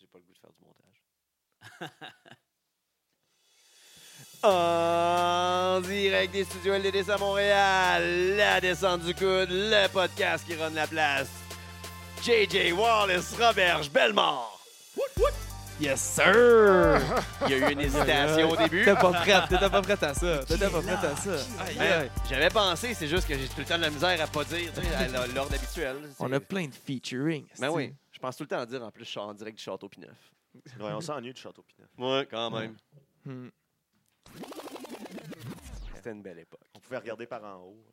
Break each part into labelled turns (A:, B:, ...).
A: En direct des studios LDDC à Montréal, la descente du coude, le podcast qui rend la place. JJ Wallace, Roberge, Belmont. Yes, sir! Il y a eu une hésitation au début.
B: T'étais pas prête, t'étais pas prête à ça. T'étais pas prête à ça.
A: Aïe, aïe. J'avais pensé, c'est juste que j'ai tout le temps de la misère à pas dire, tu sais, à la- l'ordre habituel.
B: On a plein de featuring.
A: Mais Ben oui, je pense tout le temps à dire en plus, je suis en direct du Château Pineuf.
C: Ouais, on s'ennuie du Château Pinot.
A: Ouais, quand même.
B: Hmm.
A: C'était une belle époque.
C: On pouvait regarder par en haut.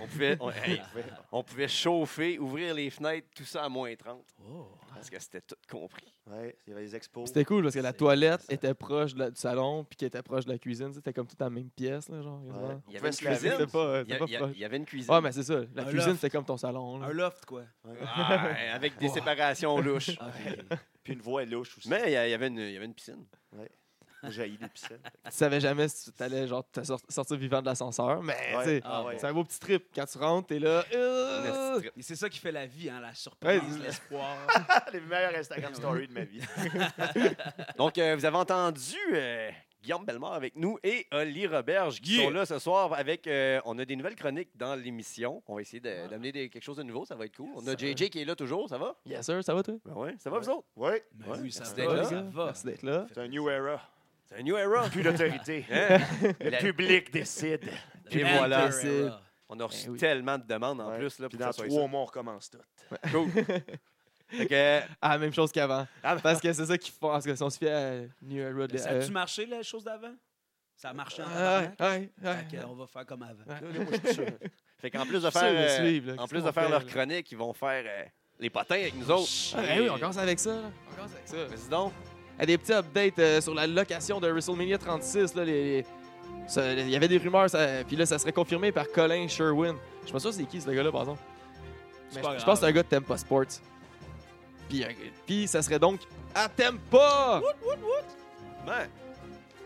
A: On pouvait, on- hey,
C: On pouvait-
A: on pouvait chauffer, ouvrir les fenêtres, tout ça à moins 30. Parce que c'était tout compris.
C: Ouais, il y avait les expos.
B: C'était cool parce que la toilette
C: ça.
B: était proche de la- du salon puis qui était proche de la cuisine. C'était comme tout dans la même pièce. Là, genre,
A: Il y
B: quasiment.
C: Ouais. On
A: avait
C: pouvait
A: une
C: se laver.
A: cuisine.
B: C'était pas, euh,
A: Il y,
B: c'était
A: a-
B: pas
A: il y a-
B: proche.
A: il y avait une cuisine.
B: Ouais, mais c'est ça. La
D: Un
B: cuisine,
D: loft.
B: c'était comme ton salon. là.
D: Un loft, quoi.
A: Ouais, avec des
D: Ouais.
A: séparations louches.
C: Puis une voix louche aussi.
A: Mais il y a- il y avait une, il y avait une piscine.
C: J'ai les piscines.
B: Tu savais jamais si tu allais genre, te sor- sortir vivant de l'ascenseur. Mais
C: Ouais.
B: tu sais,
D: Ah ouais.
B: c'est un beau petit trip. Quand tu rentres, t'es là.
A: Un
B: euh,
A: petit trip.
D: Et c'est ça qui fait la vie, hein, la surprise,
B: Ouais.
D: l'espoir.
C: les meilleures Instagram stories de ma vie.
A: Donc, euh, vous avez entendu euh, Guillaume Bellemare avec nous et Oli Roberge qui
D: Yeah.
A: sont là ce soir avec. euh, on a des nouvelles chroniques dans l'émission. On va essayer de- d'amener des- quelque chose de nouveau. Ça va être cool. On a JJ qui est là toujours. Ça va?
B: Yes, sir, ça va, toi?
A: Ben ouais. Ça va, vous autres?
C: Oui,
D: Mais
A: Ouais,
D: oui, ça
A: merci
D: va,
A: d'être là.
D: ça va.
B: Merci d'être là.
C: c'est un new era.
A: C'est un new era.
C: Plus d'autorité.
A: Hein?
C: Le
A: La-
C: public décide.
A: Puis
D: Enter
A: voilà.
D: era.
A: on a reçu
B: Ben oui.
A: tellement de demandes en
C: Ouais.
A: plus. Là,
C: Puis
A: pour
C: dans
A: que ça soit
C: trois mois, on recommence tout.
A: ça. Cool. Fait que,
B: Ah, même chose qu'avant.
C: Ah, ben-
B: Parce que c'est ça qu'ils font. Parce que si on se fait à New Era de
D: Ça
B: euh, Ah,
D: a-tu marché, la chose d'avant? Ça a marché en
B: Ouais,
D: tabarnak?
B: ouais, ouais.
D: Fait que on va faire comme avant.
B: Ouais.
A: fait qu'en plus de
B: Je suis sûr de
A: faire, euh,
B: suivre, là.
A: en
B: Qu'est-ce
A: plus
B: qu'on
A: de faire
B: fait,
A: leurs
B: là?
A: chroniques, ils vont faire euh, les potins avec nous autres.
B: Ah, ben oui, on commence avec ça. là. On commence avec ça.
A: Mais dis donc,
B: À des petits updates euh, sur la location de WrestleMania 36. là, les- les- ça- Il y avait des rumeurs, ça- puis là, ça serait confirmé par Colin Sherwin. Je me souviens c'est qui, ce gars-là, par exemple.
D: C'est
B: Mais
D: pas
B: Je je
D: grave.
B: pense que c'est un gars de Tempa Sports. Puis, euh, puis ça serait donc à Tempa!
A: ben,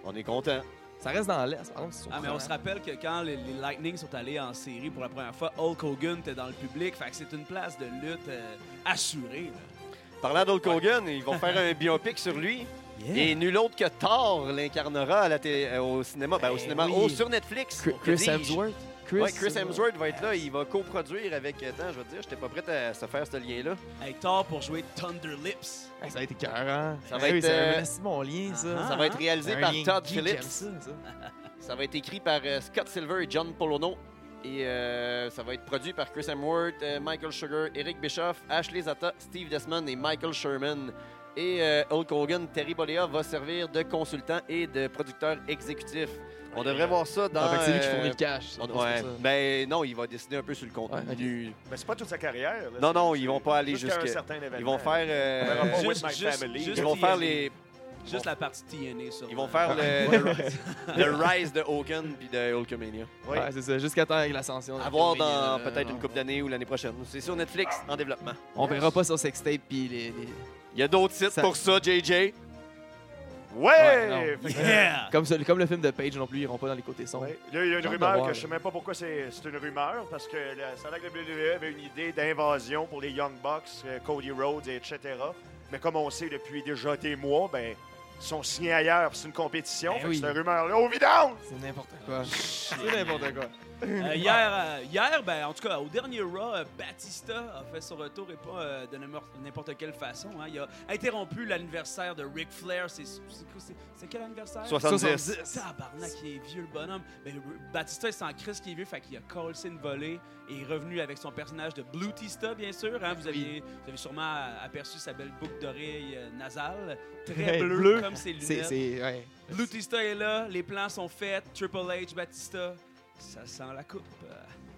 A: on est content.
B: Ça reste dans l'Est, par contre. c'est
D: Ah, mais on se rappelle que quand les, les Lightning sont allés en série pour la première fois, Hulk Hogan était dans le public. Fait que c'est une place de lutte euh, assurée. là.
A: Parlant d'Hulk Hogan, ils vont faire un biopic sur lui. Et nul autre que Thor l'incarnera à la télé- euh, au cinéma. Ben, au
B: Ben
A: cinéma,
B: oui.
A: oh, sur Netflix.
B: Chris,
A: Que
B: Chris euh,
A: dis-je?
B: Hemsworth.
A: Ouais, Chris Hemsworth va être là. Il va coproduire avec. euh, Attends, je vais te dire, j'étais pas prêt à se faire ce lien-là.
D: Hector pour jouer Thunder Lips.
B: Hey, ça a été cœur,
A: Ça va être, euh,
B: C'est mon lien, ça.
A: Ça va être réalisé
B: Ah, Un
A: par
B: lien
A: Todd
B: geek, j'aime
A: Phillips.
B: ça, Ah, ça.
A: Ça va être écrit par euh, Scott Silver et John Polono. Et euh, ça va être produit par Chris Hemsworth, euh, Michael Sugar, Eric Bischoff, Ashley Zata, Steve Desmond et Michael Sherman. Et euh, Hulk Hogan, Terry Bollea va servir de consultant et de producteur exécutif. On devrait voir ça dans.
B: Ah, fait que c'est lui qui
A: euh,
B: fournit le cash.
A: on-
B: je pense que
A: ouais.
B: c'est ça.
A: Ben non, il va décider un peu sur le contenu.
B: Ouais, ok.
A: du-
C: Mais c'est pas toute sa carrière. là.
A: Non,
C: C'est-
A: non,
C: c'est
A: ils vont pas aller
C: un
A: jusque-
C: certain événement.
A: Ils vont faire. euh,
C: On verra pas
D: juste-
C: With My
D: juste-
C: Family.
D: juste-
A: ils vont faire les.
D: Juste la partie TNA sur
A: Ils vont faire le, le- le rise de Hogan puis de Hulkamania.
C: Oui.
B: Ouais, c'est ça. Jusqu'à temps avec l'ascension.
A: À voir dans
B: Euh,
A: peut-être
B: non.
A: une coupe d'années ou l'année prochaine. C'est sur Netflix en développement.
B: On verra pas sur Sextape puis les. les-
A: Il y a d'autres sites
B: Ça-
A: pour ça, JJ.
C: Ouais!
B: Ouais, non.
C: Fait-
A: Ah.
D: Yeah!
B: Comme, ce- comme le film de Page non plus, ils iront pas dans les côtés sombres.
C: Ouais. Là, il y a une
B: J'ai hâte de
C: rumeur
B: voir,
C: que je sais
B: là.
C: même pas pourquoi c'est c'est une rumeur, parce que la, ça a l'air que la WWE avait une idée d'invasion pour les Young Bucks, euh, Cody Rhodes, etc. Mais comme on sait depuis déjà des mois, ben, ils sont signés ailleurs, puis c'est une compétition.
B: Ben
C: fait que
B: oui. Hmm.
C: cette rumeur-là, au Oh, vidange!
B: C'est n'importe quoi. C'est n'importe quoi.
D: Euh, hier, euh, hier ben, en tout cas, au dernier Raw, euh, Batista a fait son retour et pas euh, de n'importe- n'importe quelle façon. hein. Il a interrompu l'anniversaire de Ric Flair. C'est c'est- c'est- c'est quel anniversaire?
A: 70.
D: Tabarnak, il est vieux le bonhomme. Mais R- Batista, il s'en crisse qu'il est vieux, fait qu'il a collé une volée et est revenu avec son personnage de Blue Tista, bien sûr. hein. Vous, avez, vous avez sûrement euh, aperçu sa belle boucle d'oreille euh, nasale, très
B: Hey,
D: bleue
B: bleu.
D: comme ses
B: C'est.
D: lunettes.
B: c'est- Ouais.
D: Blue Tista est là, les plans sont faits, Triple H, Batista, ça sent la coupe. Euh,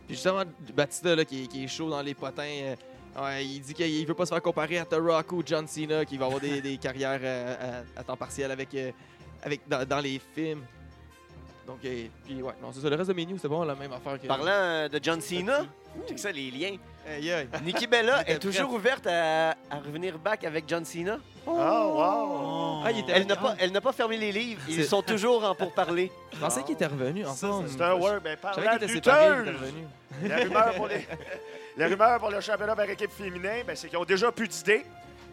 B: Puis justement, Batista, là, qui, est- qui est chaud dans les potins, euh, ouais, il dit qu'il veut pas se faire comparer à The Rock ou John Cena, qui va avoir des, des carrières euh, à, à temps partiel avec, euh, avec, dans, dans les films. Donc, euh, puis ouais, non, c'est ça. Le reste de mes news, c'est bon, la même affaire que.
A: Parlant euh, de John Cena, check ça les liens.
B: Aïe, aïe.
A: Nikki Bella
B: était
A: est toujours ouverte à, à revenir back avec John Cena.
C: Oh, wow!
B: Ah, il était-
A: Elle n'a pas, elle n'a pas fermé les livres. Ils
B: C'est-
A: sont toujours en pourparler.
B: Je pensais qu'il était revenu
D: Ça,
B: ensemble.
C: C'est un word, ben,
B: Je
C: par
B: savais
C: la
B: qu'il était séparé, il était
C: lutteuse!
B: revenu.
C: La rumeur pour les- la rumeur pour le championnat par équipe féminin, ben, c'est qu'ils ont déjà plus d'idées.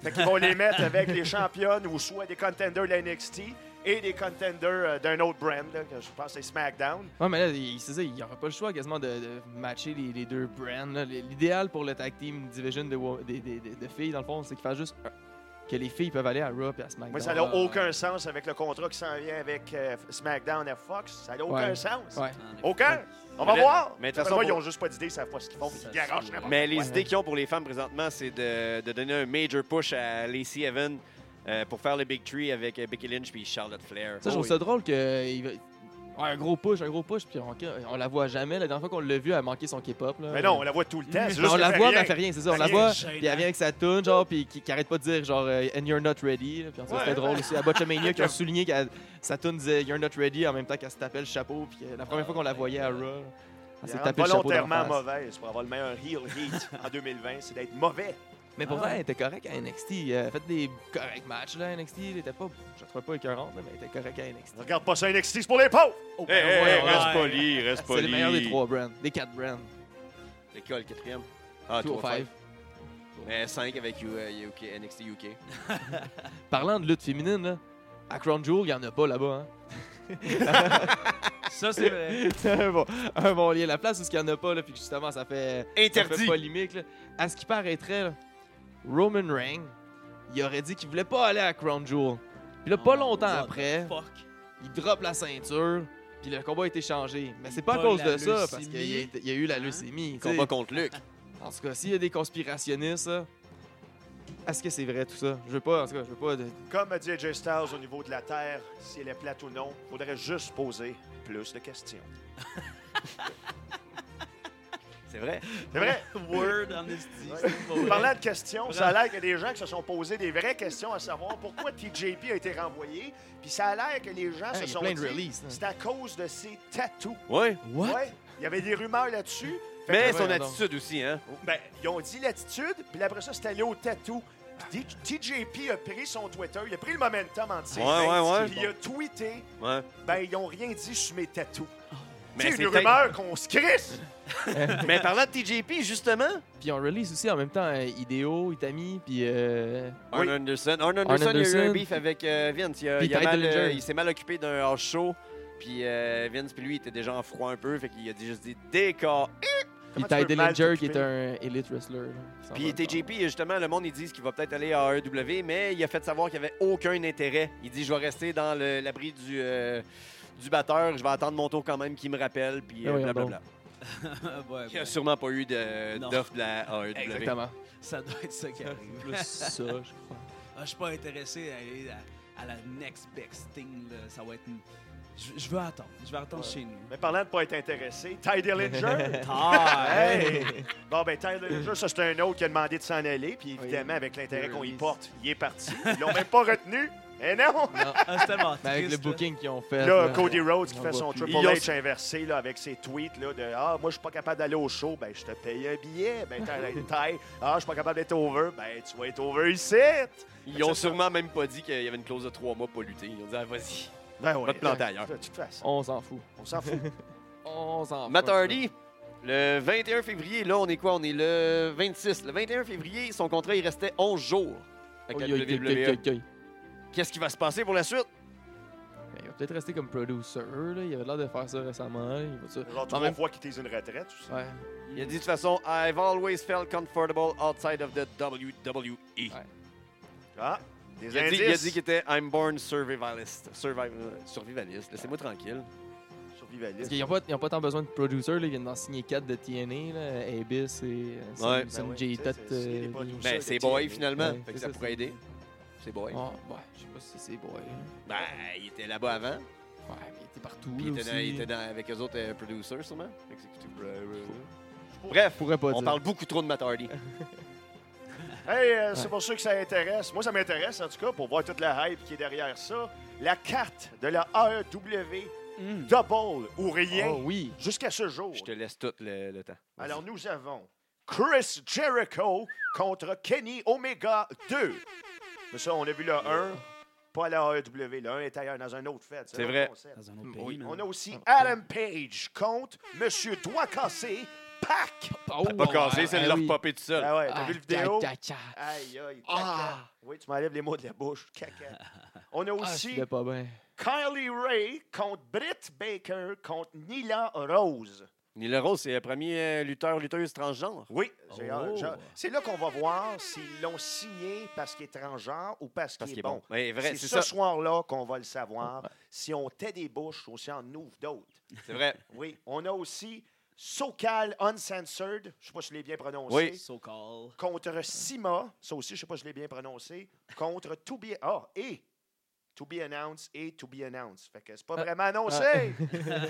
C: Fait qu'ils vont les mettre avec les championnes ou soit des contenders de la NXT et des contenders euh, d'un autre brand, là, que je pense que c'est SmackDown.
B: Ouais, mais là, il- c'est ça, il n'y aura pas le choix quasiment de, de matcher les, les deux brands. là. L- L'idéal pour le tag team division de, wo- des- des- des- de filles, dans le fond, c'est qu'il fasse juste un- que les filles peuvent aller à Raw et à SmackDown.
C: Moi, ça n'a aucun sens avec le contrat qui s'en vient avec euh, SmackDown à Fox. Ça n'a aucun
B: Ouais.
C: sens.
B: Ouais.
C: Aucun. On va
A: Mais-
C: voir.
A: mais de toute
C: D'après
A: façon,
C: moi, ils
A: pour-
C: n'ont juste pas d'idée, ils savent pas ce qu'ils font. puis Ils
D: Ça
C: garochent
D: se-
C: n'importe
A: Mais
C: quoi.
A: les idées qu'ils ont pour les femmes présentement, c'est de, de donner un major push à Lacey Evans euh, pour faire le Big Tree avec euh, Becky Lynch puis Charlotte Flair.
B: Ça, je
A: Oh,
B: trouve ça drôle que. euh, il va- ouais, un gros push, un gros push, puis on, on la voit jamais. La dernière fois qu'on l'a vue, elle a manqué son K-pop. là.
C: Mais non, on la voit tout le temps. c'est
B: Mais
C: juste
B: on
C: qu'elle
B: la
C: fait
B: voit, mais
C: rien.
B: elle fait rien, c'est ça. On
C: Elle
B: la
C: fait
B: voit,
D: rien,
B: puis elle vient avec sa toune, genre, puis qui, qui arrête pas de dire, genre, euh, and you're not ready. là, Puis en tout cas,
C: Ouais.
B: c'était drôle aussi. À Botchamania, qui ont souligné que sa toune disait you're not ready en même temps qu'elle se tapait le chapeau, puis que la première fois qu'on la voyait à Raw, elle
C: Elle
B: s'est
C: rentre
B: tapée le chapeau. d'en
C: volontairement
B: face.
C: mauvaise pour avoir le meilleur heel heat en 2020, c'est d'être mauvais.
B: Mais pour
D: Ah.
B: vrai, elle était correcte à NXT. Elle a fait des corrects matchs, là, à NXT. Elle était pas, je la trouvais pas écœurante, là, mais elle était correcte à NXT.
C: Regarde pas ça NXT, c'est pour les pauvres!
D: Oh,
A: Hey, hey, hey,
D: ouais,
A: reste
D: ouais.
A: poli, reste
B: ben, C'est
A: poli.
B: le meilleur des trois brands, des quatre brands.
A: C'est quoi le quatrième? Ah,
B: 205.
A: 205. Mais 5 avec U- euh, UK, NXT UK.
B: Parlant de lutte féminine, là, à Crown Jewel, il n'y en a pas là-bas.
D: Ça, c'est vrai.
B: Hein? C'est un, bon, un bon lien. La place où il n'y en a pas, là, puis que justement, ça fait, ça fait
A: Interdit!
B: polémique. là. À ce qui paraîtrait, là, Roman Reigns, il aurait dit qu'il voulait pas aller à Crown Jewel. Puis là, pas longtemps
D: What the
B: après,
D: Fuck.
B: il drop la ceinture, puis le combat a été changé. Mais c'est pas à
D: Pas
B: cause
D: la
B: de ça, parce
D: leucémie.
B: qu'il y, a été- il y a eu la
D: Hein?
B: leucémie. tu sais.
A: Combat contre Luc.
B: En tout cas, s'il y a des conspirationnistes, là, est-ce que c'est vrai tout ça? Je veux pas, en tout cas, je veux pas... de-
C: Comme a dit AJ Styles au niveau de la Terre, si elle est plate ou non, faudrait juste poser plus de questions.
A: C'est vrai.
C: C'est vrai?
D: Word honesty. c'est pas vrai.
C: Parlant de questions, ça a l'air qu'il y a des gens qui se sont posés des vraies questions à savoir pourquoi TJP a été renvoyé, puis ça a l'air que les gens
B: Ah,
C: se
B: il y a
C: sont
B: plein de
C: dit
B: releases, là.
C: c'est à cause de ses tatous.
A: Ouais.
B: What?
C: Ouais, il y avait des rumeurs là-dessus. Fait que
A: Mais
B: que,
A: son
B: voyons
A: attitude aussi, hein.
C: Ben, ils ont dit l'attitude, puis après ça, c'est allé au tatou. Puis TJP a pris son Twitter, il a pris le momentum entre ses
A: Ouais,
C: mains,
A: ouais, ouais.
C: puis il a tweeté
A: Ouais.
C: Ben, ils n'ont rien dit sur mes tatous.
A: Mais
C: C'est
A: c'est
C: une
A: peut-être-
C: rumeur qu'on se crisse.
A: Mais parlant de TJP, justement,
B: Puis on release aussi en même temps euh, Hideo, Itami, puis... euh,
A: Arn
C: Oui.
A: Anderson. Arn Anderson, il y a eu un
B: Anderson.
A: beef avec euh, Vince. Il, a-
B: Puis
A: il a
B: Ty
A: mal,
B: Dillinger.
A: euh, il s'est mal occupé d'un hors show. Puis euh, Vince, puis lui, il était déjà en froid un peu. Fait qu'il a dit- juste dit décor.
B: Puis
C: tu
B: Ty
C: peux mal
B: Dillinger, qui est
C: t'occuper?
B: un élite wrestler. là. Ça
A: Puis
B: va pas.
A: TJP, justement, le monde, ils disent qu'il va peut-être aller à AEW, mais il a fait savoir qu'il n'y avait aucun intérêt. Il dit Je vais rester dans le- l'abri du, euh, du batteur. Je vais attendre mon tour quand même qu'il me rappelle. Puis
B: Ah
A: euh,
B: oui,
A: blablabla.
D: Ouais,
A: Il n'y a
D: ouais.
A: sûrement pas eu de-
D: Non.
A: d'offre de la E AEW.
B: Exactement.
D: Ça doit être ça qui arrive.
B: Plus ça, je crois.
D: Ah, je suis pas intéressé à aller à, à la next best thing. là. Ça va être. une- Je, je veux attendre. Je vais attendre chez nous.
C: Mais parlant de pas être intéressé, Ty Dillinger.
D: Ah,
C: hey! Bon, ben, Ty Dillinger, ça, c'est un autre qui a demandé de s'en aller, puis évidemment, avec l'intérêt
B: Le
C: qu'on y
B: release.
C: porte, il est parti. Ils l'ont même pas retenu. Eh non!
D: ah, c'est tellement
B: Mais Ben, avec
D: triste,
B: le
D: là.
B: booking qu'ils ont fait...
C: Là,
B: là,
C: Cody Rhodes qui
B: on
C: fait
B: voit
C: son
B: plus.
C: Triple
A: Ils ont-
C: H inversé là, avec ses tweets là, de Ah, moi, je suis pas capable d'aller au show, ben, je te paye un billet. Ben, Ty- Ty, ah, je suis pas capable d'être over, ben, tu vas être over ici.
A: Ils ont sûrement même pas dit qu'il y avait une clause de trois mois pour lutter. Ils ont dit ah, vas-y.
C: Ben, ouais.
A: Va te planter ailleurs.
C: De toute façon,
B: On s'en fout.
C: on s'en fout.
B: On s'en fout.
A: Matt Hardy, le 21 février, là, on est quoi On est le 26. Le 21 février, son contrat, il restait 11 jours. avec
B: Oh,
A: la
B: yo, yo, yo, yo,
A: WWE.
B: yo, yo.
A: Qu'est-ce qui va se passer pour la suite
B: Ben, il va peut-être rester comme producer. Là. Il avait l'air de faire ça récemment. là. Il va ça.
C: Genre,
B: En
C: trois
B: même-
C: fois qu'il était une retraite, tout ça.
B: Ouais.
A: Il a dit de toute façon, I've always felt comfortable outside of the WWE.
C: Ah, des
A: Il a, dit,
C: indices.
A: il a dit qu'il était I'm born survivalist. Surviv- euh, survivalist. Laissez-moi tranquille.
B: Parce
C: Survivaliste.
B: qu'ils n'ont pas, ils ont pas tant besoin de producer. Là. Ils viennent d'en signer 4 de TNA. Là. Abyss et euh, Sam-
A: Ouais.
B: Sam
C: Ben ouais,
B: J.
C: tu sais,
B: Tot,
C: c'est- c'est
B: euh,
C: les producers.
A: Ben,
C: Sûr,
A: c'est
C: le
A: boy
C: TNA.
A: finalement.
B: Ouais,
A: Fait que
B: c'est
A: ça
B: ça,
A: pourrait
B: c'est-
A: aider. C'est boy.
B: Ah, ouais, je sais pas si c'est boy. Ouais,
A: Ben, il était là-bas avant.
B: mais il était partout.
A: Puis
B: là,
A: il était, dans-
B: aussi.
A: il était dans- avec eux autres euh, producers, sûrement. Executive-
B: Je
A: Bref,
B: pourrais pas
A: on
B: dire.
A: parle beaucoup trop de Matt Hardy.
C: Hey, euh,
B: Ouais.
C: c'est pour ceux que ça intéresse. Moi, ça m'intéresse, en tout cas, pour voir toute la hype qui est derrière ça. La carte de la AEW,
D: Mm.
C: double ou rien,
B: Oh oui.
C: jusqu'à ce jour.
A: Je te laisse tout le, le temps. Vas-y.
C: Alors, nous avons Chris Jericho contre Kenny Omega 2. Mais ça, on a vu le 1, pas à la AEW. Le 1 est ailleurs, dans un autre fête.
A: C'est vrai.
D: Dans un autre
B: Oui,
D: pays, man.
C: On a aussi Adam Page contre Monsieur Doigt Cassé, Pac!
B: Oh,
A: Pas cassé, c'est de
B: eh
A: leur
B: oui.
A: popper tout seul.
C: Ah ouais, t'as
B: Ah,
C: vu le vidéo?
B: caca.
C: Aïe, aïe, caca.
B: Ah!
C: Oui, tu m'enlèves les mots de la bouche. Caca. On a
B: Ah,
C: aussi
B: c'était pas bien.
C: Kylie Ray contre Britt Baker contre Nila Rose.
A: Neil Rose, c'est le premier euh, lutteur, lutteuse transgenre.
C: Oui, j'ai-
D: Oh.
C: j'ai- c'est là qu'on va voir s'ils l'ont signé parce qu'il est transgenre ou parce qu'il
A: Parce
C: est,
A: qu'il est
C: bon.
A: bon. Ouais, vrai,
C: C'est
A: c'est
C: ce
A: ça.
C: soir-là qu'on va le savoir. Si on tait des bouches ou si on ouvre d'autres.
A: C'est vrai.
C: Oui, on a aussi SoCal Uncensored, je ne sais pas si je l'ai bien prononcé,
A: Oui.
D: So call.
C: contre Sima, ça aussi, je ne sais pas si je l'ai bien prononcé, contre To Be... Ah, et To Be Announced et To Be Announced. Fait que c'est pas
B: Ah,
C: vraiment annoncé.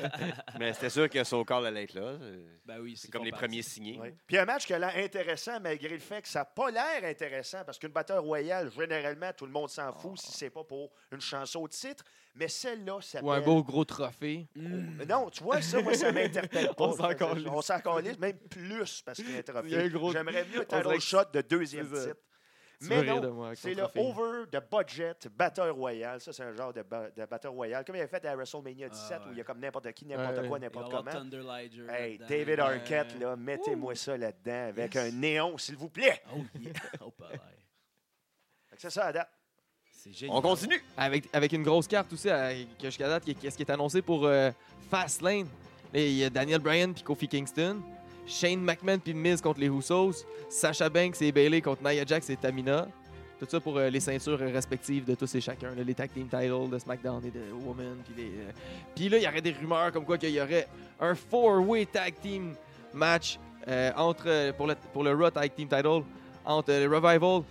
A: Mais c'était sûr que son corps allait être là. C'est-
D: Ben oui,
A: C'est comme
D: font
A: les
D: partie.
A: premiers signés.
C: Ouais. Puis un match qui a l'air intéressant malgré le fait que ça n'a pas l'air intéressant parce qu'une batteur royale, généralement, tout le monde s'en fout si c'est pas pour une chanson au titre. Mais celle-là, ça
B: Ou un beau gros trophée.
D: Mm.
C: Non, tu vois, ça, moi, ça m'interpelle pas.
B: On s'en calisse.
C: On s'en calisse, même plus parce qu'il y a un
B: Il y a un
C: trophée.
B: gros-
C: J'aimerais mieux un
B: On dirait
C: title
B: que
C: shot de deuxième
B: c'est ça.
C: titre.
B: Tu
C: Mais
B: vas rire de
C: non,
B: moi avec ton
C: c'est le
B: trophée.
C: over de budget batteur royal. Ça, c'est un genre de, ba- de batteur royal. Comme il avait fait à WrestleMania 17
D: Ah,
C: où
D: ouais.
C: il y a comme n'importe qui, n'importe
B: Ouais,
C: quoi,
B: ouais.
D: Il va y
C: n'importe
D: avoir
C: comment.
D: Thunder Liger
C: Hey,
D: là-dedans.
C: David Arquette,
D: Ouais.
C: là, mettez-moi ça là-dedans avec un néon, s'il vous plaît.
D: Oh, yeah. Oh, pas vrai.
C: Fait que C'est ça, Adam.
D: C'est génial.
A: On continue.
B: Avec, avec une grosse carte aussi, à, que jusqu'à date, qu'est-ce qui est annoncé pour euh, Fastlane. Et Il y a Daniel Bryan puis Kofi Kingston, Shane McMahon puis Miz contre les Usos, Sasha Banks et Bailey contre Nia Jax et Tamina. Tout ça pour euh, les ceintures respectives de tous et chacun, là, les tag team titles de SmackDown et de Women. Puis les, euh, puis là, il y aurait des rumeurs comme quoi qu'il y aurait un four-way tag team match euh, entre, euh, pour, le, pour le Raw tag team title entre euh, le Revival,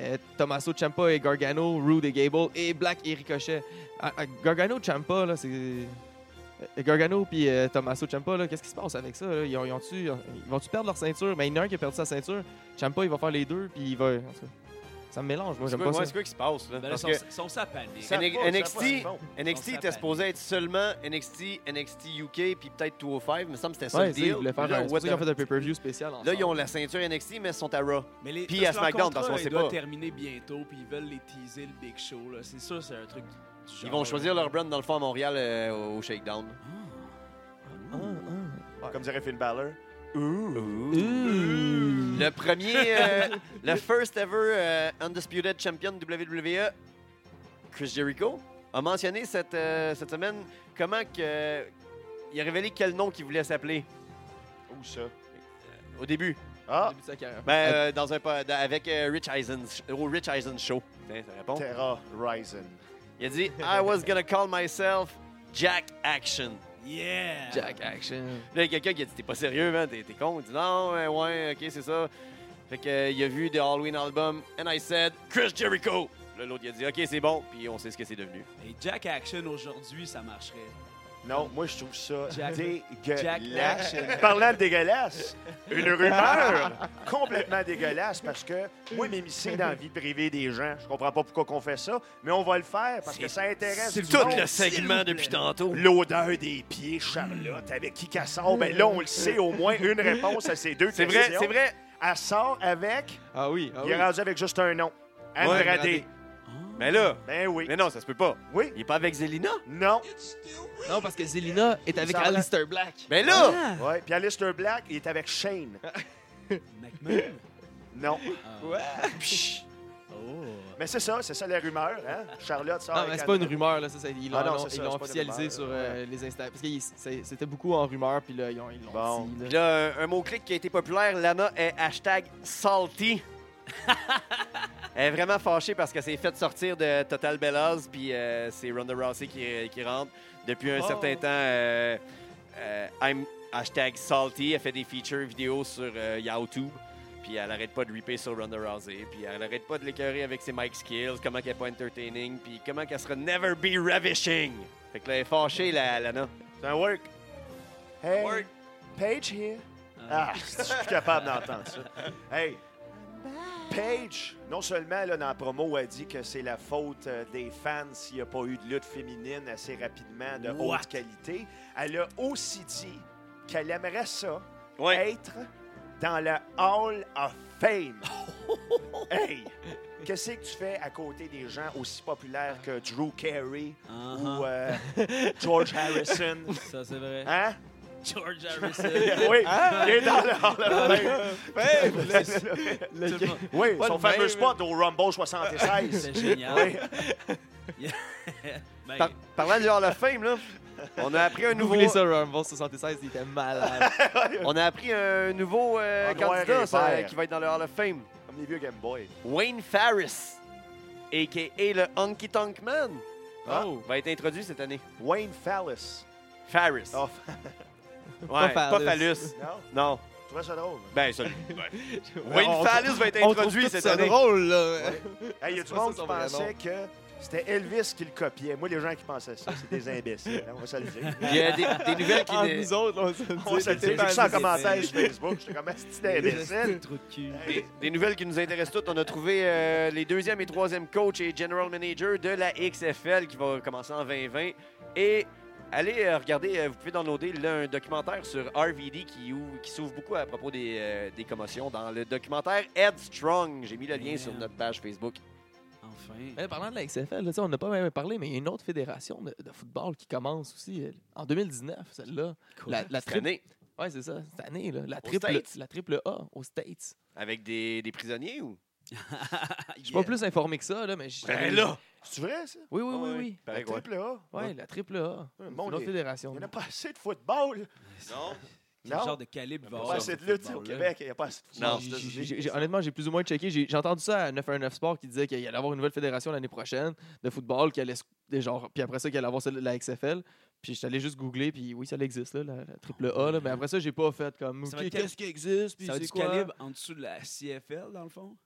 B: euh, Tommaso Ciampa et Gargano, Rude et Gable et Black et Ricochet. Ah, ah, Gargano Ciampa là, c'est euh, Gargano puis euh, Tommaso Ciampa là, qu'est-ce qui se passe avec ça là? Ils, ont- ils, ont ils vont-tu perdre leur ceinture Mais il y en a un qui a perdu sa ceinture. Ciampa, il va faire les deux puis il va en tout cas, ça me mélange, moi
A: C'est
B: j'aime
A: quoi
B: pas
A: ouais,
B: ça.
A: c'est quoi qui se passe? Là?
D: Ben là,
A: Parce
D: sont,
A: que
D: sont sa panique.
C: Ça
A: NXT,
C: va, ça va, c'est
A: NXT
C: bon.
D: on
A: était
D: s'appelle.
A: supposé être seulement NXT, NXT UK, puis peut-être 205, mais ça me semble que c'était ça
B: Ouais,
A: le
B: c'est ça, ils
A: deal.
B: voulaient faire
A: Là,
B: un, c'est pour
A: what
B: ça qu'ils ont
A: the-
B: fait un pay-per-view spécial ensemble.
A: là, ils ont la ceinture NXT, mais ils sont à Raw.
D: Mais les,
A: Puis à
D: parce que leur
A: SmackDown, parce
D: contrat,
A: qu'on sait
D: il doit
A: pas.
D: terminer bientôt, puis ils veulent les teaser le Big Show. là. C'est sûr, c'est un truc du genre.
A: Ils vont choisir leur brand dans le fond à Montréal euh, au Shakedown.
D: Ah.
B: Ah, ah.
C: Comme dirait Finn Balor.
B: Ouh.
A: Le premier, euh, le first ever euh, Undisputed Champion WWE, Chris Jericho, a mentionné cette, euh, cette semaine comment que, euh, il a révélé quel nom qu'il voulait s'appeler
C: Où ça?
A: au début.
C: Ah,
B: Début de sa carrière.
A: Ben, euh, dans un, pa- dans- avec euh, Rich Eisen, au Rich Eisen Show. Tiens, ça répond.
C: Terra Rising.
A: Il a dit I was gonna call myself Jack Action.
D: Yeah!
B: Jack Action.
A: Là, il y a quelqu'un qui a dit T'es pas sérieux, man, t'es, t'es con. Il dit Non, ouais, ouais, ok, c'est ça. Fait que, euh, il a vu The Halloween album, and I said Chris Jericho. Là, l'autre, il a dit Ok, c'est bon, puis on sait ce que c'est devenu.
D: Et Jack Action aujourd'hui, ça marcherait.
C: Non, moi, je trouve ça
D: Jack- Jack
C: dégueulasse.
D: Lash.
C: Parlant de dégueulasse, une rumeur complètement dégueulasse parce que moi, m'émisser dans la vie privée des gens, je comprends pas pourquoi qu'on fait ça, mais on va le faire parce que ça intéresse
D: c'est
C: du
A: Tout
C: monde.
A: le segment depuis tantôt.
C: L'odeur des pieds, Charlotte, avec qui qu'elle sort. Ben là, on le sait au moins une réponse à ces deux
A: C'est vrai,
C: questions.
A: c'est vrai.
C: Elle sort avec,
B: Ah oui, ah
C: il est
B: oui.
C: rendu avec juste un nom. Andrade.
B: Ouais, Andrade.
A: Mais là,
C: Ben oui.
A: mais non, ça se peut pas.
C: Oui.
A: Il est pas avec Zelina.
C: Non.
B: Non, parce que Zelina est avec
C: Ça va.
B: Alistair Black.
A: Mais là,
D: Ah!
C: Ouais. Puis Alistair Black, il est avec Shane.
D: McMahon.
C: Non.
D: Ah.
B: Ouais.
A: Psh,
D: Oh.
C: Mais c'est ça, c'est ça la rumeur, hein? Charlotte sort
B: Non,
C: avec
B: mais c'est pas une
C: Andrade.
B: rumeur, là. Ça, ça, ils l'ont
C: Ah non,
B: annon-
C: c'est
B: ils
C: ça,
B: l'ont
C: c'est pas des
B: officialisé
C: rumeurs,
B: sur
C: là.
B: euh, les Insta. Parce que il- c'est- c'était beaucoup en rumeur, puis là, ils ont- ils l'ont
C: Bon.
B: dit. là.
A: Puis là, un- un mot-clic qui a été populaire, Lana est hashtag salty. Elle est vraiment fâchée parce qu'elle s'est faite sortir de Total Bellas, puis euh, c'est Ronda Rousey qui, qui rentre. Depuis un
B: Oh.
A: certain temps, euh, euh, I'm hashtag salty. Elle fait des features vidéo sur euh, YouTube. Puis elle arrête pas de ripper sur Ronda Rousey. Puis elle arrête pas de l'écœurer avec ses mic skills, comment qu'elle est pas entertaining, puis comment qu'elle sera never be ravishing. Fait que là, elle est fâchée, la, Lana.
C: C'est un work. Hey,
A: Work.
C: Paige here. Ah,
D: Ah.
C: je suis plus capable d'entendre ça. Hey, Paige, non seulement là, dans la promo, elle dit que c'est la faute euh, des fans s'il n'y a pas eu de lutte féminine assez rapidement de
D: What?
C: haute qualité, elle a aussi dit qu'elle aimerait ça
A: Ouais.
C: être dans le Hall of Fame. hey, qu'est-ce que tu fais à côté des gens aussi populaires que Drew Carey
D: Ah.
C: ou euh, George Harrison?
D: Ça, c'est vrai.
C: Hein?
D: George Harrison.
C: Oui,
B: Hein?
C: il est dans le Hall of Fame.
B: Ouais, le-
C: Le-
B: le-
D: Tout le monde.
C: Oui,
B: Pas
C: son
B: de
C: fameux
B: même,
C: spot au Rumble 76.
D: C'est génial. Ben,
A: Par- parlant du Hall of Fame, là, on a appris un nouveau,
B: Oubliez ça, Rumble 76, il était malade.
A: on a appris un nouveau euh,
C: En noir et
A: candidat ça,
C: vert.
A: qui va être dans le Hall of Fame.
C: Comme les vieux Game Boy.
A: Wayne Farris, a.k.a. le Honky Tonk Man,
D: oh,
A: va être introduit cette année.
C: Wayne Fallis.
A: Farris.
C: Oh,
A: Ouais,
B: Pas
A: pas
B: Fallus.
A: Fallus.
C: non?
A: Non.
C: Je trouvais ça drôle.
A: Ben, ça.
B: On-
A: Wayne Fallus va être
B: on trouve
A: introduit
B: tout
A: cette
B: ça
A: année.
B: drôle, là.
C: Hey, Il y
B: C'est
C: a du
B: pas
C: monde
B: ça
C: qui
B: son vrai
C: pensait que c'était Elvis qui le copiait. Moi, les gens qui pensaient ça, c'est des imbéciles. hein, On va se le dire.
A: Il y a des, des nouvelles qui.
B: Entre
A: dé-
B: nous autres, là, on se le
C: On
B: dit,
C: se le dit.
B: c'est
C: J'ai vu ça en
B: pas-
C: commentaire sur Facebook. J'étais comme, c'est des imbéciles.
D: trou de cul.
A: Des, des nouvelles qui nous intéressent toutes. On a trouvé euh, les deuxième et troisième coach et general manager de la XFL qui va commencer en 2020. Et allez euh, regarder, euh, vous pouvez downloader là, un documentaire sur RVD qui, ou- qui s'ouvre beaucoup à propos des, euh, des commotions dans le documentaire Headstrong. J'ai mis le lien
D: Yeah.
A: sur notre page Facebook.
D: Enfin.
B: Mais parlant de la XFL, là, tu sais, on n'a pas même parlé, mais il y a une autre fédération de, de football qui commence aussi euh, en 2019, celle-là. La, la
A: Cette
B: triple-
A: année,
B: Ouais, c'est ça, cette année, là, la, triple,
A: States.
B: la triple A aux States.
A: avec des, des prisonniers ou? Ben
B: Je suis pas plus informé que ça, là, mais je-
C: C'est vrai, ça?
B: Oui, oui, oui,
C: Ben Ouais,
B: oui.
C: La
A: Pareil, quoi.
C: triple A.
B: Ouais, la triple A.
C: Ouais,
B: C'est une
C: mon
B: autre
C: Dieu.
B: fédération.
C: Il n'y en a pas assez de football.
A: Non.
D: C'est le
C: Non.
D: genre de calibre
C: Il n'y
D: il va
C: a pas
D: avoir dans
C: assez
D: ce
C: de lutte au
D: football-là.
C: Québec. Il n'y a pas assez de
A: Non,
C: football.
B: J'ai-
A: c'est-
B: j'ai- j'ai- j'ai- honnêtement, j'ai plus ou moins checké. J'ai j'ai entendu ça à 919 Sport qui disait qu'il allait avoir une nouvelle fédération l'année prochaine de football, qui allait s- des genres- puis après ça, qu'il allait avoir celle de la XFL. Puis j'étais allé juste googler, puis oui, ça existe, là, la, la triple A. là. mais après ça, j'ai pas fait comme.
D: Ça
B: OK,
D: va être quel-
B: Qu'est-ce qui existe? Puis
D: Ça a
B: c'est
D: du
B: quoi?
D: calibre en dessous de la CFL, dans le fond?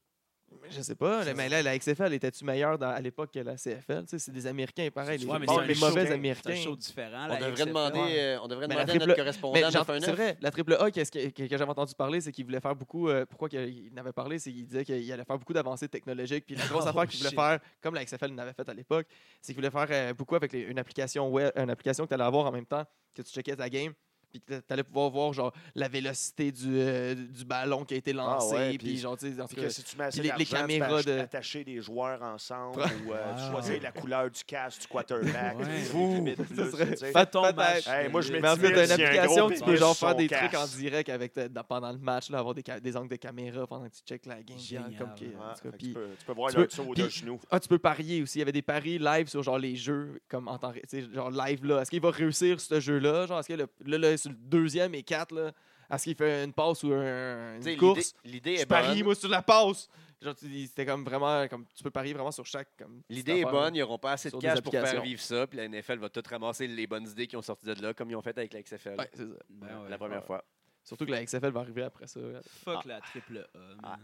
B: Je sais pas.
D: Ça-
B: là, mais là, la XFL était-tu meilleure dans- à l'époque que la CFL? Tu sais, c'est des Américains, pareil. Les,
D: Ouais, mais
B: les-
D: c'est un
B: les
D: show.
B: mauvais
D: C'est un
B: Américains.
D: show différent.
A: On
D: la
A: devrait
D: XFL.
A: demander,
D: Ouais.
A: euh, on devrait
B: Mais la
A: demander à
B: triple-
A: notre correspondant
B: Mais j'en-
A: Jean Fernand.
B: c'est vrai, la triple A, qu'est-ce que, que- que j'avais entendu parler, c'est qu'il voulait faire beaucoup. euh, pourquoi qu'il n'avait parlé, c'est qu'il disait qu'il allait faire beaucoup d'avancées technologiques. Puis la grosse
D: Oh,
B: affaire qu'il voulait
D: shit.
B: faire, comme la XFL n'avait fait à l'époque, c'est qu'il voulait faire euh, beaucoup avec les- une application web, une application que tu allais avoir en même temps que tu checkais ta game. Puis que tu allais pouvoir voir genre la vélocité du, euh, du ballon qui a été lancé.
C: Ah ouais,
B: puis,
C: puis-
B: genre, tu sais, dans ce
C: Puis
B: cas-
C: que si tu mets assez
B: les- les
C: d'argent,
B: caméras
C: tu peux ach-
B: de-
C: attacher des joueurs ensemble ou euh,
D: Wow.
C: tu choisis la couleur du casque du quarterback.
D: Ouais.
C: tu
B: Fou.
C: fais vite plus,
B: Ça serait
C: tu sais.
B: fat-
D: Ton
B: Peut-être.
D: match.
C: Hey, moi, je
B: Mais en
C: Timide,
B: fait, t'as
C: s'il
B: une
C: y a un
B: application,
C: gros
B: tu peux genre
C: pitch,
B: faire des
C: son
B: trucs en
C: casse.
B: direct avec ta- dans- pendant le match, là, avoir des, ca- des angles de caméra pendant que tu checkes la game.
D: Génial.
B: Comme que-
C: Ouais,
B: en tout
C: fait
B: cas,
C: que
B: puis-
C: tu, peux, tu peux voir
B: tu
C: le
B: peux-
C: saut
B: puis-
C: de genoux.
B: ah, tu peux parier aussi. Il y avait des paris live sur genre les jeux, comme en temps ré- tu sais, genre live là. Est-ce qu'il va réussir ce jeu-là? Genre, est-ce que le, là, là, sur le deuxième et quatre, là, est-ce qu'il fait une passe ou un-
A: Tu
B: une
A: sais, l'idée-
B: course?
A: L'idée
B: Je
A: est
B: parie,
A: bonne.
B: moi, sur la passe! Genre, tu- c'était comme vraiment, comme, tu peux parier vraiment sur chaque. comme, petite
A: L'idée est
B: affaire.
A: bonne, ils n'auront pas assez de
B: Sur des
A: cash pour faire
B: applications.
A: vivre ça, puis la NFL va tout ramasser les bonnes idées qui ont sorti de là, comme ils ont fait avec la XFL
B: Ouais, c'est ça.
D: Ben ouais.
A: la première fois.
B: Surtout que la XFL va arriver après ça.
D: Fuck la triple A, man.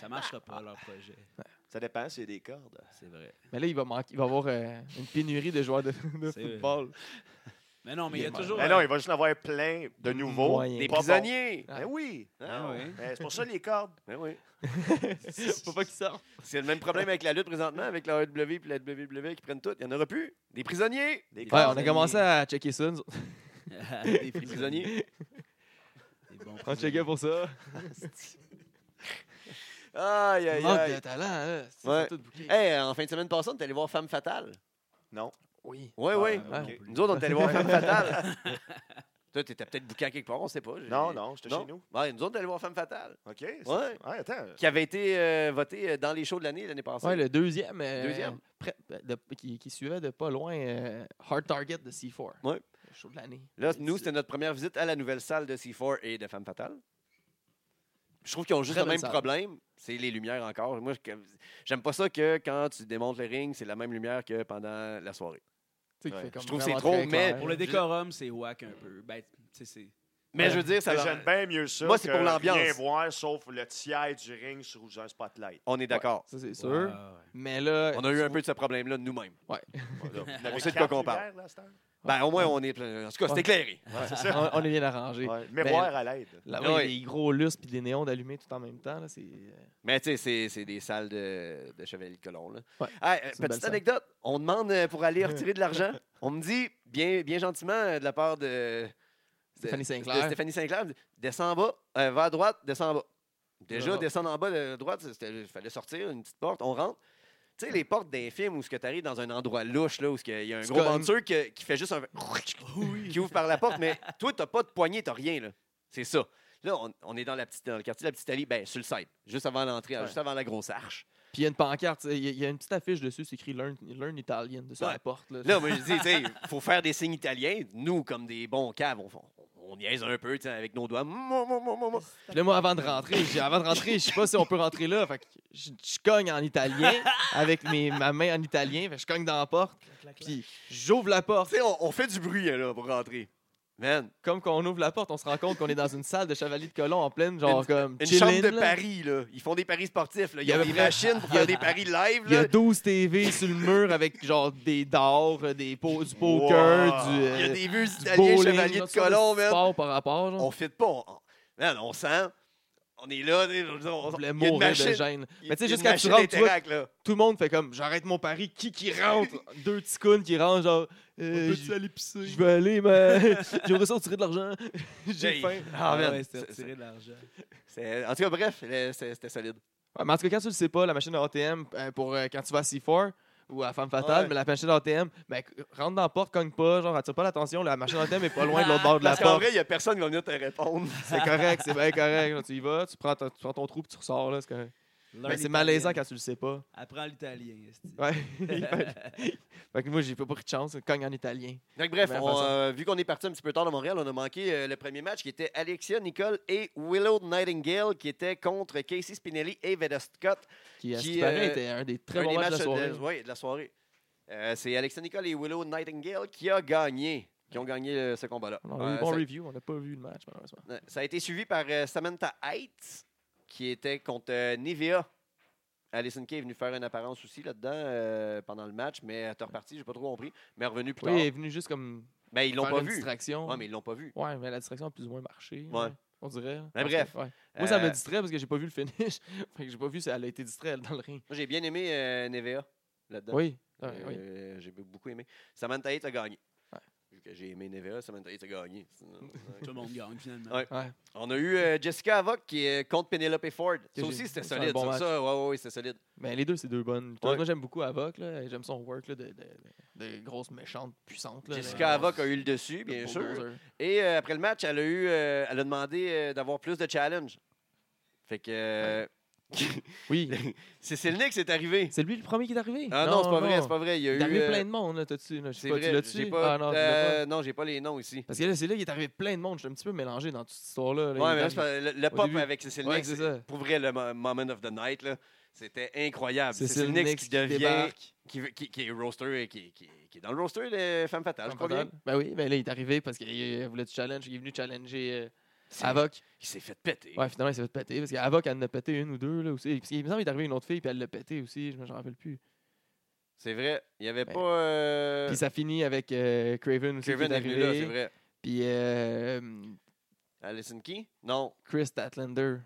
D: Ça marchera pas, leur projet.
C: Ça dépend s'il y a des cordes.
D: C'est vrai.
B: Mais là, il va, manquer, il va avoir euh, une pénurie de joueurs de, de
D: C'est-
B: football.
D: Mais non, mais il y a
B: Il est
D: toujours...
C: Mais Ben non, il va juste en avoir plein de nouveaux.
B: Moyen.
A: Des
C: Pas bons.
A: prisonniers!
B: Ah.
C: Ben oui.
D: Ah oui.
C: Ben, c'est pour ça les cordes.
A: Ben oui.
B: Faut pas qu'il sorte.
A: C'est le même problème avec la lutte présentement, avec la AEW et la WWE qui prennent tout. Il n'y en aura plus. Des prisonniers!
C: Des
B: Ouais,
C: cordes.
B: on a commencé à checker ça. nous autres.
D: des
A: Des prisonniers.
D: Des bons
B: On checkait pour ça.
A: Aïe, aïe,
B: Manque de
A: aïe.
B: talent, là. C'est
A: Ouais.
B: tout bouqué.
A: Hey, en fin de semaine passante, t'es allé voir Femme Fatale?
C: Non.
B: Oui.
A: Oui,
C: Ah,
A: oui.
C: ok.
B: Ouais.
A: Nous autres, on est allé voir Femme Fatale. Toi, t'étais peut-être bouqué à quelque part, on sait pas. J'ai-
C: Non, non, j'étais
A: Non?
C: chez nous.
A: Ouais, nous autres, on est allé voir Femme Fatale,
C: OK? c'est-
A: Ouais.
C: attends.
A: qui avait été euh, votée euh, dans les shows de l'année, l'année passée.
B: Ouais, le deuxième. euh,
A: Deuxième.
B: près- de- qui, qui suivait de pas loin euh, Hard Target de C4.
A: Ouais.
B: Le show de l'année.
A: Là, nous, c'était notre première visite à la nouvelle salle de C4 et de Femme Fatale. Je trouve qu'ils ont juste
B: Très
A: le
B: belle
A: même
B: salle.
A: problème, c'est les lumières encore. Moi, je- j'aime pas ça que quand tu démontes le ring, c'est la même lumière que pendant la soirée.
B: Tu sais, qui
C: Ouais.
B: fait comme
A: Je trouve que
B: vraiment
A: c'est trop,
B: très clair.
A: mais-
D: Pour le décorum, c'est whack un peu. Ben, tu sais, c'est...
A: Mais
B: Ouais.
A: je veux dire, ça
C: Ça,
A: leur-
C: J'aime bien mieux ça.
A: Moi, c'est
C: que
A: pour l'ambiance.
C: Rien voir sauf le tiers du ring sous un spotlight.
A: on est d'accord.
B: Ça, c'est sûr. Euh,
D: Wow.
B: Mais là.
A: On a eu un peu de ce problème-là nous-mêmes.
C: Voilà.
D: On
C: Avec
A: sait de quoi
C: quatre
A: qu'on parle.
C: lumières, là, à cette heure?
A: Ben, au moins, on est. En tout cas, c'est
B: Ouais.
A: éclairé.
C: Ouais, c'est ça.
B: on, on est bien arrangé.
C: Ouais, Mémoire à l'aide.
B: Là-bas,
A: Ouais.
B: il y a des gros lustres puis des néons d'allumés tout en même temps. là, C'est. euh,
A: Mais tu sais, c'est- c'est des salles de, de Chevalier Colon. Là.
B: Ouais.
A: Ah, euh,
B: une belle
A: petite
B: salle.
A: anecdote. On demande euh, pour aller retirer de l'argent. On me dit, bien, bien gentiment, euh, de la part de, de-
B: Stéphanie Sinclair.
A: de Stéphanie Sinclair, elle me dit, descends en bas, euh, va à droite, descends en bas. Déjà,
B: Là-bas.
A: descendre en bas de droite, il fallait sortir une petite porte. On rentre. Tu sais, les portes des films où tu arrives dans un endroit louche, là, où il y a un
B: Tu
A: gros
B: connais-
A: venture que- qui fait juste un. qui ouvre par la porte, mais toi, t'as pas de poignée, t'as rien, là. C'est ça. Là, on, on est dans, la petite, dans le quartier de la Petite Italie, ben, sur le site, juste avant l'entrée,
C: Ouais.
A: juste avant la grosse arche.
B: Puis il y a une pancarte, tu sais, il y, a- il y a une petite affiche dessus, c'est écrit Learn, Learn Italian, de sur
A: Ouais.
B: la porte. Là.
A: Là, moi, je dis, tu sais, faut faire des signes italiens. Nous, comme des bons caves, on, on, on niaise un peu, tu sais, avec nos doigts. Mou, mou, mou, mou, mou.
B: Puis là, moi, avant de rentrer, j'ai- avant de rentrer, je sais pas si on peut rentrer là. Fait que je, je cogne en italien avec mes, ma main en italien. Fait que je cogne dans la porte. Puis j'ouvre la porte.
A: Tu sais, on, on fait du bruit, là, pour rentrer. Man,
B: Comme quand on ouvre la porte, on se rend compte qu'on est dans une salle de chevalier de colon en pleine, genre comme
A: une
B: chillin',
A: chambre de
B: là.
A: paris, là. Ils font des paris sportifs, là. Ils
B: Il y
A: ont des
B: a à peu près-
A: machines pour
B: il y a-
A: faire des paris live,
B: Il y
A: là.
B: a 12 TV sur le mur avec genre des dards, euh, des po- du poker,
C: Wow.
B: du. euh,
A: Il y a des vieux
B: du
A: italiens,
B: bowling,
A: chevaliers de
B: genre, ça,
A: colon,
B: c'est
A: man.
B: sport par rapport, genre.
A: On fit pas. On, on- man, on sent. On est là, tu sais, on,
B: On
A: on- il y a
B: voulait
A: une
B: mourir de
A: machine-
B: gêne.
A: il-
B: Mais tu sais,
A: il y a
B: juste quand
A: une
B: tu
A: machine
B: rentres, tu vois,
A: d'interact, là.
B: tout le monde fait comme j'arrête mon pari, qui qui rentre Deux petits cons qui rentrent, genre. euh,
D: Peux-tu
B: je
D: aller pisser?
B: je vais aller, mais j'aimerais ça retirer de l'argent. J'ai
A: Hey.
B: faim.
A: Ah, man,
D: ouais, c'était
A: c'est-
D: retiré de l'argent.
B: Ben,
A: c'est- En tout cas, bref, le- c'est- c'était solide.
B: Ouais, mais en tout cas, quand tu le sais pas, la machine à ATM, euh, pour euh, quand tu vas à C4 ou à Femme Fatale,
A: Ouais.
B: mais la machine à ATM, ben, c- rentre dans la porte, cogne pas, genre, attire pas l'attention, la machine à ATM est pas loin de l'autre bord de la
A: Parce qu'en
B: porte.
A: vrai, il y a personne qui va venir te répondre.
B: C'est correct, c'est bien correct. genre, tu y vas, tu prends, ton- tu prends ton trou puis tu ressors. là, C'est correct. Mais c'est malaisant quand tu le sais pas.
D: Apprends l'italien. esti.
B: Ouais. fait que moi, j'ai pas pris de chance, cogne en italien.
A: Donc, bref,
B: Première
A: on,
B: façon.
A: euh, vu qu'on est parti un petit peu tard de Montréal, on a manqué euh, le premier match qui était Alexia Nicole et Willow Nightingale qui étaient contre Casey Spinelli et Veda Scott.
B: Qui, à ce
A: Qui,
B: qui paraît,
A: euh,
B: était un des très
A: un
B: bons
A: des
B: matchs de la
A: matchs
B: soirée.
A: ouais, de la soirée. Euh, C'est Alexia Nicole et Willow Nightingale qui a gagné, qui ont gagné euh, ce combat-là.
B: On a eu
A: Euh,
B: un bon
A: ça-
B: review, on n'a pas vu le match, malheureusement.
A: Ouais, Ça a été suivi par euh, Samantha Heights, qui était contre euh, Nivea. Alison Kay est venue faire une apparence aussi là-dedans euh, pendant le match, mais elle est repartie, j'ai pas trop compris. Mais elle est revenue plus
B: Oui, il est
A: tard.
B: venu juste comme.
A: Mais ils l'ont
B: faire
A: pas
B: une
A: vu.
B: distraction.
A: Ouais, mais ils l'ont pas vu.
B: Ouais, mais la distraction a plus ou moins marché.
A: Ouais.
B: ouais, On dirait.
A: Mais
B: Parce
A: bref.
B: que- ouais. Moi, ça
A: Euh,
B: me distrait parce que j'ai pas vu le finish. fait que j'ai pas vu si elle a été distraite dans le ring.
A: Moi, j'ai bien aimé euh, Nivea là-dedans.
B: Oui. ouais,
A: Euh,
B: oui.
A: J'ai beaucoup aimé. Samantha Heights a gagné.
B: Ouais.
A: Vu que j'ai aimé Nivea, Samantha Heights a gagné.
D: Tout le monde gagne finalement.
A: Ouais.
B: Ouais.
A: On a eu euh, Jessica Havoc qui est contre Penelope Ford. Ça
B: j'ai-
A: aussi, c'était
B: c'est un
A: solide.
B: bon
A: ça,
B: match.
A: ça, ouais, ouais, ouais, c'était solide.
B: Mais les deux, c'est deux bonnes. lutteuses.
A: Ouais.
B: Moi, j'aime beaucoup Avoc. là. J'aime son work là, de, de, de grosse méchante puissante. Là,
A: Jessica Havoc a eu le dessus, bien sûr. Et euh, après le match, elle a, eu, euh, elle a demandé euh, d'avoir plus de challenge. Fait que. euh,
B: Oui.
A: c'est Selnick, c'est arrivé.
B: C'est lui le premier qui est arrivé.
A: Ah non, c'est pas vrai, c'est pas vrai. Il y a
B: Il est
A: eu.
B: arrivé
A: euh,
B: plein de monde, là, t'as-tu? là, Je
A: c'est
B: sais pas, tu
A: vrai, j'ai
B: l'as-tu?
A: pas.
B: Ah non, tu l'as pas.
A: euh, non, j'ai pas les noms ici.
B: Parce que là, c'est là qu'il est arrivé plein de monde. Je suis un petit peu mélangé dans toute cette histoire-là. là.
A: Ouais,
B: Il
A: mais
B: est
A: là, c'est
B: arrivé-
A: pas- le, le
B: Au
A: pop
B: début.
A: avec Cécile
B: Ouais,
A: Nix,
B: c'est ça.
A: pour vrai, le mo- moment of the night, là, c'était incroyable.
B: Cécile
A: Cécile Nix
B: Nix
A: qui
B: qui
A: devient.
B: débarque.
A: Qui, veut- qui- qui est roaster, et qui, qui- qui est dans le roaster de Femme Fatale, je crois bien.
B: Ben oui, ben là, il est arrivé parce qu'il euh, voulait du challenge. Il est venu challenger euh,
A: C'est-
B: Avoc.
A: Il s'est fait péter.
B: Ouais, finalement, il s'est fait péter. Parce qu'Avoc, elle en a pété une ou deux, là, aussi. Parce qu'il me semble qu'il est arrivé une autre fille, puis elle l'a pété aussi. Je me rappelle plus.
A: C'est vrai, il n'y avait
B: Ben,
A: pas. euh,
B: Puis ça finit avec euh, Craven aussi.
A: Kevin
B: qui est
A: arrivé là, c'est vrai.
B: Puis euh,
A: Alison Key? Non.
B: Chris Statlander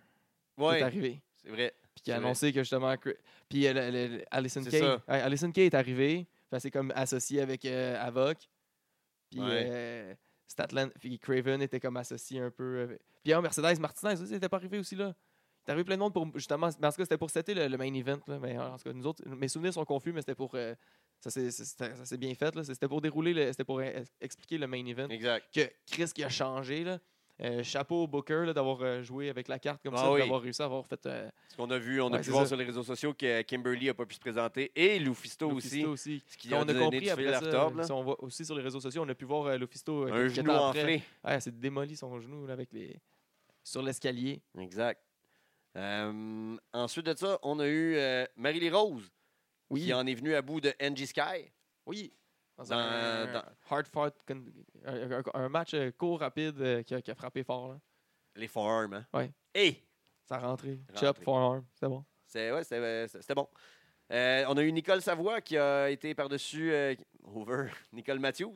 B: est
A: Ouais,
B: arrivé.
A: c'est vrai.
B: Puis qui a
A: C'est vrai.
B: annoncé que justement. Chri- Puis euh, le- le- le- Alison
A: C'est
B: Kay.
A: ça.
B: ouais, Alison Kay est arrivée. Fait que c'est comme associé avec euh, Avoc. Puis
A: Ouais.
B: euh, Statland. Puis Craven était comme associé un peu. avec- Puis ah, Mercedes Martinez aussi, n'était pas arrivé aussi là. Il est arrivé plein de monde pour. Justement, mais en tout cas, c'était pour setter le, le main event. Là, mais en tout cas, nous autres, mes souvenirs sont confus, mais c'était pour. euh, ça s'est ça s'est- ça s'est bien fait. là. C'était pour dérouler, le- c'était pour euh, expliquer le main event
A: Exact.
B: que Chris qui a changé. Là. Euh, chapeau au Booker là, d'avoir euh, joué avec la carte comme
A: Ah
B: ça, puis
A: oui.
B: d'avoir réussi à avoir fait euh,
A: Ce qu'on a vu, on a
B: Ouais,
A: pu
B: c'est
A: voir
B: ça.
A: sur les réseaux sociaux que Kimberly n'a pas pu se présenter et Lufisto aussi.
B: Lufisto aussi.
A: Ce qui
B: Qu'on
A: a
B: a
A: donné du
B: compris
A: fil à
B: après ça,
A: retordre, là.
B: si on voit aussi sur les réseaux sociaux, on a pu voir euh, Lufisto euh,
A: Un
B: quelques
A: genou
B: temps après.
A: enflé.
B: Ouais, c'est démoli son genou là, avec les... sur l'escalier.
A: Exact. Euh, ensuite de ça, on a eu euh, Marie-Lee Rose
B: Oui,
A: qui en est venue à bout de NG Sky.
B: oui. Dans,
A: Dans-
B: un,
A: dans-
B: hard fought con- un, un- un match euh, court, rapide, euh, qui, a, qui a frappé fort. là.
A: Les forearms. Hein?
B: Ouais.
A: Et
B: Ça a rentré.
A: Rentré.
B: Chop, forearm, c'est bon.
A: c'est, ouais, c'est- euh, c'est- c'était bon. Euh, on a eu Nicole Savoie qui a été par-dessus euh, over Nicole Matthews.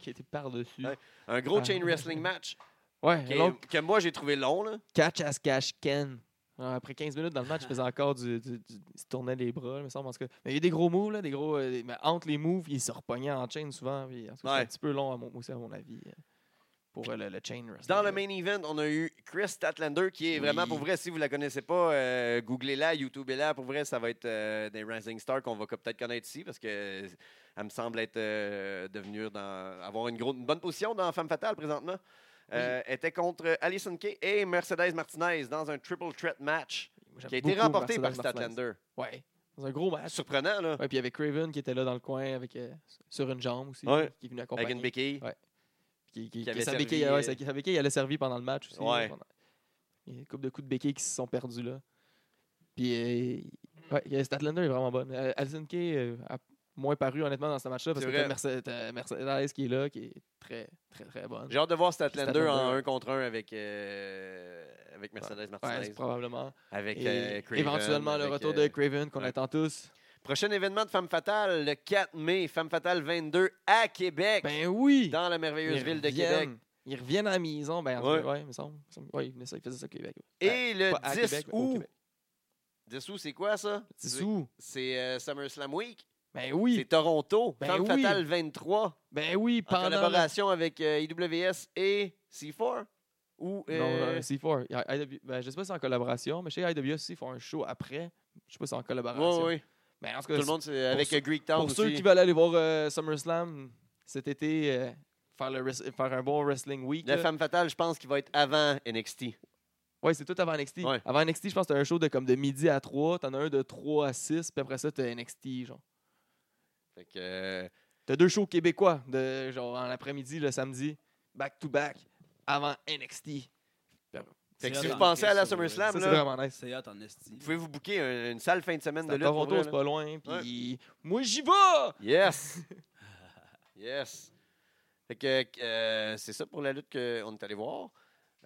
B: Qui était par-dessus.
A: Ouais. Un gros
B: Ah.
A: chain wrestling match
B: Ouais,
A: qui-
B: l'autre
A: que moi j'ai trouvé long. Là.
B: Catch as catch can. Ah, Après 15 minutes dans le match, il faisait encore du, du- du- Il se tournait les bras, il me semble. En tout cas. Mais il y a eu des gros moves, là, des gros. euh, mais entre les moves, il se repognait en chain souvent. puis en tout cas,
A: Ouais.
B: C'est un petit peu long, à mon, aussi, à mon avis. euh, pour euh, le, le chain wrestling.
A: Dans le main event, on a eu Chris Statlander qui est
B: Oui.
A: vraiment pour vrai. Si vous la connaissez pas, euh, googlez-la, YouTubez-la. Pour vrai, ça va être euh, des Rising Stars qu'on va co- peut-être connaître ici parce que euh, elle me semble être euh, devenue dans, avoir une, gro- une bonne position dans Femme Fatale présentement. Euh, elle Était contre Alison Kay et Mercedes Martinez dans un triple threat match
B: J'aime
A: qui a été
B: beaucoup
A: remporté par
B: Mercedes Martinez.
A: Statlander.
B: Ouais. Dans un gros match.
A: Surprenant, là.
B: Ah, Ouais, puis il y avait Craven qui était là dans le coin avec, euh, sur une jambe aussi,
A: Ouais.
B: qui est venu
A: Avec
B: accompagner.
A: une béquille.
B: Ouais. qui, qui,
A: Qui avait
B: sa
A: servi,
B: béquille,
A: euh,
B: ouais, sa- sa béquille, elle a servi pendant le match aussi. là,
A: Ouais.
B: pendant- Il y a une couple de coups de béquille qui se sont perdus là. Puis, euh, ouais, euh, Statlander est vraiment bonne. Euh, Alison Kay euh, a moins paru honnêtement dans ce match-là parce
A: C'est
B: que
A: vrai.
B: t'as Merce- t'as Mercedes qui est là, qui est très, très, très bonne.
A: J'ai hâte de voir Statlander
B: Statlander,
A: en
B: ouais.
A: 1 contre 1 avec, euh, avec Mercedes
B: Ouais,
A: Martinez.
B: c'est probablement.
A: avec
B: Et
A: euh, Craven,
B: éventuellement, le
A: avec,
B: retour
A: euh,
B: de Craven qu'on
A: ouais.
B: attend tous.
A: Prochain événement de Femme Fatale, le 4 mai, Femme Fatale 22 à Québec,
B: Ben oui!
A: dans la merveilleuse ville de Québec.
B: reviennent. Ils reviennent à la maison. Ben,
A: Ouais. Euh,
B: ouais. ouais, il me semble. il me semble- Ouais, ils venaient ça- ils faisaient ça au Québec.
A: Et le
B: Pas à
A: 10
B: Québec, mais au
A: août.
B: Québec.
A: 10 août, c'est quoi ça?
B: 10 août.
A: C'est euh, SummerSlam Week.
B: Ben
A: C'est
B: oui.
A: Toronto.
B: Ben
A: Femme
B: oui.
A: Fatale 23,
B: Ben oui,
A: en
B: pendant. le-
A: collaboration avec euh, IWS et C4. Ou,
B: Non,
A: euh,
B: euh, C4. I- IW ben, je sais pas si c'est en collaboration, mais chez IWS, ils font un show après. Je sais pas si c'est en collaboration.
A: ouais, ouais.
B: Mais en tout
A: Tout
B: cas,
A: le monde, c'est avec
B: ceux-
A: euh, Greek Town
B: pour ceux
A: aussi.
B: qui veulent aller voir euh, SummerSlam cet été, euh, faire, le wrest- faire un bon Wrestling Week.
A: Le
B: là.
A: Femme Fatale, je pense qu'il va être avant NXT.
B: Ouais, c'est tout avant NXT.
A: Ouais.
B: Avant NXT, je pense que t'as un show de comme de midi à 3, t'en as un de 3 à 6, puis après ça, t'as NXT, genre.
A: Fait que, euh,
B: T'as deux shows québécois, de, genre en après-midi, le samedi, back-to-back, avant NXT.
A: fait que
D: C'est
A: si vous
D: hot en
A: pensez à la
D: Christ, ça,
B: Ça,
A: SummerSlam,
B: c'est
A: là,
B: vraiment nice.
D: C'est hot en esti.
A: vous pouvez vous booker un- une salle fin de semaine
B: C'est
A: de
B: à
A: lutte. pour
B: Toronto,
A: vrai,
B: c'est
A: là.
B: pas loin, puis moi, j'y vais!
A: Yes! yes! Fait que euh, c'est ça pour la lutte qu'on est allé voir.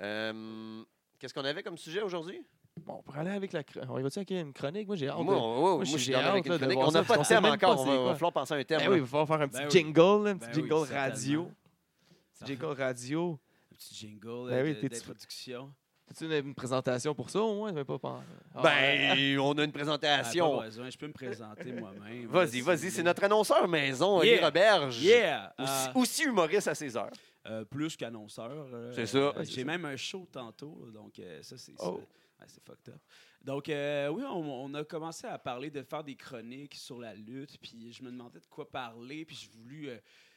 A: Euh, Qu'est-ce qu'on avait comme sujet aujourd'hui?
B: Bon, on pourrait aller avec la chronique. On y va-tu avec une chronique? Moi, j'ai hâte.
A: Moi,
B: de-
A: on- ouais, moi,
B: je
A: je
B: suis
A: suis down
B: hâte,
A: avec une
B: là, de
A: chronique.
B: voir
A: On n'a
B: ça,
A: pas de
B: parce qu'on
A: thème
B: sait même
A: encore.
B: pas
A: On
B: c'est
A: va,
B: quoi.
A: va falloir penser à un thème.
B: Ben oui,
A: là.
B: il va falloir faire un petit
D: Ben oui.
B: jingle, là, un petit
D: Ben oui,
B: jingle
D: certainement.
B: radio. Petit
D: Ça
B: jingle radio.
D: Un petit jingle
B: Ben
D: euh,
B: oui,
D: de-
B: t'es-tu-
D: d'introduction.
B: As-tu une, une présentation pour ça, au moins? Même pas pas- Ah, ouais.
A: Ben, on a une
D: Ah, pas
A: présentation.
D: besoin, je peux me présenter moi-même.
A: Vas-y, vas-y. C'est notre annonceur maison,
D: Yeah.
A: Olivier Roberge.
D: Yeah!
A: Aussi,
B: Ah.
D: Euh,
A: aussi humoriste à ses heures.
D: euh, plus qu'annonceur. euh,
A: C'est ça.
D: euh,
B: Ouais, c'est
D: J'ai
B: ça.
D: même un show tantôt, donc euh, ça, c'est
B: Oh.
D: ça. Ouais, c'est fucked up. Donc, euh, oui, on, on a commencé à parler de faire des chroniques sur la lutte, puis je me demandais de quoi parler, puis j'ai voulu euh,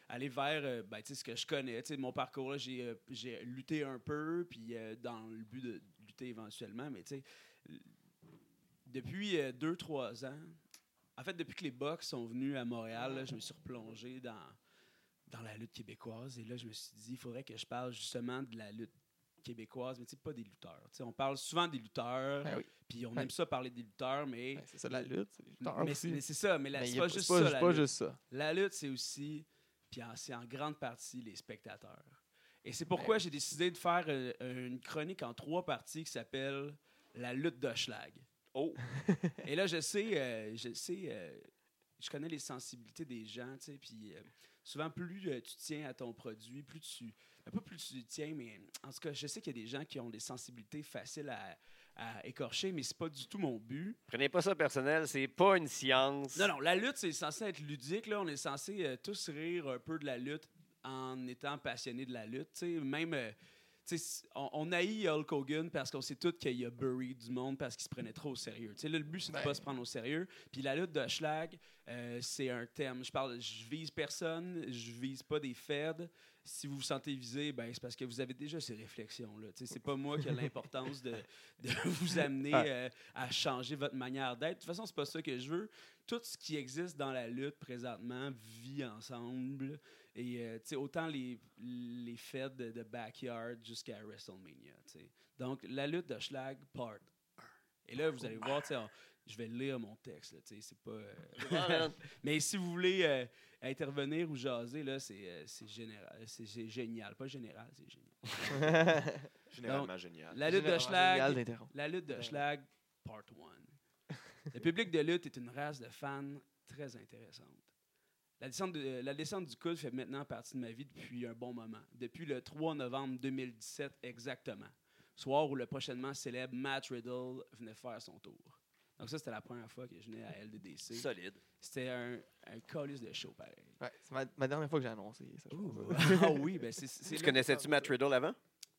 D: aller vers euh, ben, tu sais, ce que je connais. Tu sais, mon parcours, là, j'ai euh, j'ai lutté un peu, puis euh, dans le but de lutter éventuellement, mais tu sais, l- depuis 2-3 ans, en fait, depuis que les box sont venus à Montréal, là, je me suis replongé dans, dans la lutte québécoise. Et là, je me suis dit, il faudrait que je parle justement de la lutte québécoise, mais tu sais, pas des lutteurs. Tu sais, on parle souvent des lutteurs,
B: Ben oui.
D: puis on
B: Ouais.
D: aime ça parler des lutteurs, mais...
B: Ben, C'est ça, la lutte. c'est les lutteurs
D: mais
B: aussi.
D: c'est- mais c'est ça, mais la-
B: Mais
D: c'est
B: y a
D: pas
B: pas-
D: juste
B: c'est pas-
D: ça.
B: c'est
D: la
B: pas
D: lutte.
B: juste ça.
D: La lutte, c'est aussi, puis en- c'est en grande partie les spectateurs. Et c'est pourquoi j'ai décidé de faire euh, une chronique en trois parties qui s'appelle La lutte d'Hochelag.
A: Oh.
D: Et là, je sais, euh, je sais, euh, je connais les sensibilités des gens, tu sais, puis euh, souvent, plus euh, tu tiens à ton produit, plus tu. ben, Pas plus tu tiens, mais en tout cas, je sais qu'il y a des gens qui ont des sensibilités faciles à, à écorcher, mais c'est pas du tout mon but.
A: Prenez pas ça personnel, c'est pas une science.
D: Non, non, la lutte, c'est censé être ludique. Là. On est censé euh, tous rire un peu de la lutte en étant passionné de la lutte. tu sais. Même, euh, tu sais, s- on, on haït Hulk Hogan parce qu'on sait tous qu'il a buried du monde parce qu'il se prenait trop au sérieux. Tu sais, là, le but, c'est de
B: Ben.
D: pas se prendre au sérieux. Puis la lutte de Schlag, euh, c'est un thème. Je parle, je vise personne, je vise pas des feds. Si vous vous sentez visé, ben, c'est parce que vous avez déjà ces réflexions-là. Tu sais, C'est pas moi qui ai l'importance de, de vous amener
B: Ouais.
D: euh, à changer votre manière d'être. De toute façon, c'est pas ça que je veux tout ce qui existe dans la lutte présentement vit ensemble. Et euh, tu sais, autant les, les fêtes de, de backyard jusqu'à WrestleMania. tu sais. Donc, la lutte de Schlag, part 1. Et là, vous allez voir, tu sais, on- je vais lire mon texte. là, tu sais, C'est pas. euh, mais si vous voulez euh, intervenir ou jaser, là, c'est euh, c'est général. C'est c'est génial. Pas général, c'est génial.
C: Généralement génial.
D: La lutte de
B: Généralement, génial
D: Schlag,
B: d'interrompre.
D: la lutte de
B: Ben.
D: Schlag, part 1. Le public de lutte est une race de fans très intéressante. La descente, de- la descente du coude fait maintenant partie de ma vie depuis un bon moment, depuis le 3 novembre 2017 exactement, soir où le prochainement célèbre Matt Riddle venait faire son tour. Donc ça, c'était la première fois que je venais à LDDC.
A: Solide.
D: C'était un, un calice de show, pareil.
B: Ouais, c'est ma, ma dernière fois que j'ai annoncé ça. je pense.
D: Ah oui, ben c'est- c'est...
A: Tu
D: là-
A: connaissais-tu Matt Riddle avant?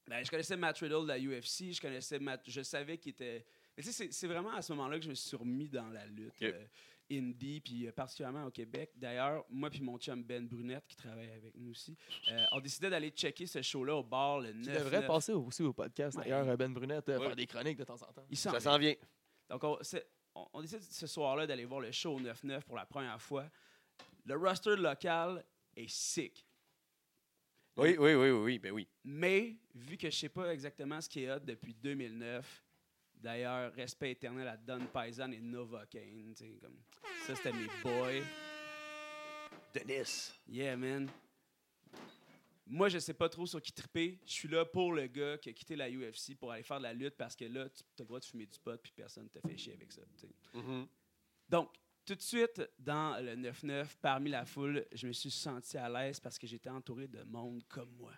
D: Ben, je connaissais Matt Riddle de la UFC, je connaissais Matt, je savais qu'il était. Mais tu sais, c'est- c'est vraiment à ce moment-là que je me suis remis dans la lutte
A: Ok.
D: euh, indie, puis euh, particulièrement au Québec. D'ailleurs, moi puis mon chum Ben Brunette, qui travaille avec nous aussi, euh, on décidait d'aller checker ce show-là au bar le 9.
B: Qui devrait passer aussi au podcast,
D: Ouais.
B: d'ailleurs, Ben Brunette, euh,
A: Ouais.
B: faire des chroniques de temps en temps.
D: Il s'en
A: Ça
D: vient.
A: s'en vient.
D: Donc, on, c'est- on- on décide ce soir-là d'aller voir le show au 9-9 pour la première fois. Le roster local est sick.
A: Oui, oui, oui, oui, oui, ben oui.
D: Mais vu que je sais pas exactement ce qui est hot depuis 2009, d'ailleurs, respect éternel à Don Paisan et Nova Kane, tu sais, comme ça c'était mes boys.
C: Denis.
D: Yeah man. Moi, je sais pas trop sur qui triper. Je suis là pour le gars qui a quitté la UFC pour aller faire de la lutte parce que là, tu as le droit de fumer du pot puis personne te fait chier avec ça. tu sais.
A: Mm-hmm.
D: Donc, tout de suite, dans le 9-9, parmi la foule, je me suis senti à l'aise parce que j'étais entouré de monde comme moi.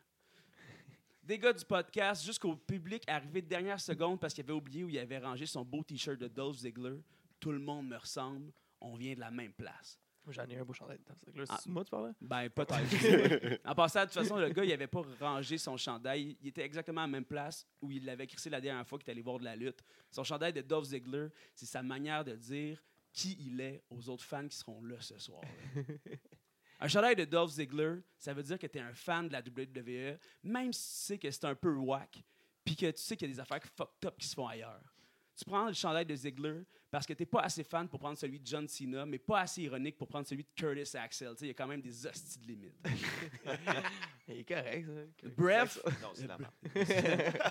D: Des gars du podcast jusqu'au public arrivé de dernière seconde parce qu'il avait oublié où il avait rangé son beau t-shirt de Dolph Ziggler. Tout le monde me ressemble. On vient de la même place.
B: Moi, J'en ai un beau chandail dedans. c'est que là,
D: Ah.
B: c'est moi, tu parlais?
D: Ben, peut-être. en passant, de toute façon, le gars, il avait pas rangé son chandail. Il était exactement à la même place où il l'avait crissé la dernière fois qu'il était allé voir de la lutte. Son chandail de Dolph Ziggler, c'est sa manière de dire qui il est aux autres fans qui seront là ce soir. un chandail de Dolph Ziggler, ça veut dire que tu es un fan de la WWE, même si tu sais que c'est un peu whack, puis que tu sais qu'il y a des affaires fucked up qui se font ailleurs. Tu prends le chandail de Ziggler parce que t'es pas assez fan pour prendre celui de John Cena, mais pas assez ironique pour prendre celui de Curtis Axel. Tu sais, Il y a quand même des hosties de limites.
B: hein? Il est correct, ça.
D: Bref,
E: Non, c'est la merde.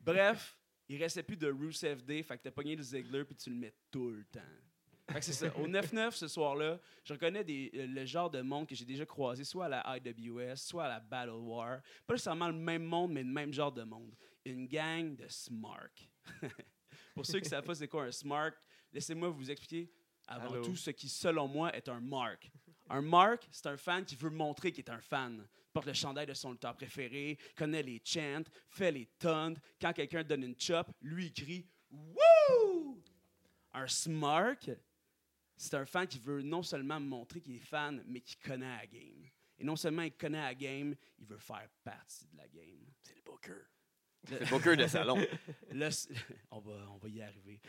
D: Bref, il restait plus de Rusev Day, fait que t'as pogné le Ziggler puis tu le mets tout le temps. Fait que c'est ça. Au 9-9 ce soir-là, je reconnais des- euh, le genre de monde que j'ai déjà croisé, soit à la IWS, soit à la Battle War. Pas nécessairement le même monde, mais le même genre de monde. Une gang de smark. Pour ceux qui savent pas c'est quoi un smark, laissez-moi vous expliquer avant
B: Allô?
D: tout ce qui, selon moi, est un mark. Un mark, c'est un fan qui veut montrer qu'il est un fan. Il porte le chandail de son lutteur préféré, connaît les chants, fait les tonnes. Quand quelqu'un donne une chop, lui, il crie « Wouh! » Un smark, c'est un fan qui veut non seulement montrer qu'il est fan, mais qu'il connaît la game. Et non seulement il connaît la game, il veut faire partie de la game. C'est le poker.
A: C'est pas que de salon.
D: Le s- on, va, on va y arriver.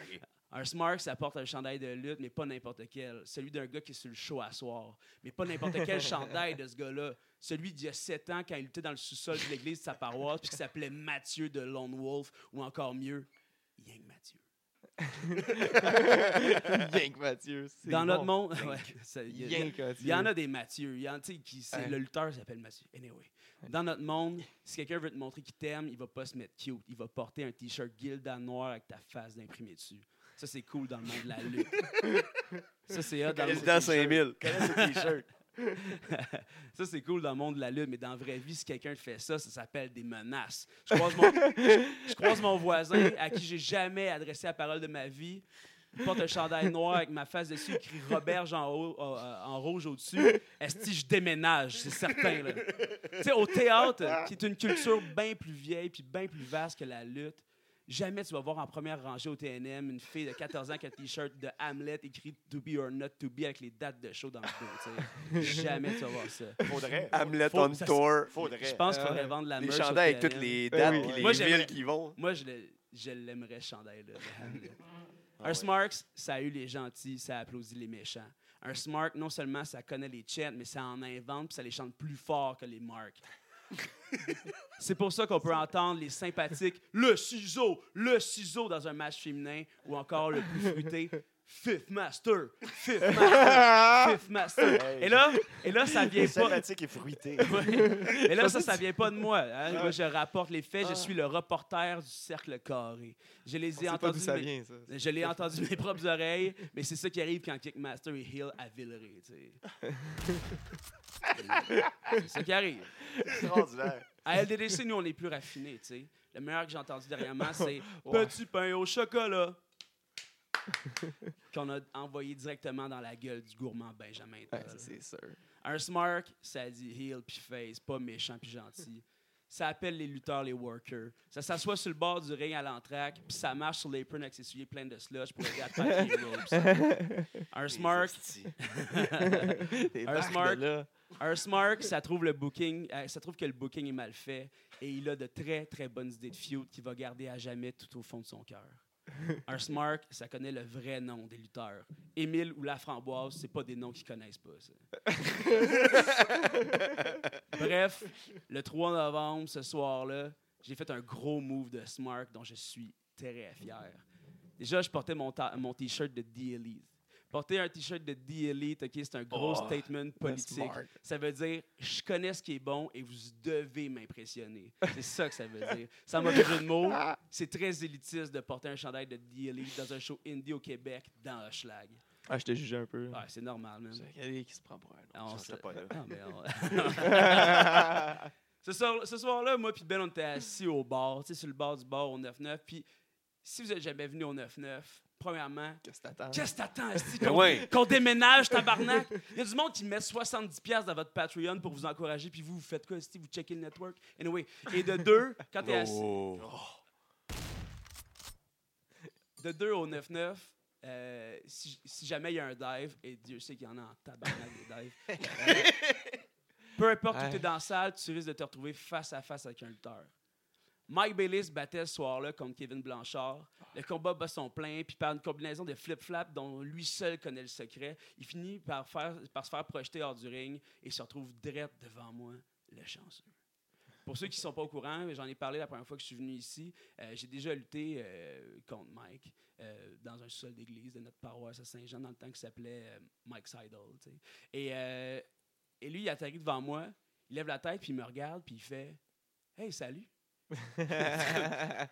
D: Un smart, ça porte un chandail de lutte, mais pas n'importe quel. Celui d'un gars qui est sur le show à soir. Mais pas n'importe quel chandail de ce gars-là. Celui d'il y a 7 ans quand il luttait dans le sous-sol de l'église de sa paroisse puis qui s'appelait Mathieu de Lone Wolf ou encore mieux, Yang Mathieu.
B: Yank Mathieu. c'est
D: Dans notre
B: bon.
D: monde, ouais, ça- il y a-
B: Yank Mathieu.
D: Il y en a des Mathieu. Il y en, tu sais, qui, c'est-
B: Ouais.
D: Le lutteur s'appelle Mathieu. Anyway. Dans notre monde, si quelqu'un veut te montrer qu'il t'aime, il va pas se mettre cute. Il va porter un t-shirt Gilda noir avec ta face d'imprimé dessus. Ça, c'est cool dans le monde de la lutte. Ça, c'est hot dans le monde-
A: Président 5000.
C: Connais ce t-shirt.
D: ça, c'est cool dans le monde de la lutte, mais dans la vraie vie, si quelqu'un te fait ça, ça s'appelle des menaces. Je croise mon, je croise mon voisin à qui j'ai jamais adressé la parole de ma vie. Il porte un chandail noir avec ma face dessus, écrit Roberge en, haut- euh, euh, en rouge au-dessus. Est-ce que je déménage, c'est certain. là. Tu sais, au théâtre, qui est une culture bien plus vieille puis bien plus vaste que la lutte, jamais tu vas voir en première rangée au TNM une fille de 14 ans qui a un t-shirt de Hamlet écrit To be or not to be avec les dates de show dans le dos. tu sais. Jamais tu vas voir ça.
C: Faudrait.
A: Hamlet
D: Faut-
A: on
D: ça-
A: tour.
C: Faudrait.
D: Je pense qu'il
B: Euh,
D: faudrait vendre la
A: Les
D: merch au
A: chandails avec
D: PLM.
A: toutes les
B: Ah
A: dates
B: oui.
A: et les
D: Moi, j'aimerais-
A: villes qui vont.
D: Moi, je le- je l'aimerais, ce chandail-là. de Hamlet. un Smarks, ça a eu les gentils, ça a applaudi les méchants. Un Smart, non seulement ça connaît les chants, mais ça en invente puis ça les chante plus fort que les marques. C'est pour ça qu'on peut entendre les sympathiques le ciseau, le ciseau dans un match féminin ou encore le plus fruité Fifth Master, Fifth
B: Ah!
D: Master, Fifth Master. Et là, et là ça vient pas.
C: Sympathique et fruité.
D: Mais là, ça, ça vient pas de moi. hein. Moi, je rapporte les faits. Je suis le reporter du cercle carré. Je les
B: Ah. On
D: ai
B: sait pas d'où
D: entendus.
B: ça
D: mais-
B: vient, ça.
D: Je l'ai entendu de mes propres oreilles, mais c'est ça qui arrive quand Kickmaster et Hill à Villeray. tu sais. c'est ça qui arrive.
C: Extraordinaire.
D: À LDDC, nous, on est plus raffinés. tu sais. Le meilleur que j'ai entendu dernièrement, c'est Petit pain au chocolat. Qu'on a envoyé directement dans la gueule du gourmand Benjamin.
B: Ouais,
D: Toll.
B: c'est sûr.
D: Un smirk, ça dit heel puis face, pas méchant puis gentil. ça appelle les lutteurs les workers. Ça s'assoit sur le bord du ring à l'entraque, puis ça marche sur l'apron avec ses souliers pleins de slush pour aider à taper les ropes. Un smart,
B: T'es
D: Un
B: barbe,
D: smart.
B: là.
D: un smart, ça trouve le booking, euh, ça trouve que le booking est mal fait et il a de très très bonnes idées de feud qu'il va garder à jamais tout au fond de son cœur. Un smart, ça connaît le vrai nom des lutteurs. Émile ou la framboise, c'est pas des noms qu'ils connaissent pas. ça. Bref, le 3 novembre, ce soir-là, j'ai fait un gros move de Smart dont je suis très fier. Déjà, je portais mon, ta- mon T-shirt de D-Elite. Porter un T-shirt de D-Elite, OK, c'est un gros
B: Oh,
D: statement politique.
B: Smart.
D: Ça veut dire, je connais ce qui est bon et vous devez m'impressionner. C'est ça que ça veut dire. Sans mauvais jeu de mots, c'est très élitiste de porter un chandail de D-Elite dans un show indie au Québec, dans Hochelag.
B: Ah, je te jugeais un peu.
D: Ouais, c'est normal, man.
B: Regardez qui se prend pour un.
D: Ah, on
C: Ça,
D: se-
C: c'était pas là.
D: Ah, mais on- ce soir- ce soir-là, moi puis Ben, on était assis au bar, tu sais, sur le bord du bar au 9-9. Puis si vous êtes jamais venu au 9-9, premièrement,
B: Qu'est-ce que t'attends?
D: qu'est-ce que t'attends, esti,
A: Ben
D: qu'on
A: ouais.
D: qu'on déménage, tabarnak? Il y a du monde qui met 70$ dans votre Patreon pour vous encourager, puis vous, vous faites quoi, esti? Vous checkez le network? Anyway, et de deux, quand
A: Oh,
D: t'es assis... de 2 au 9-9, euh, si, si jamais il y a un dive, et Dieu sait qu'il y en a en tabarnak des dives, euh, peu importe où
B: Ouais.
D: tu es dans la salle, tu risques de te retrouver face à face avec un lutteur. Mike Bailey se battait ce soir-là contre Kevin Blanchard. Le combat bat son plein, puis par une combinaison de flip-flap dont lui seul connaît le secret, il finit par, faire, par se faire projeter hors du ring et se retrouve direct devant moi, le chanceux. Pour ceux qui ne sont pas au courant, j'en ai parlé la première fois que je suis venu ici, euh, j'ai déjà lutté euh, contre Mike euh, dans un sol d'église de notre paroisse à Saint-Jean dans le temps qui s'appelait euh, Mike Seidel. tu sais. Et, euh, et lui, il atterrit devant moi, il lève la tête, puis il me regarde, puis il fait Hey, salut!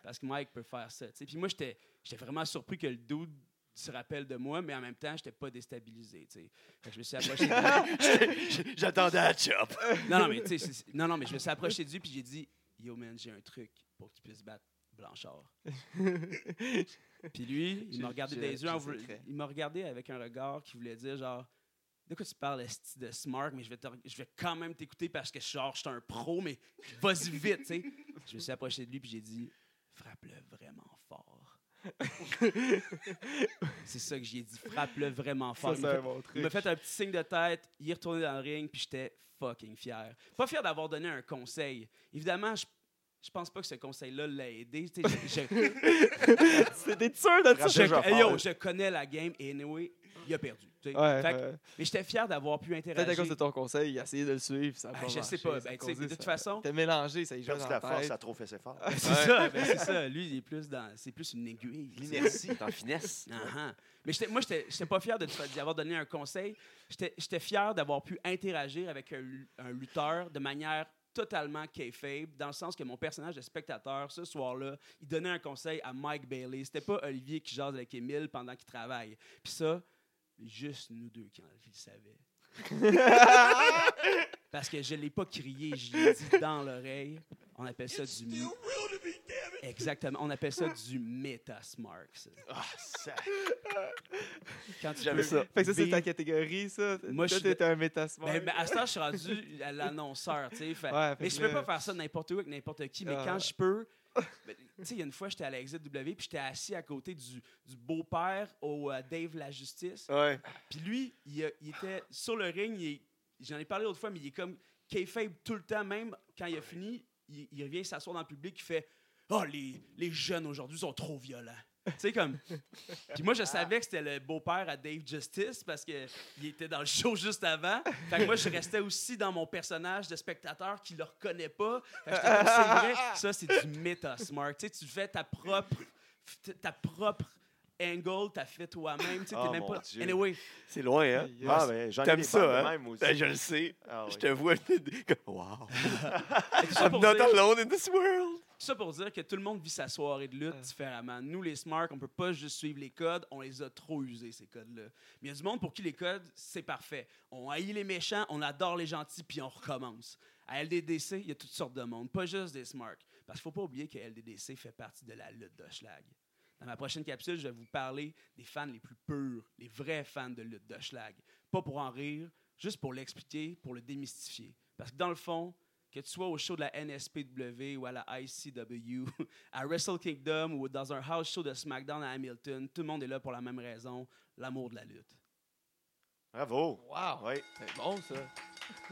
D: Parce que Mike peut faire ça. tu sais. Puis moi, j'étais j'étais vraiment surpris que le dude se rappelle de moi, mais en même temps, j'étais pas déstabilisé. tu sais. Fait que je me suis approché de lui.
C: J'attendais à chop.
D: Non, non, mais tu sais, c'est- c'est- non, non, mais je me suis approché de lui puis j'ai dit Yo, man, j'ai un truc pour qu'il puisse battre Blanchard. puis lui, il
B: Je-
D: m'a regardé
B: je-
D: des
B: je
D: yeux, en
B: sais
D: voulo-
B: très.
D: il m'a regardé avec un regard qui voulait dire genre De quoi tu parles, esti de smart, mais je vais, te re- je vais quand même t'écouter parce que genre, je suis un pro, mais vas-y vite, tu sais. Je me suis approché de lui puis j'ai dit Frappe-le vraiment fort. c'est ça que j'ai dit, frappe-le vraiment fort.
B: Ça,
D: Il m'a fait-
B: c'est un bon
D: il
B: truc.
D: m'a fait un petit signe de tête, il est retourné dans le ring, puis j'étais fucking fier. Pas fier d'avoir donné un conseil. Évidemment, je, je pense pas que ce conseil-là l'a aidé. Tu sais, Je, je-
B: T'es sûr de ça?
D: je-
C: Déjà
D: hey, yo,
C: fort.
D: je connais la game, et anyway, il a perdu. tu sais.
B: Ouais,
D: Fait que-
B: ouais.
D: Mais j'étais fier d'avoir pu
B: Peut-être à
D: interagir.
B: cause de ton conseil, il a essayé de le suivre. Ça a
D: Ah,
B: pas
D: je sais
B: marché,
D: pas.
B: ça a
D: Ben, tu sais,
B: causé
D: de toute
B: ça.
D: façon-
B: T'as mélangé, ça y
C: J'ai
B: joue dans
C: perdu
B: la
C: la force,
B: tête.
C: ça a trop fait ses forces.
D: C'est
A: Ouais.
D: ça, ben, c'est ça. Lui, il est plus dans, c'est plus une aiguille. tu sais.
A: L'inertie est en finesse.
D: Ah, ah. Mais j'étais- moi, j'étais j'étais pas fier de d'y avoir donné un conseil. J'étais j'étais fier d'avoir pu interagir avec un, lu- un lutteur de manière totalement kayfabe, dans le sens que mon personnage de spectateur, ce soir-là, il donnait un conseil à Mike Bailey. C'était pas Olivier qui jase avec Émile pendant qu'il travaille. Puis ça, juste nous deux qui en- qui le savaient. Parce que je l'ai pas crié, je l'ai dit dans l'oreille. On appelle ça du... mi- Exactement. On appelle ça du meta-smart. ça
C: Ah, ça.
D: quand tu
A: J'aime
D: peux
B: Ça. Fait que ça, c'est
D: vivre-
B: ta catégorie, ça.
D: Moi,
B: Toi,
D: je suis
B: t'es un métasmart.
D: Ben, ben, à ce temps, je suis rendu à l'annonceur, tu sais. fait-
B: Ouais, fait
D: mais
B: que
D: je peux
B: là-
D: pas faire ça n'importe où avec n'importe qui, mais
B: Ah.
D: quand je peux... ben, tu sais, il y a une fois, j'étais à la Exit W, puis j'étais assis à côté du, du beau-père au euh, Dave La Justice.
A: Ouais.
D: Puis lui, il, a- il était sur le ring, il est- j'en ai parlé l'autre fois, mais il est comme kayfabe tout le temps, même quand il a fini, il, il revient s'asseoir dans le public, il fait « Oh, les, les jeunes aujourd'hui sont trop violents. » Tu sais, comme... Puis moi, je
C: Ah.
D: savais que c'était le beau-père à Dave Justice parce que il était dans le show juste avant. Fait que moi, je restais aussi dans mon personnage de spectateur qui le reconnaît pas. Fait que j'étais comme, c'est vrai, ça, c'est du méta smart. Tu sais, tu fais ta propre... ta propre angle, t'as fait toi-même. Tu sais, t'es
C: Oh,
D: même
C: mon
D: pas...
C: Dieu.
D: Anyway,
A: C'est loin, hein?
B: Aïe,
C: Ah, mais j'en ai
A: T'aimes
C: des
A: ça,
C: bandes de
A: hein?
C: même aussi.
A: Ben, je le sais.
C: Ah, oui.
A: Je te vois. comme, wow.
D: tout ça
A: I'm
D: pour
A: not
D: dire-
A: alone in this world.
D: Tout ça pour dire que tout le monde vit sa soirée de lutte
B: Ah.
D: différemment. Nous, les smart, on peut pas juste suivre les codes, on les a trop usés, ces codes-là. Mais il y a du monde pour qui les codes, c'est parfait. On haït les méchants, on adore les gentils, puis on recommence. À LDDC, il y a toutes sortes de monde, pas juste des smart. Parce qu'il faut pas oublier que LDDC fait partie de la lutte d'Hochelag. Dans ma prochaine capsule, je vais vous parler des fans les plus purs, les vrais fans de lutte d'Hochelag. Pas pour en rire, juste pour l'expliquer, pour le démystifier. Parce que dans le fond, que tu sois au show de la NSPW ou à la ICW, à Wrestle Kingdom ou dans un house show de SmackDown à Hamilton, tout le monde est là pour la même raison, l'amour de la lutte.
C: Bravo.
B: Wow!
C: Oui.
B: C'est bon, ça.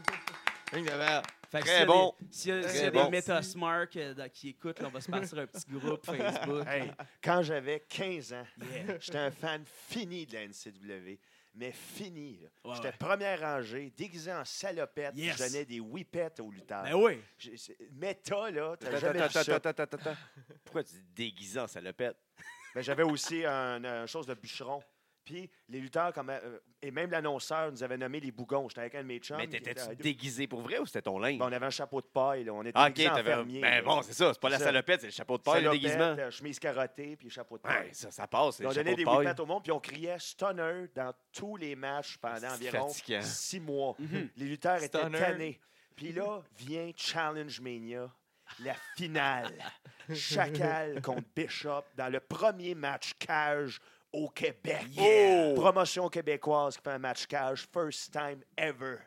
B: Ring de verre.
D: Fait que
A: Très
D: s'il y a
A: bon.
D: des- S'il y a,
A: Très
D: s'il y a
A: bon.
D: des MetaSmart euh, dans- qui écoutent, là, on va se partir un petit groupe Facebook.
C: Hey, quand j'avais 15 ans,
D: Yeah.
C: j'étais un fan fini de la NCW. Mais fini. là.
D: Ouais,
C: J'étais
D: ouais.
C: première rangée, déguisé en salopette.
D: Yes.
C: Je donnais des whippets aux lutteurs.
D: Ben oui.
C: J'ai- c'est- Méta, là, t'as
A: Attends,
C: jamais vu
A: attends,
C: ça.
A: attends, attends, attends. Pourquoi tu dis déguisé en salopette?
C: Mais Ben, j'avais aussi un, un chose de bûcheron. Puis les lutteurs, comme, euh, et même l'annonceur nous avait nommé les bougons. J'étais avec un de mes chums.
A: Mais
C: qui était
A: t'étais-tu
C: ado.
A: déguisé pour vrai ou c'était ton linge?
C: Ben, on avait un chapeau de paille. là. On était
A: ah, ok,
C: déguisés en
A: t'avais.
C: fermier.
A: Ben
C: là.
A: bon, c'est ça, c'est pas la
C: Ça.
A: salopette, c'est le chapeau de paille, le
C: Salopette,
A: déguisement.
C: euh, Chemise carottée, puis chapeau de paille.
A: Ouais, ça, ça passe, c'est
C: Puis
A: le
C: on donnait
A: chapeau
C: des
A: de paille.
C: whippets au monde, puis on criait stunner dans tous les matchs
A: C'est
C: pendant environ
A: fatigant. Mhm.
C: six mois. Les lutteurs
B: Stunner.
C: étaient tannés. Puis là vient Challenge Mania, la finale. Chacal contre Bishop dans le premier match cage au Québec.
B: Oh!
A: Yeah!
C: Promotion québécoise qui fait un match cage, first time ever.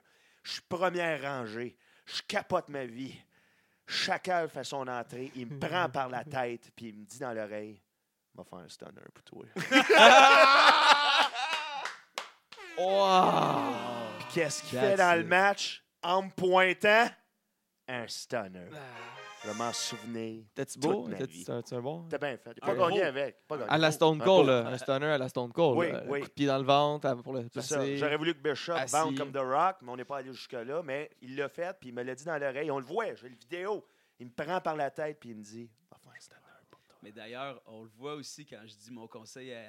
C: Je suis première rangée. Je capote ma vie. Chacal fait son entrée, il me prend par la tête, puis il me dit dans l'oreille va faire un stunner pour toi.
B: Wow!
C: Puis qu'est-ce qu'il
D: That's
C: fait dans le
D: it.
C: match en me pointant? Un stunner. Je vais m'en souvenir.
B: T'es-tu
C: Toute
B: beau?
C: ma
B: T'es-tu
C: vie.
B: t'es-tu un, bon?
C: T'as bien fait. T'as
B: Un
C: Pas gagné
B: gros.
C: avec. Pas gagné.
B: Ah, oh. À la Stone
C: Un
B: Cold,
C: gros.
B: là, un stunner à la Stone Cold.
C: Oui,
B: là,
C: oui.
B: Un coup de pied dans le ventre à- pour le
C: C'est ça.
B: placer.
C: J'aurais voulu que Bishop
B: Assis.
C: bande comme The Rock, mais on n'est pas allé jusque-là. Mais il l'a fait, puis il me l'a dit dans l'oreille. On le voit, j'ai le vidéo. Il me prend par la tête, puis il me dit va faire un stunner pour toi.
D: Mais d'ailleurs, on le voit aussi quand je dis mon conseil à,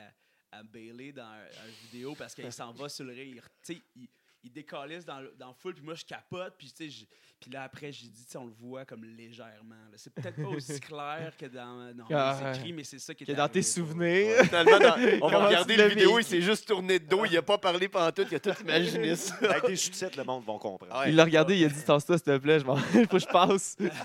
D: à Bailey dans un- un vidéo parce qu'il s'en va sur le rire. Tu sais, il, il décalisse dans, le- dans le full, puis moi je capote, puis tu sais, je- puis là après j'ai dit, tu sais, on le voit comme légèrement. là. C'est peut-être pas aussi clair que dans non,
B: Ah,
D: les écrits, mais c'est ça qui est
B: Qui est dans
D: arrivé.
B: tes souvenirs.
A: Finalement, dans- on va
B: Comment tu
A: regarder
B: l'as
A: la vidéo, il
B: vécu?
A: s'est juste tourné de dos, il a pas parlé pendant tout, il a tout imaginé ça.
C: Avec des sous-titres, le monde va comprendre.
A: Ouais.
B: Il l'a regardé, il a dit Tasse ça, s'il te plaît, je m'en... faut que je passe. Tasse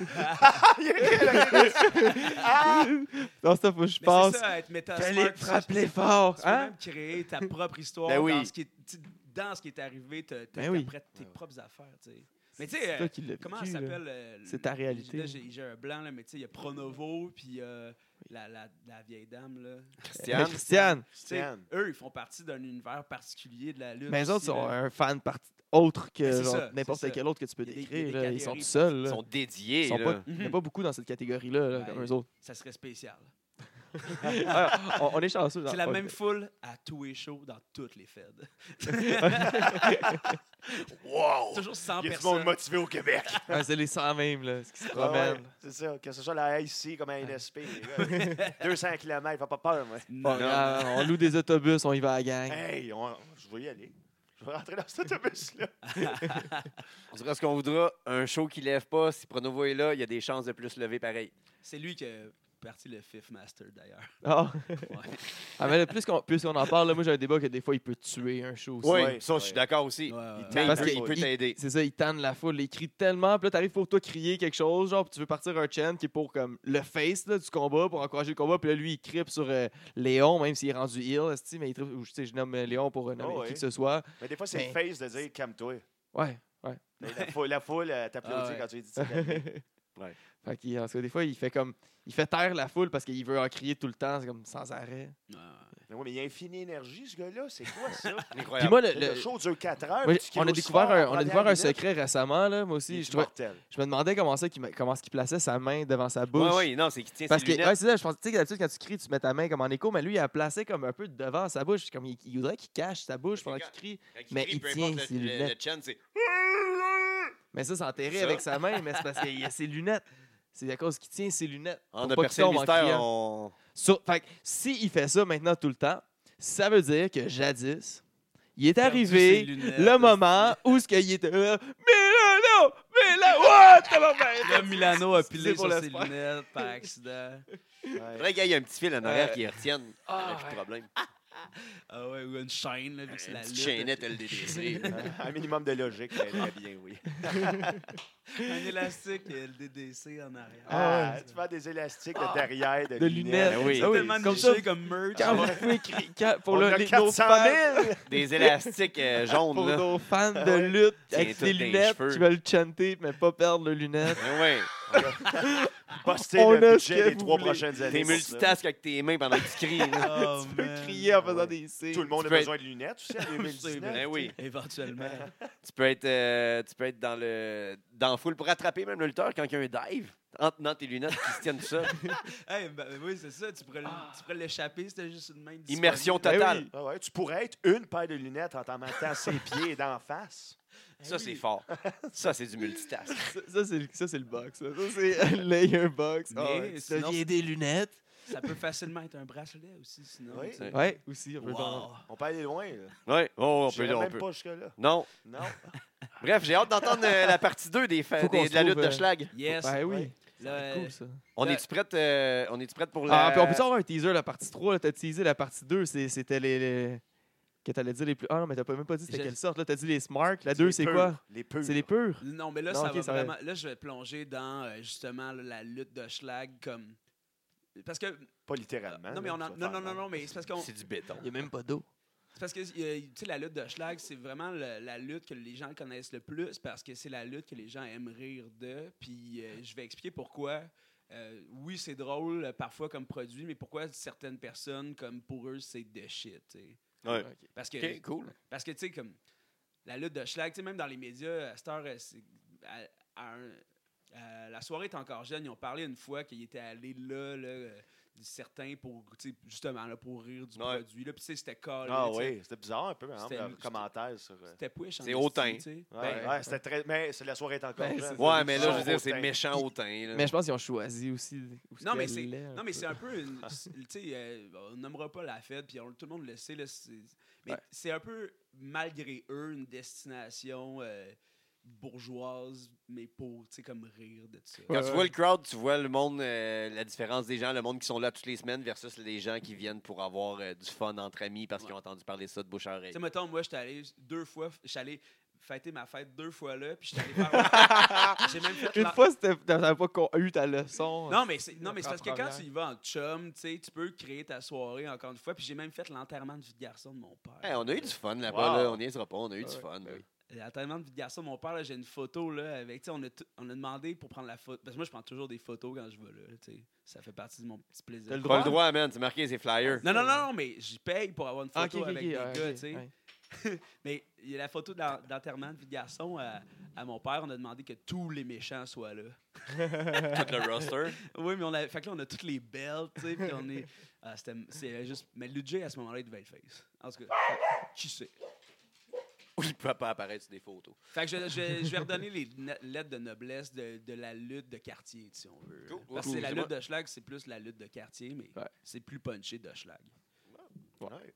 B: ça, faut que je
D: Mais c'est
B: passe.
D: ça, être méta
B: Fallait
D: smart,
B: te
D: ça,
B: frapper
D: je-
B: fort,
D: Tu peux
B: hein?
D: même créer ta propre histoire
A: Ben oui.
D: dans, ce qui est, tu- dans ce qui est arrivé, te- te-
B: Ben oui.
D: t'apprêtes tes propres affaires. tu sais. Mais tu sais,
B: toi
D: euh,
B: qui l'as
D: comment
B: vécu,
D: ça
B: là.
D: s'appelle euh,
B: C'est
D: le-
B: ta réalité.
D: là, J'ai j'ai un blanc, là, mais tu sais, il y a Pronovo, puis euh, la, la, la vieille dame. Là.
B: Mais
A: Christiane,
B: Ben, Christiane,
D: Tu sais,
C: Christiane.
D: Eux, ils font partie d'un univers particulier de la lutte.
B: mais les Ben, autres
D: aussi,
B: sont
D: là.
B: un fan part- autre
D: Mais
B: que
D: c'est
B: genre,
D: ça, c'est
B: n'importe
D: ça.
B: quel autre que tu peux
D: Il y a des- il y a
B: décrire.
D: des
B: là, Ils sont
D: catégories.
B: tout seuls.
A: ils
B: là.
A: sont dédiés.
B: Ils sont
A: là.
B: pas- Il n'y a
D: Mhm.
B: pas beaucoup dans cette catégorie-là, là, comme
D: Ouais.
B: eux autres.
D: Ça serait spécial.
B: Ah, on, on est chanceux.
D: C'est
B: dans-
D: la
B: on-
D: même foule à tous les shows dans toutes les feds.
C: Wow!
D: Toujours 100
C: Il y a du monde
D: personnes.
C: motivé au Québec.
B: Ah, c'est les 100 mêmes là, ce qui se
C: Ah ouais,
B: promènent.
C: C'est ça, que ce soit la IC comme un NSP. les gars. 200 km, va pas peur, moi.
D: Non, non, Hein?
B: Ah, on loue des autobus, on y va à la gang.
C: Hey, on- je vais y aller. Je vais rentrer dans cet autobus-là.
A: On dira ce qu'on voudra, un show qui lève pas, si Pronovo est là, il y a des chances de plus lever pareil.
D: C'est lui qui a parti le Fifth Master, d'ailleurs.
B: Ah.
D: Ouais.
B: Ah, mais là, plus qu'on plus qu'on en parle, là, moi j'ai un débat que des fois il peut tuer un show. aussi.
A: Oui,
C: Ouais,
A: ça, je suis
C: ouais.
A: d'accord aussi.
D: Ouais, ouais,
A: Il
D: ouais.
A: t'aide,
B: Parce
A: il
B: qu'il-
A: peut
B: il-
A: t'aider.
B: C'est ça, il tanne la foule, il crie tellement, puis là t'arrives pour toi crier quelque chose, genre puis tu veux partir un chant qui est pour comme le face là, du combat, pour encourager le combat, puis là lui il cripe sur euh, Léon, même s'il est rendu ill, esti, mais il tripe- ou, tu sais, je nomme euh, Léon pour euh, nommer
C: Ah ouais.
B: qui que ce soit.
C: Mais des fois, c'est
B: Mais-
C: le face de dire calme-toi.
B: Ouais.
C: La foule, la foule euh, t'applaudit
D: Ah ouais.
C: quand tu lui dis ça.
B: ouais.
A: Ouais.
B: Fait qu'il, en tout cas, des fois il fait comme il fait taire la foule parce qu'il veut en crier tout le temps, c'est comme sans arrêt.
D: Ouais, ouais.
C: Mais ouais, mais il y a infinie énergie, ce gars-là. C'est quoi ça?
B: Puis
A: Incroyable.
B: moi
C: ah, le,
B: le,
C: show dure 4 heures.
B: Oui,
C: puis tu
B: on a
C: cries au
B: découvert
C: sport
B: un, on a
C: en première
B: découvert un
C: minute.
B: secret récemment, là, moi
C: Il
B: aussi.
C: est
B: Je, trouvais-
C: mortel.
B: je me demandais comment ça, qu'il me- comment est-ce qu'il plaçait sa main devant sa
A: Oui,
B: bouche.
A: oui, non, c'est qu'il tient
B: Parce
A: ses
B: que,
A: lunettes.
B: ouais, c'est ça, je pense, tu sais, que d'habitude, quand tu cries, tu mets ta main comme en écho, mais lui, il a placé comme un peu devant sa bouche. Comme il, il voudrait qu'il cache sa bouche pendant qu'il crie.
A: ah,
B: mais il
A: peu
B: tient
A: importe
B: ses
A: le, le, le
B: lunettes.
A: chant, c'est...
B: Mais ça, c'est enterré
A: Ça.
B: avec sa main, mais c'est parce qu'il a ses lunettes. C'est à cause qu'il tient ses lunettes.
A: On
B: pour
A: a
B: pas qu'il
A: percé le
B: tombe en
A: mystère,
B: criant.
A: on...
B: Sur- fait que, s'il fait ça maintenant tout le temps, ça veut dire que jadis, il est
D: Perdu ses
B: arrivé
D: lunettes,
B: le moment où ce qu'il était là. Mais là, non! Mais là, what?
D: Là, Milano a pilé
B: C'est pour
D: sur
B: le
D: ses
B: sport.
D: lunettes par accident.
C: Ouais.
A: Faudrait qu'il y ait un petit fil en arrière
B: Ouais.
A: qui retienne.
B: Ah,
A: Euh, Ah, plus de
B: ouais.
A: problème.
D: Ah ouais, ou une chaîne, là, vu que c'est
A: Une
D: la
A: petite
D: lutte.
A: chaînette LDDC.
C: Un minimum de logique, mais très bien, oui.
D: Un élastique et le DDC en arrière.
C: Ah,
B: Ah ouais.
C: tu vas des élastiques
D: Ah.
C: de derrière, de,
B: de lunettes.
A: Ben oui.
D: C'est
B: Ah
D: tellement
B: Comme
D: niché
B: ça,
D: comme merch.
B: quand vous pouvez créer- quand- pour
C: On
B: le,
C: a
B: les- nos
C: 400
B: fans-
C: 000!
A: Des élastiques euh, jaunes,
B: pour
A: là.
B: nos fans
D: Ah
B: de lutte avec
A: toutes des
B: des lunettes
A: cheveux.
B: qui veulent chanter mais pas perdre leurs lunettes.
A: Ben oui.
C: Poster
B: On
C: le
B: a ce que
C: budget des
B: vous
C: trois
B: voulez.
C: prochaines années.
A: T'es
C: pour ça.
A: multitask avec tes mains pendant que tu cries. là.
D: Oh,
B: tu peux
D: man.
B: crier en faisant
C: Ouais.
B: des signes.
C: Tout le monde
A: Tu
C: a
A: peux
C: besoin de lunettes aussi en 2019.
A: Ben oui.
D: Éventuellement.
A: Tu peux être, euh, tu peux être dans le dans la foule pour attraper même le lutteur quand il y a un dive en tenant tes lunettes qui se tiennent tout seul.
D: Hey, ben, oui, c'est ça. Tu pourrais, l-
B: Ah.
D: tu pourrais l'échapper, c'était juste une main disponible.
A: Immersion
B: Ben oui.
A: totale.
C: Ah ouais, tu pourrais être une paire de lunettes en t'en mettant ses pieds d'en face.
D: Hey.
A: Ça, c'est fort. Ça, c'est du multitask.
B: Ça, ça, c'est le- ça, c'est le box. Ça, Ça, c'est layer box. Ah,
D: Mais
B: tu
D: sinon-
B: deviens des lunettes.
D: Ça peut facilement être un bracelet aussi, sinon.
C: Oui.
D: tu sais.
B: Ouais, aussi. On peut
D: Wow.
B: vendre.
C: On peut aller loin. Là.
A: Oui, oh, on
C: J'irais
A: peut, on
C: même
A: peut.
C: pas jusque-là.
A: Non.
C: Non.
A: Bref, j'ai hâte d'entendre euh, la partie 2 des, fa-
B: Faut qu'on
A: des- de la
B: se
A: lutte
B: trouve,
A: de
B: euh,
A: Schlag.
D: Yes.
B: Ben oui.
C: ouais.
D: Là,
B: C'est
D: euh,
B: cool, ça.
A: On est-tu prête, euh, on est prête pour la...
B: Ah, puis on peut avoir un teaser, la partie 3. là, T'as teasé la partie 2, c'est- c'était les, les- que t'allais dire les plus. Ah non, mais t'as pas- même pas dit c'était
D: Je-
B: quelle sorte. Là, t'as dit les smart. La 2, c'est
C: purs,
B: quoi
C: Les peu.
B: C'est les purs.
D: euh, Non, mais là,
B: Non,
D: ça
B: ok,
D: va
B: ça va.
D: vraiment. Là, je vais plonger dans euh, justement là, la lutte de Schlag comme. Parce que.
C: Pas littéralement.
D: Ah, non, mais
C: là,
D: on en-
C: tu vas
D: non, non,
C: faire
D: non,
C: mal.
D: non, mais c'est parce qu'on.
A: C'est du béton.
B: a même pas d'eau.
D: C'est parce que euh, tu sais, la lutte de Schlag, c'est vraiment le- la lutte que les gens connaissent le plus parce que c'est la lutte que les gens aiment rire de. Puis euh, je vais expliquer pourquoi. Euh, oui, c'est drôle euh, parfois comme produit, mais pourquoi certaines personnes, comme pour eux, c'est de shit. tu sais.
A: Ouais.
D: Parce que
A: OK, cool.
D: parce que, tu sais, comme la lutte de Schlag, tu sais, même dans les médias, à cette heure, euh, c'est- à- à un- euh, la soirée est encore jeune. Ils ont parlé une fois qu'ils étaient allés là, là euh, certains pour, tu sais, justement, là, pour rire du
A: Ouais.
D: produit. Là, puis, tu sais, c'était collé.
C: Ah
D: tu sais.
C: oui, c'était bizarre un peu, hein,
D: C'était-
C: leurs commentaires sur. euh,
D: C'était push. en
A: C'est hautain.
D: esti, tu sais.
C: Ouais,
B: Ben,
C: ouais, c'était très. Mais c'est la soirée est encore
B: Ben,
C: jeune.
B: c'est-
A: Ouais, mais là, je veux
C: Ils
A: dire,
C: sont
A: c'est
C: hautains.
A: méchant hautain. là.
B: Mais je pense qu'ils ont choisi aussi. où
D: Non, mais
B: c'était
D: c'est-
B: laid, un
D: Non, mais
B: peu.
D: c'est un peu une. tu sais, euh, on nommera pas la Fed, puis on- tout le monde le sait. Là, c'est- mais
B: Ouais.
D: c'est un peu, malgré eux, une destination euh, bourgeoise, mais pour, tu sais, comme rire de ça.
A: Quand
B: Ouais,
A: tu
B: ouais.
A: vois le crowd, tu vois le monde, euh, la différence des gens, le monde qui sont là toutes les semaines versus les gens qui viennent pour avoir euh, du fun entre amis parce qu'ils ont entendu parler ça de bouche à
D: Tu
A: oreille.
D: sais, mettons, moi, j'étais allé deux fois, j'étais allé fêter ma fête deux fois là, puis j'étais allé faire. J'ai même fait
B: Une
D: la-
B: fois, c'était- t'avais pas con- eu ta leçon. euh.
D: Non, mais c'est, non, mais c'est
B: En
D: parce que quand
B: première.
D: tu y vas en chum, tu sais, tu peux créer ta soirée encore une fois. Puis j'ai même fait l'enterrement de vie de garçon de mon père.
A: Hey, on a eu du fun là-bas,
C: Wow.
A: là, on n'y sera pas, on a eu du
B: Eh Ouais.
A: fun. là.
D: L'enterrement de vie de garçon de mon père, là, j'ai une photo là, avec. tu sais, On a, t- on a demandé pour prendre la photo. Parce que moi, je prends toujours des photos quand je vais là. tu sais. Ça fait partie de mon petit plaisir.
B: T'as le
A: Pas
B: droit?
A: le droit, man, c'est marqué, c'est flyer.
D: Non, non, non, non, mais j'y paye pour avoir une
B: Ah,
D: photo
B: ok, ok,
D: avec
B: ok,
D: des
B: ouais,
D: gars,
B: ok,
D: tu sais.
B: ouais.
D: Mais il y a la photo de l'en- d'enterrement de vie de garçon à, à mon père. On a demandé que tous les méchants soient là.
A: Tout le roster.
D: Oui, mais on a, fait que là, on a toutes les belles, tu sais, puis on est... Ah, c'était c'est juste... Mais Ludger, à ce moment-là, il devait être face. En tout cas, qui sait?
A: Ou il peut pas apparaître sur des photos.
D: Fait que je, je- je vais redonner les na- lettres de noblesse de, de la lutte de quartier, si on veut.
A: Cool.
D: Parce que
A: Cool.
D: c'est la
A: C'est moi.
D: lutte de schlag, c'est plus la lutte de quartier, mais
B: Ouais.
D: c'est plus punché de schlag.
C: Ouais.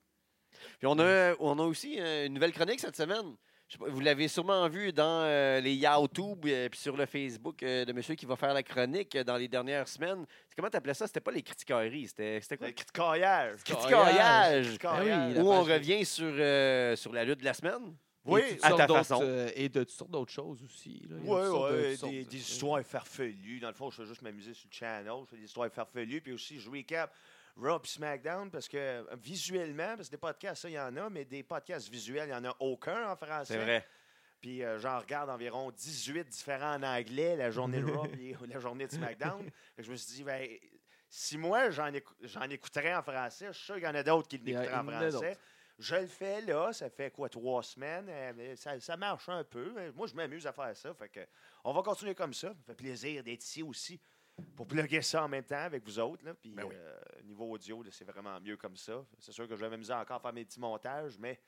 A: Puis on a, on a aussi euh, une nouvelle chronique cette semaine. Je sais pas, vous l'avez sûrement vu dans euh, les YouTube et puis sur le Facebook euh, de monsieur qui va faire la chronique euh, dans les dernières semaines. C'est- Comment t'appelais ça? C'était pas les critiqueries, c'était c'était quoi?
C: Le kit carrière.
A: Critiquaillage!
B: Ah oui, la
A: Où on
B: page-
A: revient sur, euh, sur la lutte de la semaine.
B: Et
C: Oui, ah,
B: toutes
A: à
B: sortes
A: ta
B: d'autres,
A: façon.
B: euh, et de toutes sortes d'autres choses aussi. là. Il y a
C: Oui,
B: toutes sortes de-
C: oui,
B: toutes sortes
C: des,
B: de-
C: des histoires farfelues. Dans le fond, je fais juste m'amuser sur le channel. Je fais des histoires farfelues. Puis aussi, je recap Raw puis SmackDown parce que euh, visuellement, parce que des podcasts, ça, il y en a, mais des podcasts visuels, il n'y en a aucun en français.
A: C'est vrai.
C: Puis euh, j'en regarde environ 18 différents en anglais la journée de Raw puis la journée de SmackDown. Fait que je me suis dit, ben, si moi, j'en écou- j'en écouterais en français, je suis sûr qu'il y en a d'autres qui
B: Il y a-
C: l'écouteraient en
B: il y en a
C: français.
B: d'autres.
C: Je le fais là, ça fait quoi, trois semaines? euh, mais Ça, ça marche un peu. hein. Moi, je m'amuse à faire ça. Fait que on va continuer comme ça. Ça me fait plaisir d'être ici aussi pour plugger ça en même temps avec vous autres. Là. Puis,
A: Ben oui.
C: euh, niveau audio, là, c'est vraiment mieux comme ça. C'est sûr que je vais m'amuser encore à faire mes petits montages, mais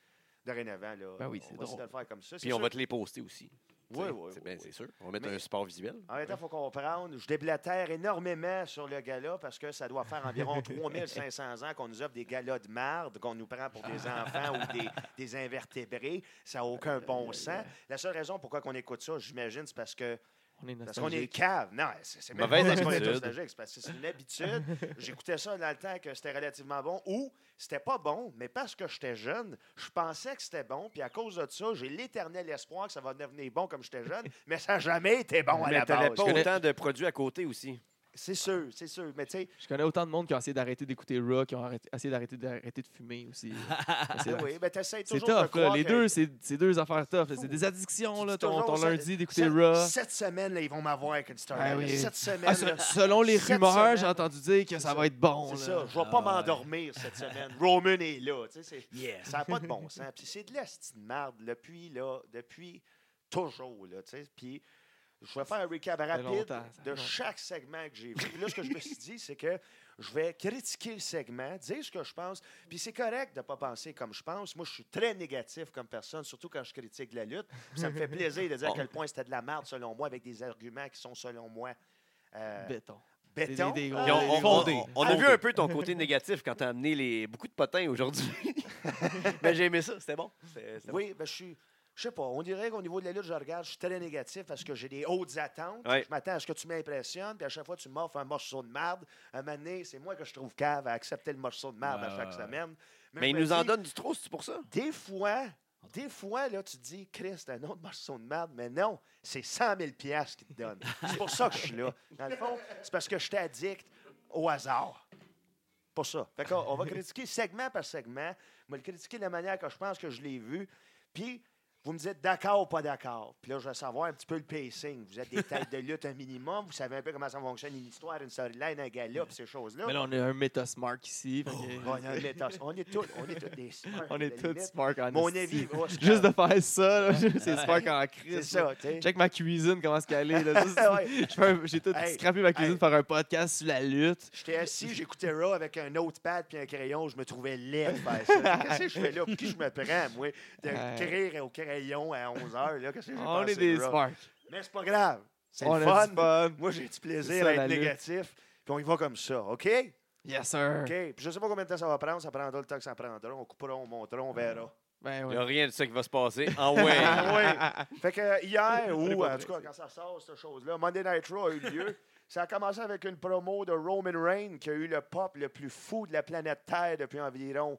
C: dorénavant, là,
B: Ben oui,
C: on
B: c'est
C: va essayer
B: drôle.
C: de le faire comme ça. C'est
A: Puis on
C: sûr
A: va te les poster aussi.
C: Oui,
A: T'sais,
C: oui,
A: c'est-
C: oui,
A: ben,
C: oui.
A: c'est sûr. On va mettre
C: Mais-
A: un support visuel.
C: En même temps, il faut comprendre, je déblatère énormément sur le gala parce que ça doit faire environ 3500 ans qu'on nous offre des galas de marde, qu'on nous prend pour des enfants ou des, des invertébrés. Ça n'a aucun bon sens. La seule raison pourquoi on écoute ça, j'imagine, c'est parce que
B: On est
C: Parce qu'on est
B: nostalgique.
C: cave. Non, c'est c'est même
A: Mauvaise
C: pas- c'est pas
A: habitude.
C: être nostalgique, c'est parce que c'est une habitude. J'écoutais ça dans le temps que c'était relativement bon ou c'était pas bon, mais parce que j'étais jeune, je pensais que c'était bon, puis à cause de ça, j'ai l'éternel espoir que ça va devenir bon comme j'étais jeune, mais ça n'a jamais été bon à
A: Mais
C: la
A: t'avais
C: base.
A: pas
B: connais-
A: autant de produits à côté aussi.
C: C'est sûr, c'est sûr. Mais tu sais,
B: Je connais autant de monde qui ont essayé d'arrêter d'écouter Rock, qui ont arrêté- essayé d'arrêter d'arrêter de fumer aussi. C'est-
C: oui, mais t'essayes
B: C'est
C: toujours de
B: tough, là.
C: croire
B: les
C: que-
B: deux, c'est c'est deux affaires tough. là.
C: fou.
B: C'est des addictions,
C: tu
B: là,
C: dis
B: ton,
C: toujours,
B: ton
C: ça-
B: lundi d'écouter
C: cette-
B: Raw.
C: Cette semaine, là, ils vont m'avoir avec une story.
B: Ah oui.
C: Cette semaine,
B: Ah, se-
C: là,
B: selon les
C: cette
B: rumeurs,
C: semaine-
B: j'ai entendu dire que ça
C: ça.
B: va être bon.
C: c'est
B: là.
C: ça. Je vais pas
D: Ah, ouais.
C: m'endormir cette semaine. Roman est là. tu sais, c'est-
D: Yes.
C: Ça n'a pas de bon sens. Puis c'est de la petite marde, depuis, là, depuis toujours, là, tu sais. Puis je vais faire un recap rapide
B: longtemps, ça fait
C: de
B: longtemps.
C: chaque segment que j'ai vu. Puis là, ce que je me suis dit, c'est que je vais critiquer le segment, dire ce que je pense. Puis c'est correct de ne pas penser comme je pense. Moi, je suis très négatif comme personne, surtout quand je critique la lutte. Puis ça me fait plaisir de dire à
A: Bon.
C: quel point c'était de la marde, selon moi, avec des arguments qui sont, selon moi, euh,
B: Béton.
C: béton.
B: des- des gros-
C: Ah,
A: Puis on- on-
B: Fondé.
A: on- On a vu un peu ton côté négatif quand t'as amené les, beaucoup de potins aujourd'hui. Mais Ben, j'ai aimé ça, c'était bon. C'était- c'était
C: Oui, ben, je suis. Je sais pas, on dirait qu'au niveau de la lutte, je regarde, je suis très négatif parce que j'ai des hautes attentes.
A: Ouais.
C: Je m'attends à ce que tu m'impressionnes, puis à chaque fois, tu m'offres un morceau de marde. À un moment donné, c'est moi que je trouve cave à accepter le morceau de marde
D: Ouais,
C: à chaque
D: ouais, ouais.
C: semaine.
A: bon. Bah, Mais
C: je
A: il
C: me
A: nous en
C: dis,
A: donne du trop, c'est pour ça?
C: Des fois, des fois, là, tu te dis, Chris, t'as un autre morceau de marde, mais non, c'est 100 000 piastres qu'il te donne. c'est pour ça que je suis là. Dans le fond, c'est parce que je suis addict au hasard. Pas ça. Fait qu'on- on va critiquer segment par segment. On va le critiquer de la manière que je pense que je l'ai vu. Puis, vous me dites d'accord ou pas d'accord. Puis là, je veux savoir un petit peu le pacing. Vous êtes des têtes de lutte un minimum. Vous savez un peu comment ça fonctionne une histoire, une storyline, un gala, puis ces choses-là.
B: Mais là, on a un Meta Smart ici. fait que-
C: On, est tous- on est tous, on est tous des smarts,
B: on
C: à
B: est
C: la
B: tous
C: limite.
B: smart en
C: Mon
B: esti.
C: avis, moi, je-
B: Juste de faire ça, là, c'est smart en
C: C'est
B: crise. là.
C: ça, tu sais.
B: Check ma cuisine, comment est-ce qu'elle est. là. Ça,
C: Ouais.
B: c'est- je fais un- J'ai tout
C: Hey,
B: scrappé ma cuisine
C: hey.
B: pour faire un podcast sur la lutte.
C: J'étais assis, j'écoutais Raw avec un notepad puis un crayon. Je me trouvais laid de faire ça. Qu'est-ce que je fais là? Pour qui je me prends, moi,
B: Ouais.
C: d'écrire au crayon à 11 h? Qu'est-ce que j'ai
B: On
C: pensé
B: est des
C: de Raw?
B: smart.
C: Mais c'est pas grave. C'est
B: On
C: le
B: a
C: fun.
B: du fun.
C: Moi, j'ai du
B: C'est
C: plaisir
B: ça,
C: à
B: la
C: être
B: lutte.
C: négatif. Puis on y va comme ça, OK?
B: Yes, sir.
C: OK. Puis je sais pas combien de temps ça va prendre. Ça prendra le temps que ça prendra. On coupera, on montera, on verra.
B: Ben
A: Il
B: ouais.
A: n'y a rien de ça qui va se passer. Ah ouais.
C: Fait que euh, hier,
B: On est
C: ou
B: pas
C: en
B: prêt.
C: tout cas, quand ça sort, cette chose-là, Monday Night Raw a eu lieu. Ça a commencé avec une promo de Roman Reigns qui a eu le pop le plus fou de la planète Terre depuis environ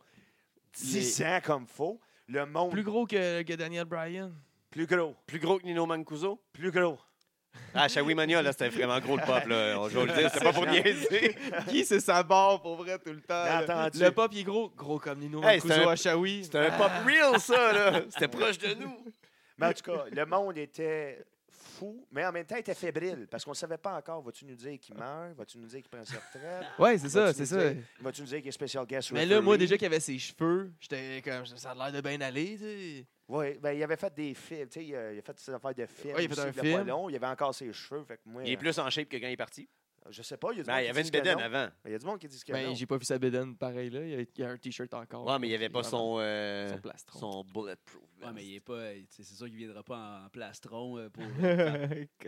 C: 10 ans, comme faux. Le monde
B: Plus gros que, que Daniel Bryan.
C: plus gros.
A: Plus gros que Nino Mancuso?
C: Plus gros.
A: Ah, Shawi Mania, là, c'était vraiment gros le pop, là. On- Je vais le dire, c'était pas pour niaiser.
B: Qui c'est sa barre pour vrai tout Euh, le temps?
C: Bien
B: là.
C: entendu.
B: Le pop il est gros, gros comme Nino
A: Hey, c'est
B: Mancuso
A: un-
B: à Shawi.
A: C'était un pop real, ça, là. C'était proche de nous.
C: Mais en tout cas, le monde était fou, mais en même temps, il était fébrile parce qu'on ne savait pas encore. Vas-tu nous dire qu'il meurt? Vas-tu nous dire qu'il prend sa retraite?
B: Ouais, c'est ça,
C: Vas-tu
B: c'est
C: nous
B: ça.
C: dire- Vas-tu nous dire qu'il est spécial guest
B: Mais là, moi,
C: referee?
B: déjà qu'il avait ses cheveux, j'étais comme, ça a l'air de bien aller, tu sais.
C: Oui, ben, il avait fait des films. Tu sais, il a, il a fait ses affaires de films.
B: Ouais, il a fait
C: aussi,
B: un
C: a Pas
B: film.
C: long, il avait encore ses cheveux. Fait que moi,
A: Il est plus en shape que quand il est parti.
C: euh, Je sais pas. Il y a du
A: Ben, il
C: monde
A: y
C: qui
A: avait
C: dit
A: une
C: que
A: bédaine
C: non.
A: avant.
C: Il y a du monde qui dit que
B: Ben,
C: non.
B: j'ai pas vu sa bédaine pareil, là. Il y a, il y a un t-shirt encore.
A: Ouais, mais il n'y avait pas
B: Vraiment.
A: son, euh,
B: Son plastron.
A: son bulletproof.
D: Ouais, mais il est pas. euh, tu sais, C'est sûr qu'il viendra pas en, en plastron euh, pour. euh,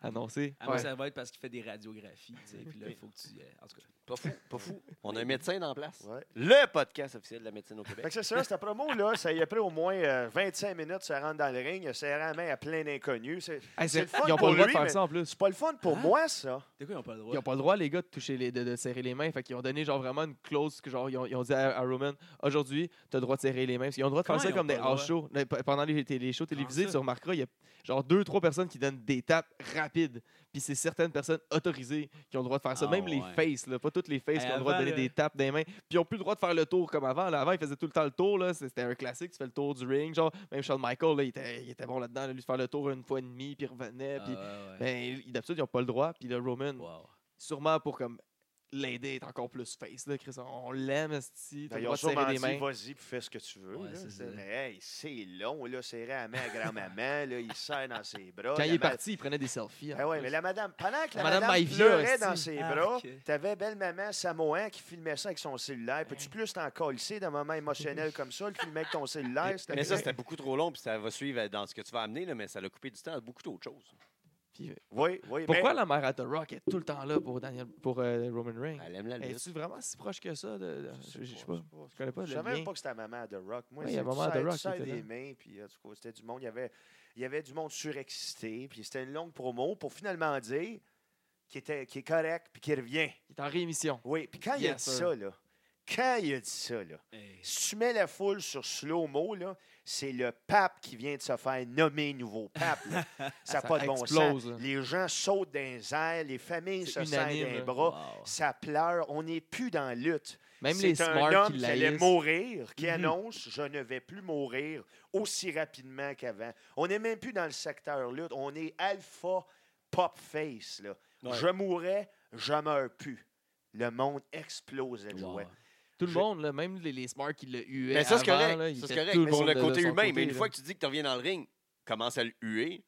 B: Annoncé.
D: à moins
B: Ouais.
D: que ça va être parce qu'il fait des radiographies. tu sais, Puis là, il faut que tu. euh, en tout cas.
A: Pas fou, pas fou. On a un médecin en place.
C: Ouais.
A: Le podcast officiel de la médecine au Québec.
C: Fait que c'est ça, cette promo-là, ça y a pris au moins euh, 25 minutes, ça rentre dans le ring, il a serré la main à plein d'inconnus. C'est
B: Hey,
C: c'est
B: c'est-
C: le fun
B: ils ont pas
C: pour
B: le droit
C: lui,
B: de faire
C: mais-
B: ça en plus.
C: c'est pas le fun pour
D: Hein?
C: moi, ça.
D: De quoi ils ont pas le droit?
B: Ils ont pas le droit, les gars, de toucher les, de, de serrer les mains. Fait qu'ils ont donné genre vraiment une clause que genre ils ont, ils ont dit à, à Roman aujourd'hui, t'as le droit de serrer les mains. Parce qu'ils ont le droit de faire
D: Comment
B: ça
D: ils ont
B: comme
D: pas
B: des
D: le droit?
B: house shows. Là, pe- Pendant les, télé- les shows
D: Comment
B: télévisés,
D: ça?
B: tu remarqueras, il y a genre deux, trois personnes qui donnent des tapes rapides. Puis c'est certaines personnes autorisées qui ont le droit de faire ça.
D: Ah
B: Même les
D: ouais.
B: faces, là, pas toutes les faces
D: Hey,
B: qui ont le droit de
D: avant,
B: donner
D: là-
B: des tapes des mains. Puis ils ont plus le droit de faire le tour comme avant. Là, avant, ils faisaient tout le temps le tour. là. C'était un classique, tu fais le tour du ring. Genre, même Shawn Michael, là, il, était, il était bon là-dedans, là, lui de faire le tour une fois et demie, puis il revenait.
D: Ah,
B: Puis,
D: ouais, ouais.
B: ben, d'habitude, ils n'ont pas le droit. Puis le Roman,
D: Wow.
B: sûrement pour comme l'aider à être encore plus face là Chris on l'aime esti t'as le
C: D'ailleurs,
B: droit de serrer les
C: dit,
B: mains
C: vas-y, puis fais ce que tu veux.
D: Ouais,
C: là.
D: c'est ça.
C: Mais hey, c'est long, là, serrer la main à grand-maman, là, il serre dans ses bras.
B: quand
C: la
B: il est
C: ma-
B: parti il prenait des selfies hein. en
C: Ah ouais,
B: plus.
C: mais la madame, pendant que la
B: Madame
C: madame,
B: Maivia,
C: pleurait
B: aussi.
C: dans ses
D: Ah,
C: bras,
D: ok.
C: t'avais belle-maman Samoan qui filmait ça avec son cellulaire. Peux-tu plus t'en colisser d'un moment émotionnel comme ça, le filmer avec ton cellulaire? s'il te
A: Mais ça,
C: plaît?
A: c'était beaucoup trop long, puis ça va suivre dans ce que tu vas amener, là, mais ça l'a coupé du temps à beaucoup d'autres choses.
B: Puis, euh,
C: Oui, oui.
B: pourquoi
C: mais-
B: la mère à The Rock est tout le temps là pour Daniel pour euh, Roman Reigns
A: Ben, Elle aime la lutte.
B: es-tu vraiment si proche que ça de, de- je, je sais pas
C: Je
B: connais pas
C: Je
B: le
C: savais même
B: lien.
C: pas que c'était la maman de Rock. Moi,
B: Ouais, il y
C: c'est
B: a
C: du
B: maman de
C: serre- du
B: Rock qui
C: serre
B: était
C: des
B: là.
C: mains, puis en tout cas, c'était du monde. Il y avait, il il y avait du monde surexcité, puis c'était une longue promo pour finalement dire qu'il était, qu'il est correct, puis qu'il revient.
B: Il est en réémission.
C: Oui, puis quand il a
B: Yes,
C: dit
B: sir.
C: ça, là, quand il a dit ça, là,
D: Hey.
C: si tu mets la foule sur slow-mo, là, c'est le pape qui vient de se faire nommer nouveau pape. là. Ça n'a
B: Ça
C: pas de bon
B: explose, là.
C: sens. Les gens sautent dans les airs, les familles se
B: C'est
C: serrent
B: unanime,
C: dans les
B: là.
C: bras,
D: Wow.
C: ça pleure. On n'est plus dans la lutte.
B: Même
C: c'est
B: les
C: un
B: smarts
C: homme
B: qui
C: qui allait
B: l'haïssent.
C: mourir, qui
B: Mhm.
C: annonce « Je ne vais plus mourir aussi rapidement qu'avant ». On n'est même plus dans le secteur lutte. On est alpha pop face. Là.
D: Ouais.
C: Je mourrais, je meurs plus. Le monde explosait de
D: Wow.
C: joie.
B: Tout le
C: Je-
B: monde, là, même les, les smarts qui le huaient.
A: Mais ça, c'est
B: avant,
A: correct.
B: là, ils
A: Ça, c'est
B: étaient
A: correct.
B: tout le
A: Sur
B: monde
A: le
B: de- de
A: côté
B: son
A: humain, mais une
B: là.
A: fois que tu dis que tu reviens dans le ring, commence à le huer.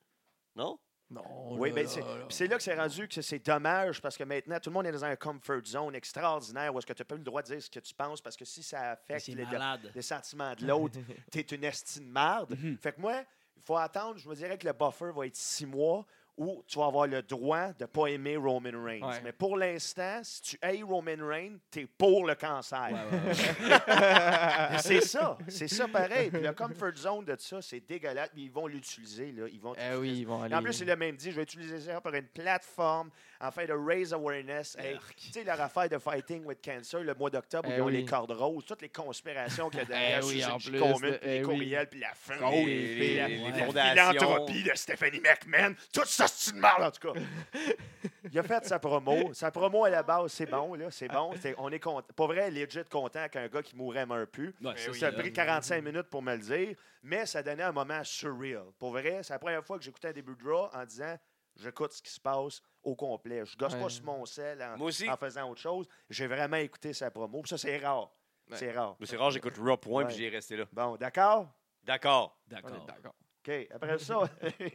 A: Non?
B: Non,
C: Oui,
B: Oh là,
C: mais
B: là,
C: c'est-
B: là.
C: puis c'est là que c'est rendu que c'est dommage parce que maintenant, tout le monde est dans un comfort zone extraordinaire où est-ce que tu n'as pas le droit de dire ce que tu penses parce que si ça affecte
D: C'est
C: les,
D: malade.
C: les sentiments de l'autre, tu es une estime de marde.
D: Mhm.
C: Fait que moi, il faut attendre, je me dirais que le buffer va être six mois où tu vas avoir le droit de ne pas aimer Roman Reigns.
B: Ouais.
C: Mais pour l'instant, si tu hais Roman Reigns, tu es pour le cancer.
D: Ouais, ouais,
B: Ben
D: ouais.
C: c'est ça, c'est ça pareil. Puis le comfort zone de ça, c'est dégueulasse, mais ils vont l'utiliser. là. Ils vont
B: Eh oui, ils vont
C: et
B: aller.
C: En plus, il a même dit, je vais utiliser ça pour une plateforme afin de raise awareness. Hey,
D: Arc.
C: tu sais, leur affaire de Fighting with Cancer le mois d'octobre,
B: Eh
C: ils ont
B: oui.
C: les cordes roses, toutes les conspirations qu'il y a derrière
B: Eh oui,
C: Susan
B: en
C: G.
B: plus,
C: Komen,
B: là,
C: puis les
B: eh oui.
C: courriels, puis la fraude,
B: Les-
C: puis
B: les-
C: la,
B: les
C: la
A: fondations.
C: philanthropie de Stephanie McMahon. Tout ça, c'est une merde, en tout cas. Il a fait sa promo. Sa promo à la base, c'est bon, là, c'est bon. C'est- on est content. Pas vrai, legit content qu'un gars qui mourrait meurt plus.
D: Ouais, ça,
C: Ça a
D: c'est-
C: pris 45 minutes pour me le dire, mais ça donnait un moment surreal. Pour vrai, c'est la première fois que j'écoutais un début de Raw en disant j'écoute ce qui se passe au complet. Je gosse pas
B: Ouais.
C: sur mon sel en,
A: Moi aussi.
C: en faisant autre chose. J'ai vraiment écouté sa promo. Puis Ça, c'est rare.
B: Ouais.
C: C'est rare.
A: Mais c'est rare, j'écoute Raw point,
C: Ouais.
A: puis j'ai resté là.
C: Bon, d'accord?
A: D'accord.
B: On est
D: D'accord.
B: d'accord.
C: OK. Après ça,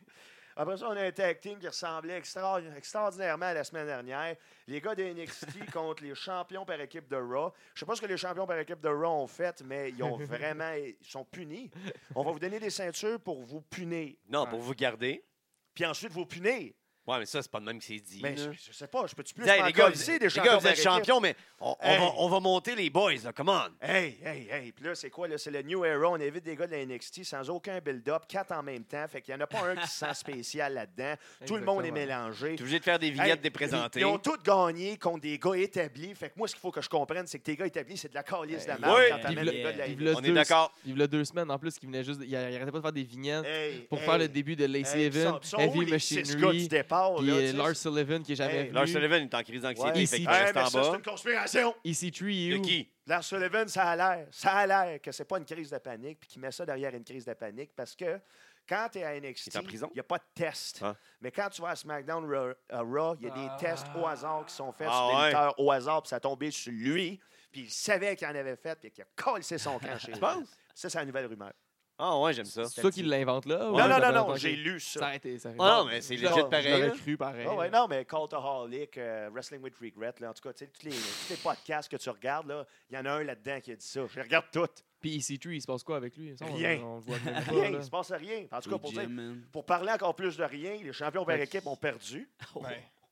C: après ça, on a un tag team qui ressemblait extra- extraordinairement à la semaine dernière. Les gars de NXT contre les champions par équipe de Raw. Je sais pas ce que les champions par équipe de Raw ont fait, mais ils ont vraiment ils sont punis. On va vous donner des ceintures pour vous punir.
A: Non,
B: Ouais.
A: pour vous garder.
C: Puis ensuite, vous punir.
A: Ouais, mais ça, c'est pas de même que c'est dit.
C: Mais
A: là.
C: je, je sais pas, je peux-tu plus
A: Dis, hey,
C: m'en
A: les gars,
C: colisser
A: vous,
C: des
A: les
C: champions
A: gars, vous
C: par
A: êtes
C: équipe?
A: champions, mais on, on
C: Hey.
A: va, on va monter les boys, là. Come on.
C: Hey, hey, hey. Puis là, c'est quoi? là? C'est le New Era. On évite des gars de la NXT sans aucun build-up, quatre en même temps. Fait qu'il n'y en a pas un qui se sent spécial là-dedans. Tout le monde est
B: Exactement.
C: mélangé.
A: T'es obligé de faire des
C: Hey,
A: vignettes déprésentées.
C: Ils ils ont tous gagné contre des gars établis. Fait que moi, ce qu'il faut que je comprenne, c'est que tes gars établis, c'est de la calice de la
B: Hey,
C: merde
A: oui.
C: quand t'amènes
D: Vive
C: les
D: le-
C: gars de la
B: vive le-
A: On est
B: deux-
A: d'accord.
B: Il y a deux semaines en plus qu'il venait juste. de- Il, il arrêtait pas de faire des vignettes
C: Hey,
B: pour
C: hey,
B: faire le début de Lacey
C: hey,
B: Evans,
C: ils sont- ils sont où,
B: Heavy
C: les six gars du
B: Machinery,
C: départ,
B: puis
C: là,
B: euh,
C: tu sais,
B: Lars Sullivan qui est jamais
C: Hey,
B: venu.
A: Lars Sullivan est en crise d'anxiété,
C: Ouais.
A: fait qu'il
C: c'est- Hey,
A: reste
C: mais
A: en
C: ça, c'est
A: bas.
C: une conspiration.
B: EC3 est
A: De
B: où?
A: qui?
C: Lars Sullivan, ça a l'air, ça a l'air que c'est pas une crise de panique, puis qu'il met ça derrière une crise de panique, parce que quand tu es à NXT,
A: Il est en prison?
C: n'y a pas de test.
A: Ah.
C: Mais quand tu vas à SmackDown Ra- à Raw, il y a des
B: Ah.
C: tests au hasard qui sont faits
A: Ah
C: sur des
A: ouais.
C: lutteurs au hasard, puis ça a tombé sur lui, puis il savait qu'il en avait fait, puis qu'il a collé son camp chez lui.
A: Tu penses?
C: Ça, c'est la nouvelle rumeur.
A: Ah ouais, j'aime ça.
B: C'est ça qu'il l'invente là?
C: Non, non, non, non, j'ai lu
B: Ça
C: ça.
B: a été. Ça a été.
A: Ah non, mais c'est
B: Je
A: legit
B: l'aurais-
A: pareil,
B: Je l'aurais
A: là.
B: cru pareil.
C: Ah ouais, non, mais Cultaholic, euh, Wrestling with Regret, là, en tout cas, tu sais, tous les, tous les podcasts que tu regardes, là, il y en a un là-dedans qui a dit ça. Je les regarde toutes.
B: Puis EC3, il se passe quoi avec lui? Ça, on-
C: Rien.
B: On le voit même pas,
C: Rien, il
B: là.
C: se passe rien. En tout cas, pour
D: Jim,
C: dire,
D: man.
C: pour parler encore plus de rien, les champions par
B: Ouais.
C: équipe ont perdu.
D: Oh.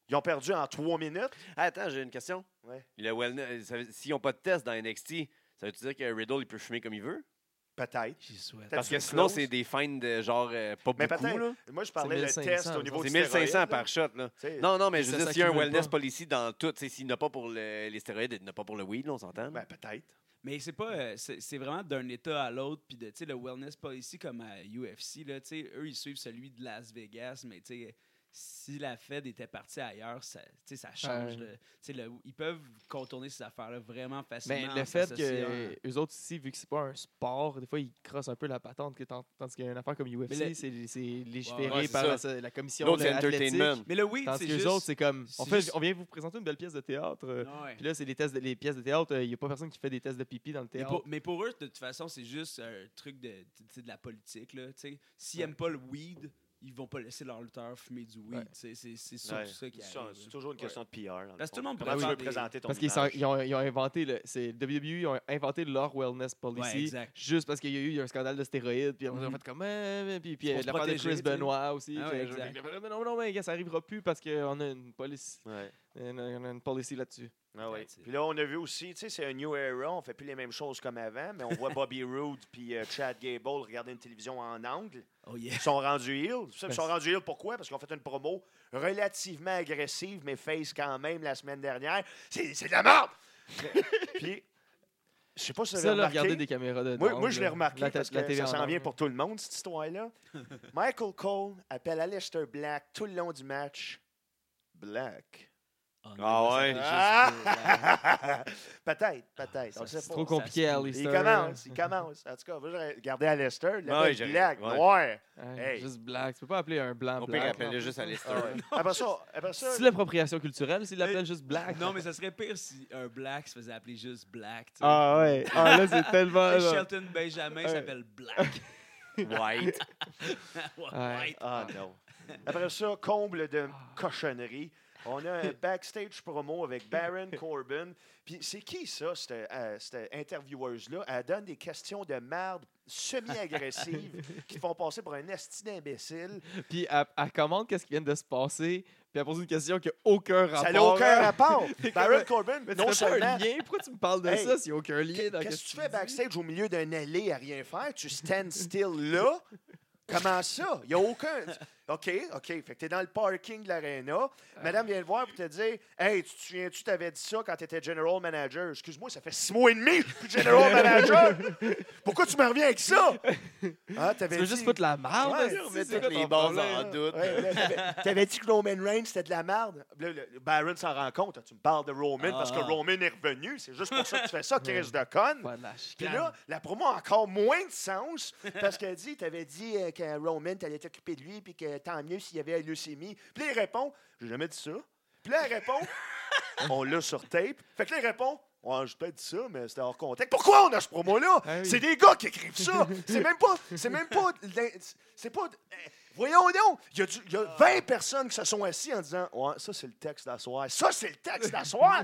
C: Ils ont perdu en trois minutes.
A: Ah, attends, j'ai une question.
C: Ouais.
A: Le wellness, euh, ça veut- s'ils n'ont pas de test dans NXT, ça veut-tu dire que Riddle, il peut fumer comme il veut?
C: Peut-être.
D: J'y souhaite.
C: T'as
A: Parce que
C: du
A: sinon,
C: close.
A: c'est des fines de genre euh, pas
C: Mais
A: beaucoup.
C: peut-être.
A: là.
C: Moi, je parlais de
B: 1500,
C: test
B: ça.
C: au niveau
A: C'est
C: du
A: 1500 par shot. Là.
C: Non.
A: Non, non, mais
B: C'est
A: je veux dire,
B: ça, ça
A: s'il y a un
B: cumule
A: wellness
B: pas.
A: policy dans tout, tu sais, s'il n'a pas pour le- les stéroïdes, il n'a pas pour le weed, là, on s'entend? là?
C: Ben, peut-être.
D: Mais c'est pas, euh, c'est c'est vraiment d'un état à l'autre, puis de, tu sais, le wellness policy comme à UFC là, tu sais, eux ils suivent celui de Las Vegas, mais tu sais, si la Fed était partie ailleurs, ça, tu sais, ça change.
B: Ouais.
D: le- tu sais, le- ils peuvent contourner ces affaires-là vraiment
B: Mais
D: facilement.
B: Ben, le
D: en
B: fait
D: s'associant.
B: que eux autres ici, vu que c'est pas un sport, des fois ils crossent un peu la patente, que tant- tandis qu'il y a une affaire comme UFC,
D: Mais le-
B: c'est c'est légiféré
D: Ouais,
A: ouais, c'est
B: par
A: ça.
B: la, la commission
A: L'autre,
B: de
A: c'est entertainment.
D: Mais le weed,
B: Tandis
D: c'est
B: que
D: juste.
B: les autres, c'est comme, on,
D: c'est
B: fait,
D: juste-
B: on vient vous présenter une belle pièce de théâtre. euh,
D: Ouais.
B: Puis là, c'est les, tests de- les pièces de théâtre. Il n'y a pas personne qui fait des tests de pipi dans le
D: Mais
B: théâtre.
D: pour, mais pour eux, de toute façon, c'est juste un truc de, tu sais, de la politique. Là, tu sais. S'ils
B: Ouais.
D: n'aiment pas le weed, ils vont pas laisser leur lutteur fumer du weed.
B: Ouais.
D: tu sais. C'est c'est surtout
A: Ouais.
D: ça qui
C: Ça,
D: arrive.
C: C'est toujours une question de PR. dans
D: Parce que tout le
C: fond.
D: monde
C: Comment
D: pourrait
C: tu veux
D: faire des-
C: présenter ton
B: Parce qu'ils sont-
C: image?
B: ils ont, ils ont inventé, le, c'est WWE, ils ont inventé leur wellness
D: Ouais,
B: policy.
D: exact.
B: juste parce qu'il y a eu il y a un scandale de stéroïdes, puis on a
C: Mm-hmm.
D: Mhm.
B: fait comme. euh, mais- puis puis
D: C'est
B: euh,
D: pour se
B: l'affaire de
D: protéger,
B: Chris
D: tu sais.
B: Benoit aussi.
D: Ah ouais,
B: puis, euh,
D: exact.
B: je- mais non, non, mais gars, ça arrivera plus parce qu'on a une policy,
C: Ouais.
B: une, une- une policy là-dessus.
C: Ah oui.
D: That's it.
C: Puis là, on a vu aussi, tu sais, c'est un new era, on fait plus les mêmes choses comme avant, mais on voit Bobby Roode puis euh, Chad Gable regarder une télévision en angle.
D: Oh yeah.
C: Ils sont rendus heal. Ils
B: Ben,
C: sont rendus heal pourquoi? Parce qu'ils ont fait une promo relativement agressive, mais face quand même la semaine dernière. C'est c'est de la merde! Puis, je sais pas si vous avez
B: Ça, là,
C: remarqué.
B: regarder des caméras de
C: Moi,
B: drone,
C: moi, je l'ai
B: là.
C: remarqué
B: La ta-
C: parce que
B: la télé
C: ça
B: en
C: s'en
B: or,
C: vient
B: là.
C: pour tout le monde, cette histoire-là. Michael Cole appelle Aleister Black tout le long du match. Black.
D: Oh,
A: Ah
D: non,
A: ouais.
D: ça,
C: Ah! peut-être, peut-être. On
D: Ça,
C: sait
B: Ah, C'est
C: pas.
B: trop compliqué,
D: ça-
B: Alistair.
C: Il commence, il commence. En tout cas, moi, j'aurais gardé Aleister, le
A: Ouais,
C: mec
A: j'aurais-
C: Black,
A: ouais.
C: noir.
B: Ouais,
C: Hey.
B: Juste black. Tu peux pas appeler un blanc
A: On peut
B: black.
A: rappeler juste à
C: Ah ouais.
A: l'histoire.
C: Après ça, après ça,
B: C'est l'appropriation culturelle s'il l'appelle juste
D: c'est-
B: black.
D: Non, mais ça serait pire si un black se faisait appeler juste black. tu sais.
B: Ah ouais. Ah là, c'est tellement.
D: Tu sais,
B: là.
D: Shelton Benjamin s'appelle Black.
A: White.
D: Ouais,
B: Ouais.
C: Ah non. Après ça, comble de
B: Ah.
C: cochonnerie. On a un backstage promo avec Baron Corbin. Puis c'est qui ça, cette, euh, cette intervieweuse-là? Elle donne des questions de merde semi-agressives qui font passer pour un esti d'imbécile.
B: Puis elle, elle commande qu'est-ce qui vient de se passer. Puis elle pose une question qui a aucun rapport.
C: Ça n'a aucun
B: hein.
C: rapport.
B: C'est comme-
C: Baron Corbin,
B: Mais tu
C: non
B: fais pas
C: seulement...
B: un lien. Pourquoi tu me parles de
C: Hey,
B: ça s'il n'y a aucun lien dans
C: Qu'est-ce que tu fais
B: dis?
C: backstage au milieu d'un allée à rien faire? Tu stand still là? Comment ça? Il n'y a aucun. OK, OK. Fait que t'es dans le parking de l'aréna.
B: Ah.
C: Madame vient te voir pour te dire Hey, tu te souviens-tu, t'avais dit ça quand t'étais general manager? Excuse-moi, ça fait six mois et demi que je suis plus general manager. Pourquoi tu me reviens avec ça? Ah,
B: Tu
C: t'avais
B: veux
C: dit-
B: juste foutre la merde.
C: Ouais,
B: si,
C: on
A: met
B: c'est
A: toutes
B: quoi
A: les
B: ton
A: bases
B: problème?
A: en doute.
C: Ouais, là, t'avais- T'avais dit que Roman Reigns, c'était de la merde. Là, le- le Baron s'en rend compte. Tu me parles de Roman parce que
D: Ah.
C: Roman est revenu. C'est juste pour ça que tu fais ça, Chris
B: Ah.
C: de conne.
B: Pas de la
C: Puis
B: chicane.
C: là, la promo a encore moins de sens parce qu'elle dit, t'avais dit euh, que Roman, t'allais t'occuper de lui, puis que tant mieux s'il y avait une leucémie. Puis là, il répond, j'ai jamais dit ça. Puis là, elle répond, on l'a sur tape. Fait que là, il répond, ouais, j'ai peut-être dit ça, mais c'était hors contexte. Pourquoi on a ce promo-là?
B: Ah oui.
C: C'est des gars qui écrivent ça. C'est même pas, c'est même pas, de l'in- c'est pas. de- eh, Voyons donc, il y, a du- il y
B: Ah.
C: a 20 personnes qui se sont assises en disant, ouais, ça c'est le texte d'asseoir. Ça c'est le texte d'asseoir.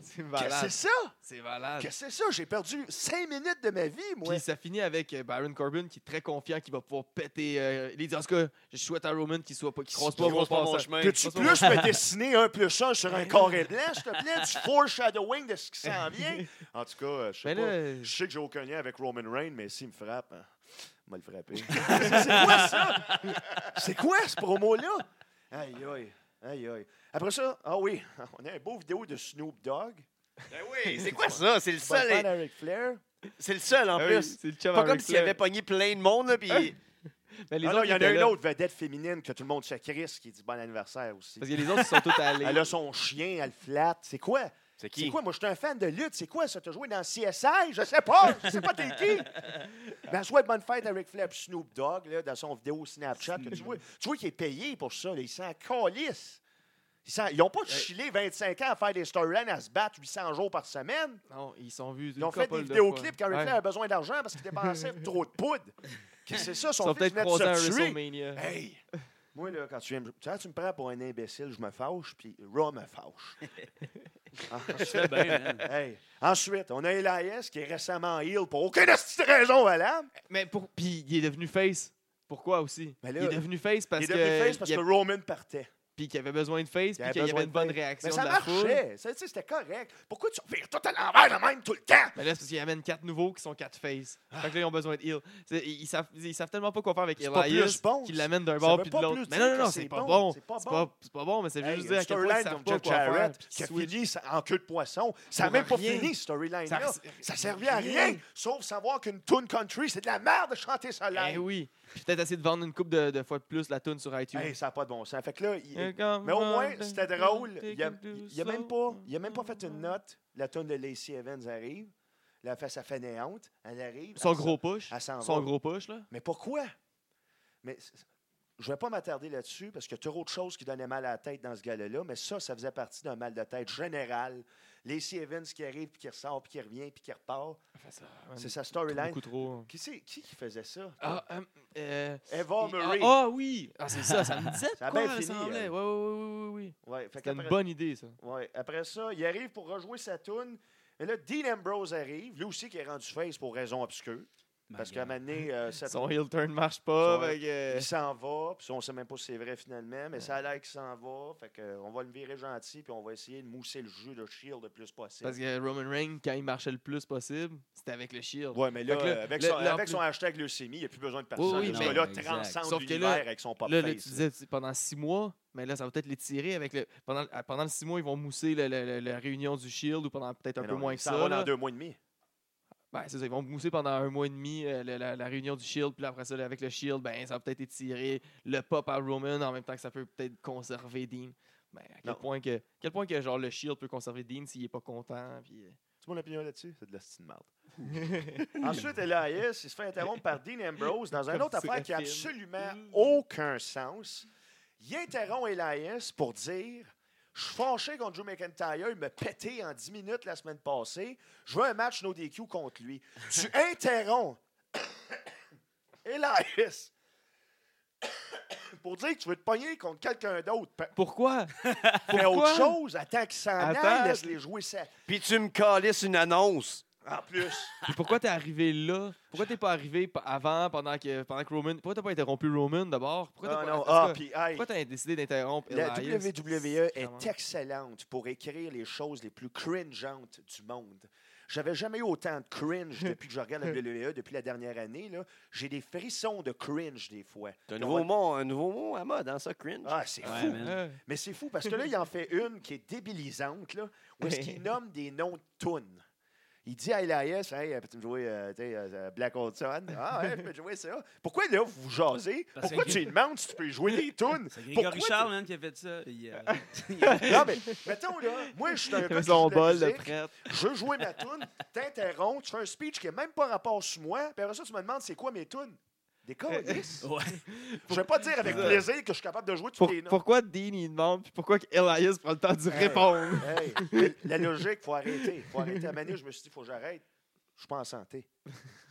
B: C'est
C: Qu'est-ce que
B: malade.
C: c'est ça?
B: C'est malade.
C: Qu'est-ce que c'est ça? J'ai perdu 5 minutes de ma vie, moi.
B: Puis ça finit avec euh, Baron Corbin qui est très confiant qu'il va pouvoir péter. euh, il dit en tout cas, je souhaite à Roman qu'il soit pas, qu'il croise pas
A: Qui
B: mon
A: croise pas mon
B: passage.
A: chemin.
C: Peux-tu
B: Pas
C: plus me dessiner un plus un sur un carré blanc, s'il te plaît? Du foreshadowing de ce qui s'en vient? En tout cas, euh, je sais
B: Mais
C: pas.
B: Ben là,
C: Je sais que j'ai aucun lien avec Roman Reigns, mais s'il me frappe, hein, il m'a le frappé. C'est- C'est quoi ça? C'est quoi ce promo-là? Aïe, aïe, aïe, aïe. Après ça, ah oui, on a un beau vidéo de Snoop Dogg.
A: Ben oui, c'est quoi ça? C'est le
C: Bonne
A: seul,
C: fan Eric Flair.
A: c'est le seul en
B: ah oui,
A: plus.
B: c'est le chum
A: Pas
B: avec
A: comme s'il avait
B: Flair.
A: pogné plein de monde, là, puis
B: Mais les
C: Ah non,
B: autres,
C: il y en
B: étaient
C: a une
B: là.
C: autre vedette féminine que tout le monde se crisse qui dit bon anniversaire aussi.
B: Parce que les autres, ils sont tous allés.
C: Elle a son chien, elle flatte. C'est quoi?
A: c'est
C: C'est
A: qui?
C: quoi? Moi, je suis un fan de lutte. C'est quoi ça? T'as joué dans CSI? Je sais pas. Je sais pas t'es qui. Ben, souhaite bonne fête à Ric Flair puis Snoop Dogg là, dans son vidéo Snapchat. que tu vois, tu vois qu'il est payé pour ça. là. Il s'en calisse. Il s'en- Ils n'ont pas chillé 25 ans à faire des storylines à se battre 800 jours par semaine.
B: Non, ils sont vus.
C: Ils ont fait des vidéoclips quand Ric Flair a besoin d'argent parce qu'il dépensait trop de poudre. Qu'est-ce que c'est ça?
B: Ils
C: Son
B: sont
C: fils
B: peut-être
C: venait de
B: croisés à
C: se tuer.
B: WrestleMania.
C: Hey! Moi, là, quand tu viens me- Tu, sais, tu me prends pour un imbécile, je me fâche, puis Raw me fâche.
D: Je fais bien, hein? man.
C: Hey. Ensuite, on a Elias qui est récemment heal pour aucune petite raison valable.
B: Mais pour. Puis il est devenu face. Pourquoi aussi
C: Mais Ben là,
B: Il est devenu face parce
C: il est devenu
B: que.
C: face parce
B: il
C: que
B: a-
C: Roman partait.
B: Puis qu'il avait besoin de face. Puis
C: avait
B: qu'il y
C: besoin
B: avait une
C: de
B: bonne
C: face.
B: réaction de
C: Mais ça
B: la foule.
C: marchait. Ça, tu sais, C'était correct. Pourquoi tu vires tout à l'envers le même tout le temps?
B: Mais Ben là, c'est parce qu'il amène quatre nouveaux qui sont quatre faces. Fait que là, ils ont besoin de heal. C'est- Ils savent, ils savent tellement pas quoi faire avec
C: C'est pas
B: Elias
C: plus bon,
B: qu'ils l'amènent d'un
C: ça
B: bord
C: veut
B: puis de
C: pas
B: l'autre.
C: plus
B: Mais
C: dire
B: non, non,
C: que
B: non,
C: c'est
B: c'est pas
C: bon,
B: bon.
C: c'est pas
B: C'est
C: bon.
B: pas, c'est pas bon, mais c'est
C: Hey,
B: juste dire à
C: une
B: quel point ils
C: storyline
B: savent
C: comme
B: pas
C: Jeff
B: quoi faire.
C: Jarrett
B: puis
C: qui a
B: switch.
C: fini sa- en queue de poisson. Ça n'a
B: Pour
C: même pas
B: rien.
C: fini, cette storyline-là.
B: Ça-
C: Ça servait à rien, sauf savoir qu'une tune country, c'est de la merde de chanter ça
B: Eh
C: live.
B: oui. Puis peut-être essayer de vendre une coupe de, de fois de plus la tune sur iTunes.
C: Hey, ça n'a pas de bon sens. Fait que là, il- mais
B: Mais
C: au moins, c'était drôle. Il a, il a même pas, il a même pas fait une note. La tonne de Lacey Evans arrive. La face à fainéante, elle arrive.
B: Son
C: elle
B: gros
C: s'en-
B: push.
C: elle s'en
B: Son
C: va.
B: gros push, là.
C: Mais pourquoi? Mais c- je vais pas m'attarder là-dessus parce qu'il y a trop de choses qui donnaient mal à la tête dans ce gars-là, mais ça, ça faisait partie d'un mal de tête général. Lacey Evans qui arrive, puis qui ressort, puis qui revient, puis qui repart. C'est sa storyline.
B: Beaucoup trop.
C: Qui, c'est- qui qui faisait ça?
B: Ah, euh, euh,
C: Eva
B: il- ah,
C: Murray.
B: Ah oui! Ah, c'est ça, ça me disait de
C: Ça a
B: quoi
C: bien
B: elle
C: fini,
B: ressemblait.
C: elle.
B: Ouais, ouais, ouais, ouais, ouais.
C: Ouais, fait
B: C'était
C: qu'après-
B: une bonne idée, ça.
C: Ouais. Après ça, il arrive pour rejouer sa toune. Et là, Dean Ambrose arrive, lui aussi qui est rendu face pour raison obscure. Parce
D: My
C: qu'à un
D: God.
C: moment donné, euh, cette-
B: Son heel turn marche pas.
C: Son-
B: fait que- euh,
C: il s'en va, puis on ne sait même pas si c'est vrai finalement, mais ça a l'air qu'il s'en va. Fait que, euh, on va le virer gentil, puis on va essayer de mousser le jeu de Shield le plus possible.
B: Parce que Roman Reigns, quand il marchait le plus possible, c'était avec le shield.
C: Ouais, mais là,
B: Fait que là,
C: euh, avec,
B: le-
C: son,
B: leur-
C: avec son hashtag leucémie, il n'y a plus besoin de personne.
B: Oui, oui,
C: ce
B: mais-
C: gars-là
D: Exact.
C: transcende
B: Sauf que là-
C: l'univers avec son pop
B: Là, là,
C: face.
B: tu disais tu- pendant six mois, mais là, ça va peut-être l'étirer avec le. Pendant, à- pendant le six mois, ils vont mousser le- le- le- la réunion du Shield ou pendant peut-être un
C: Mais
B: peu
C: non,
B: moins
C: il
B: que
C: s'en
B: ça.
C: va
B: là.
C: dans deux mois et demi.
B: Ben, c'est ça, ils vont mousser pendant un mois et demi euh, le- la, la réunion du Shield, puis là, après ça, là, avec le Shield, ben, ça va peut-être étirer le pop à Roman en même temps que ça peut peut-être conserver Dean. Ben, à quel
C: Non.
B: point que, quel point que genre le Shield peut conserver Dean s'il est pas content, puis. euh,
C: C'est mon opinion là-dessus? C'est de la style marde. Ensuite, Elias, il se fait interrompre par Dean Ambrose dans un
B: Comme
C: autre
B: c'est Mm.
C: affaire qui n'a
B: affine.
C: absolument aucun sens. Il interrompt Elias pour dire Je suis fâché contre Drew McIntyre, il m'a pété en 10 minutes la semaine passée. Je veux un match no DQ contre lui. Tu interromps Elias pour dire que tu veux te pogner contre quelqu'un d'autre.
B: Pourquoi?
C: Fais autre chose, attends qu'il s'en
B: Attends.
C: aille, laisse-les jouer ça.
A: Puis tu me calisses une annonce.
C: En plus.
B: Puis pourquoi t'es arrivé là? Pourquoi t'es pas arrivé p- avant, pendant que, pendant que Roman. Pourquoi t'as pas interrompu Roman d'abord? Pourquoi t'as
C: Ah
B: pas- en
C: non,
B: tout
C: ah,
B: cas,
C: puis, hey,
B: Pourquoi t'as décidé d'interrompre
C: La
B: Elias?
C: WWE
B: Vraiment.
C: est excellente pour écrire les choses les plus cringeantes du monde. J'avais jamais eu autant de cringe depuis que je regarde la WWE depuis la dernière année. là. J'ai des frissons de cringe des fois.
A: T'as un
C: Puis on
A: nouveau,
C: va-
A: mot, un nouveau mot à mode, hein, ça, cringe.
C: Ah, c'est
D: Ouais,
C: fou.
D: man.
B: Euh,
C: Mais c'est fou parce que là, il en fait une qui est débilisante, là, où est-ce qu'il nomme des noms de tunes. Il dit à Elias, hey, peux-tu me jouer euh, tu sais, euh, Black Hole Sun? Ah, ouais, je peux te jouer ça. Pourquoi là, vous vous jasez?
D: Parce
C: Pourquoi
D: que-
C: tu lui demandes si tu peux jouer des tunes?
D: C'est Grégory
C: Pourquoi
D: Charles, man, qui a fait ça. Il, euh,
C: Non, mais mettons, là, moi, je suis un gars qui
B: Son
C: joue de la
B: bol de
C: musique.
B: prête.
C: je veux jouer ma toune, t'interromps, tu fais un speech qui n'a même pas rapport sur moi, puis après ça, tu me demandes c'est quoi mes tounes. Des câlisses.
D: ouais.
C: Je vais pas dire avec
B: Pour-
C: plaisir que je suis capable de jouer toutes
B: Pour-
C: les notes.
B: pourquoi Dean il demande, puis pourquoi que Elias prend le temps d'y
C: Hey.
B: répondre?
C: Hey, mais la logique, faut arrêter. faut arrêter. À Manu, je me suis dit, faut que j'arrête. Je suis pas en santé.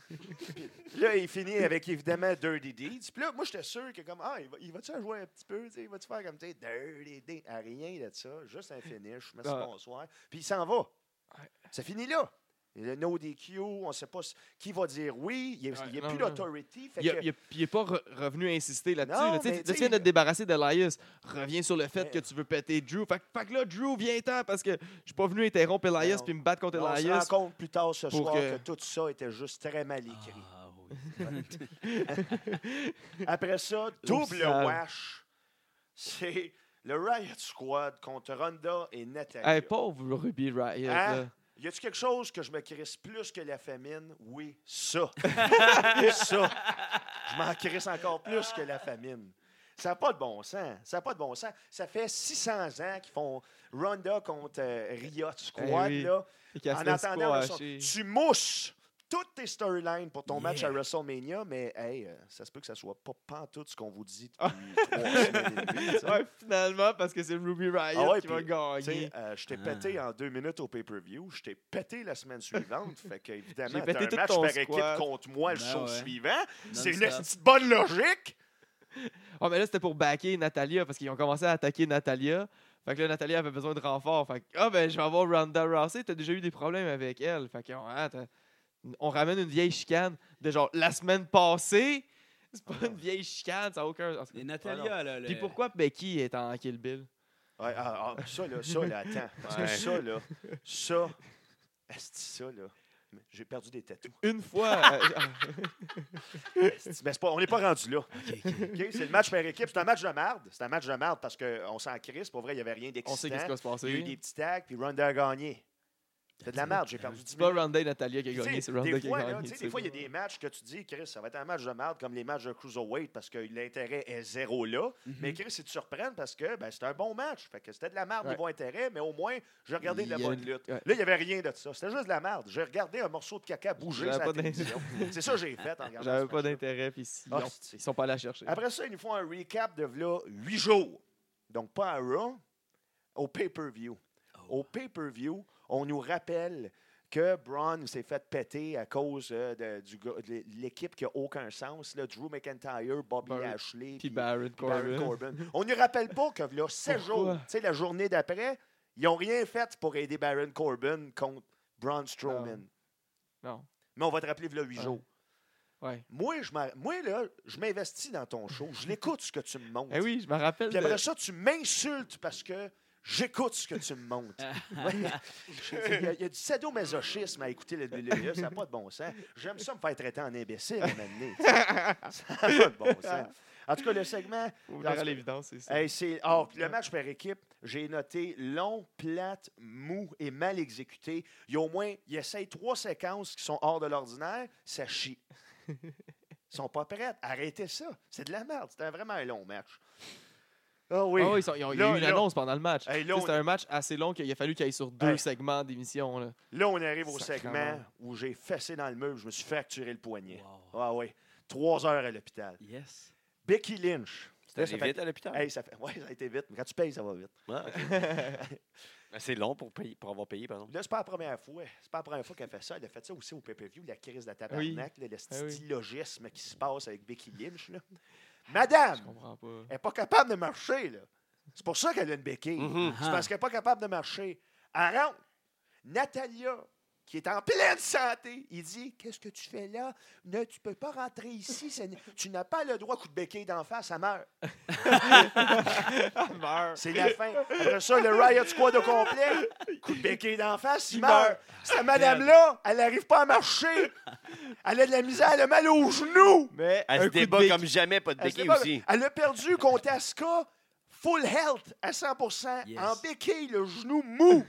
C: Puis là, il finit avec, évidemment, Dirty Deeds. Puis là, moi, j'étais sûr que, comme, ah, il va- il va-tu en jouer un petit peu? tu sais, Il va-tu faire comme, tu sais, Dirty Deeds? Ah, rien de ça. Juste un finish. Merci,
B: Ah.
C: bonsoir. Puis il s'en va. Ça finit là. Le no DQ, on sait pas s- qui va dire oui. Il n'y a,
B: Ouais,
C: il y a
B: non,
C: plus
B: non.
C: d'autorité. Fait
B: Il
C: que-
B: n'est pas re- revenu insister là-dessus.
C: Non,
B: là. Tu sais,
C: mais
B: tu-
C: tu
B: tu viens
C: sais-
B: de te débarrasser d'Elias. Reviens sur le fait
C: Mais-
B: que tu veux péter Drew. Fait, que- fait que là, Drew, viens-t'en parce que je suis pas venu interrompre Elias
C: Non.
B: puis me battre contre
C: on se
B: Elias.
C: rend compte plus tard ce
B: pour
C: soir
B: que-
C: que tout ça était juste très mal écrit.
D: Ah, oui.
C: Après ça, double
B: sale.
C: wash. C'est le Riot Squad contre Ronda et Natalia.
B: Hey, pauvre Ruby Riot.
C: Hein?
B: là.
C: Y a-tu quelque chose que je me crisse plus que la famine? Oui, ça. ça. Je m'en crisse encore plus que la famine. Ça n'a pas de bon sens. Ça n'a pas de bon sens. Ça fait 600 ans qu'ils font Ronda contre euh, Riot Squad.
B: Eh oui.
C: là.
B: Et qu'elle se
C: En
B: laisse
C: attendant,
B: pas
C: le son-
B: hacher.
C: tu mousses toutes tes storylines pour ton match à
D: Yeah.
C: WrestleMania, mais hey, euh, ça se peut que ça soit pas pantoute ce qu'on vous dit depuis trois semaines et demie, tu sais.
B: Ouais, finalement, parce que c'est Ruby Riot
C: Ah ouais,
B: qui
C: puis,
B: va
C: Tu sais,
B: gagner.
C: euh, je t'ai
D: Ah.
C: pété en deux minutes au pay-per-view. Je t'ai pété la semaine suivante. fait que,
B: J'ai
C: évidemment,
B: pété
C: t'as un
B: tout
C: match
B: ton
C: par
B: squad.
C: équipe contre moi le
D: Ben
C: show
D: ouais.
C: suivant. C'est une
D: Non-stop.
C: petite bonne logique.
B: Ah, mais là, c'était pour backer Natalia parce qu'ils ont commencé à attaquer Natalia. Fait que là, Natalia avait besoin de renfort. Fait que, ah, ben, je vais avoir Ronda Rousey. T'as déjà eu des problèmes avec elle. Fait qu'on ah, t'as- on ramène une vieille chicane de genre la semaine passée. C'est pas une vieille chicane, ça n'a aucun. en tout cas.
D: Et Natalia, là. le-
B: Puis pourquoi Becky est en Kill Bill?
C: Ouais, ah, ah, ça, là, ça, là, attends. Parce que ça, là, ça, esti, ça, là, j'ai perdu des tatous.
B: Une fois. euh,
C: Esti, Mais ben, c'est pas, on n'est pas rendu là.
D: Ok, ok.
C: OK, c'est le match par équipe. C'est un match de merde. C'est un match de merde parce qu'on s'en crisse. Pour vrai, il n'y avait rien
B: on sait qu'est-ce qui
C: d'excitant.
B: va se passer.
C: Il y a eu des petits tags, puis Ronda a gagné. C'est de la merde. J'ai perdu 10
B: C'est pas
C: minutes.
B: Ronda et Natalia qui a
C: Puis, tu
B: gagné,
C: sais,
B: c'est Ronda
C: des
B: qui
C: fois,
B: a
C: là,
B: gagné.
C: tu sais,
B: tu
C: des
B: sais.
C: fois, il y a des matchs que tu dis, Chris, ça va être un match de merde comme les matchs de Cruiserweight parce que l'intérêt est zéro là.
B: Mhm.
C: Mais Chris, ils te surprennent parce que ben, c'était un bon match. Fait que c'était de la merde
B: Ouais.
C: niveau intérêt, mais au moins, j'ai regardé de la
B: Il y a
C: bonne
B: une-
C: lutte.
B: ouais.
C: Là, il n'y avait rien de ça. C'était juste de la merde. J'ai regardé un morceau de caca bouger
B: J'avais
C: sur la
B: pas d'in-
C: télévision. C'est ça que j'ai fait en regardant
B: J'avais
C: ce
B: pas
C: match-là.
B: d'intérêt, puis ils,
C: Ah,
B: ont-
C: c'est-
B: ils sont pas allés la chercher.
C: après ça, ils nous font un recap de là, huit jours. Donc, pas à Raw, au pay-per-view.
D: Oh.
C: Au pay-per-view, on nous rappelle que Braun s'est fait péter à cause euh, de, du gars- de l'équipe qui n'a aucun sens. Là, Drew McIntyre, Bobby
B: Bar-
C: Ashley,
B: Puis
C: puis
B: Baron
C: Baron
B: Corbin.
C: Corbin. On ne rappelle pas que là, sept
B: Pourquoi?
C: jours, tu sais, la journée d'après, ils n'ont rien fait pour aider Baron Corbin contre Braun Strowman.
B: Non.
C: Mais on va te rappeler là, huit
B: Ouais.
C: jours.
B: Ouais.
C: Moi, je m'en- moi, là, je m'investis dans ton show. Je l'écoute ce que tu me montres.
B: Eh oui, je me rappelle.
C: Puis
B: de-
C: après ça, tu m'insultes parce que j'écoute ce que tu me montres. Ouais. Je- Il y a- il y, a du sadomasochisme à écouter le WWE, ça n'a pas de bon sens. J'aime ça me faire traiter en imbécile à un moment donné, tu sais. Ça n'a pas de bon sens. En tout cas, le segment,
B: Faut
C: dans
B: venir à
C: ce-
B: l'évidence, c'est ça.
C: hey, c'est. oh, le match par équipe, j'ai noté long, plate, mou et mal exécuté. Il y a au moins, il essaye trois séquences qui sont hors de l'ordinaire, ça chie. Ils sont pas prêts. Arrêtez ça. C'est de la merde. C'était vraiment un long match. Ah oui.
B: Ah ouais, ils sont- ils ont- il y a
C: Là,
B: eu une
C: là-
B: annonce pendant le match.
C: Hey,
B: Tu sais,
C: là, on- Eh.
B: C'était un match assez long qu'il a fallu qu'il aille sur deux
C: Hey.
B: segments d'émission. là.
C: Là, on arrive au
B: Sacrément.
C: segment où j'ai fessé dans le mur, je me suis fracturé le poignet. Ah oui, trois heures à l'hôpital.
D: Yes.
C: Becky Lynch. Là, ça
A: C'était
C: fait-
A: vite à l'hôpital.
C: Hey, ça fait... Ouais, ça a été vite, mais quand tu payes, ça va vite.
A: Ah, ok. Mais c'est long pour, payer, pour avoir payé, par exemple.
C: Là, c'est pas la première fois. C'est pas la première fois qu'elle fait ça. Elle a fait ça aussi au pay-per-view, la crise de la tabarnak, là, le
B: Ah oui.
C: petit logisme qui se passe avec Becky Lynch. là.
B: Je
C: Madame,
B: comprends pas.
C: elle n'est pas capable de marcher. là. C'est pour ça qu'elle a une béquille.
A: Mhm.
B: Hein.
D: Ah.
C: Hmm. C'est parce qu'elle n'est pas capable de marcher. Elle rentre. Natalia, qui est en pleine santé, il dit Qu'est-ce que tu fais là Ne, tu peux pas rentrer ici. ça n- tu n'as pas le droit, coup de béquille d'en face, ça meurt.
B: Elle meurt.
C: C'est la fin. Après ça, le Riot Squad au complet, coup de béquille d'en face, il meurt. Cette madame-là, elle n'arrive pas à marcher. Elle a de la misère, elle a mal aux genoux.
B: Mais
A: Elle
B: un
A: se
B: coup de
A: débat
B: bec-
A: comme jamais, pas de
C: Elle se
A: béquille
C: débat-
A: aussi.
C: Elle a perdu contre Asuka, full health à 100
D: Yes.
C: en béquille, le genou mou.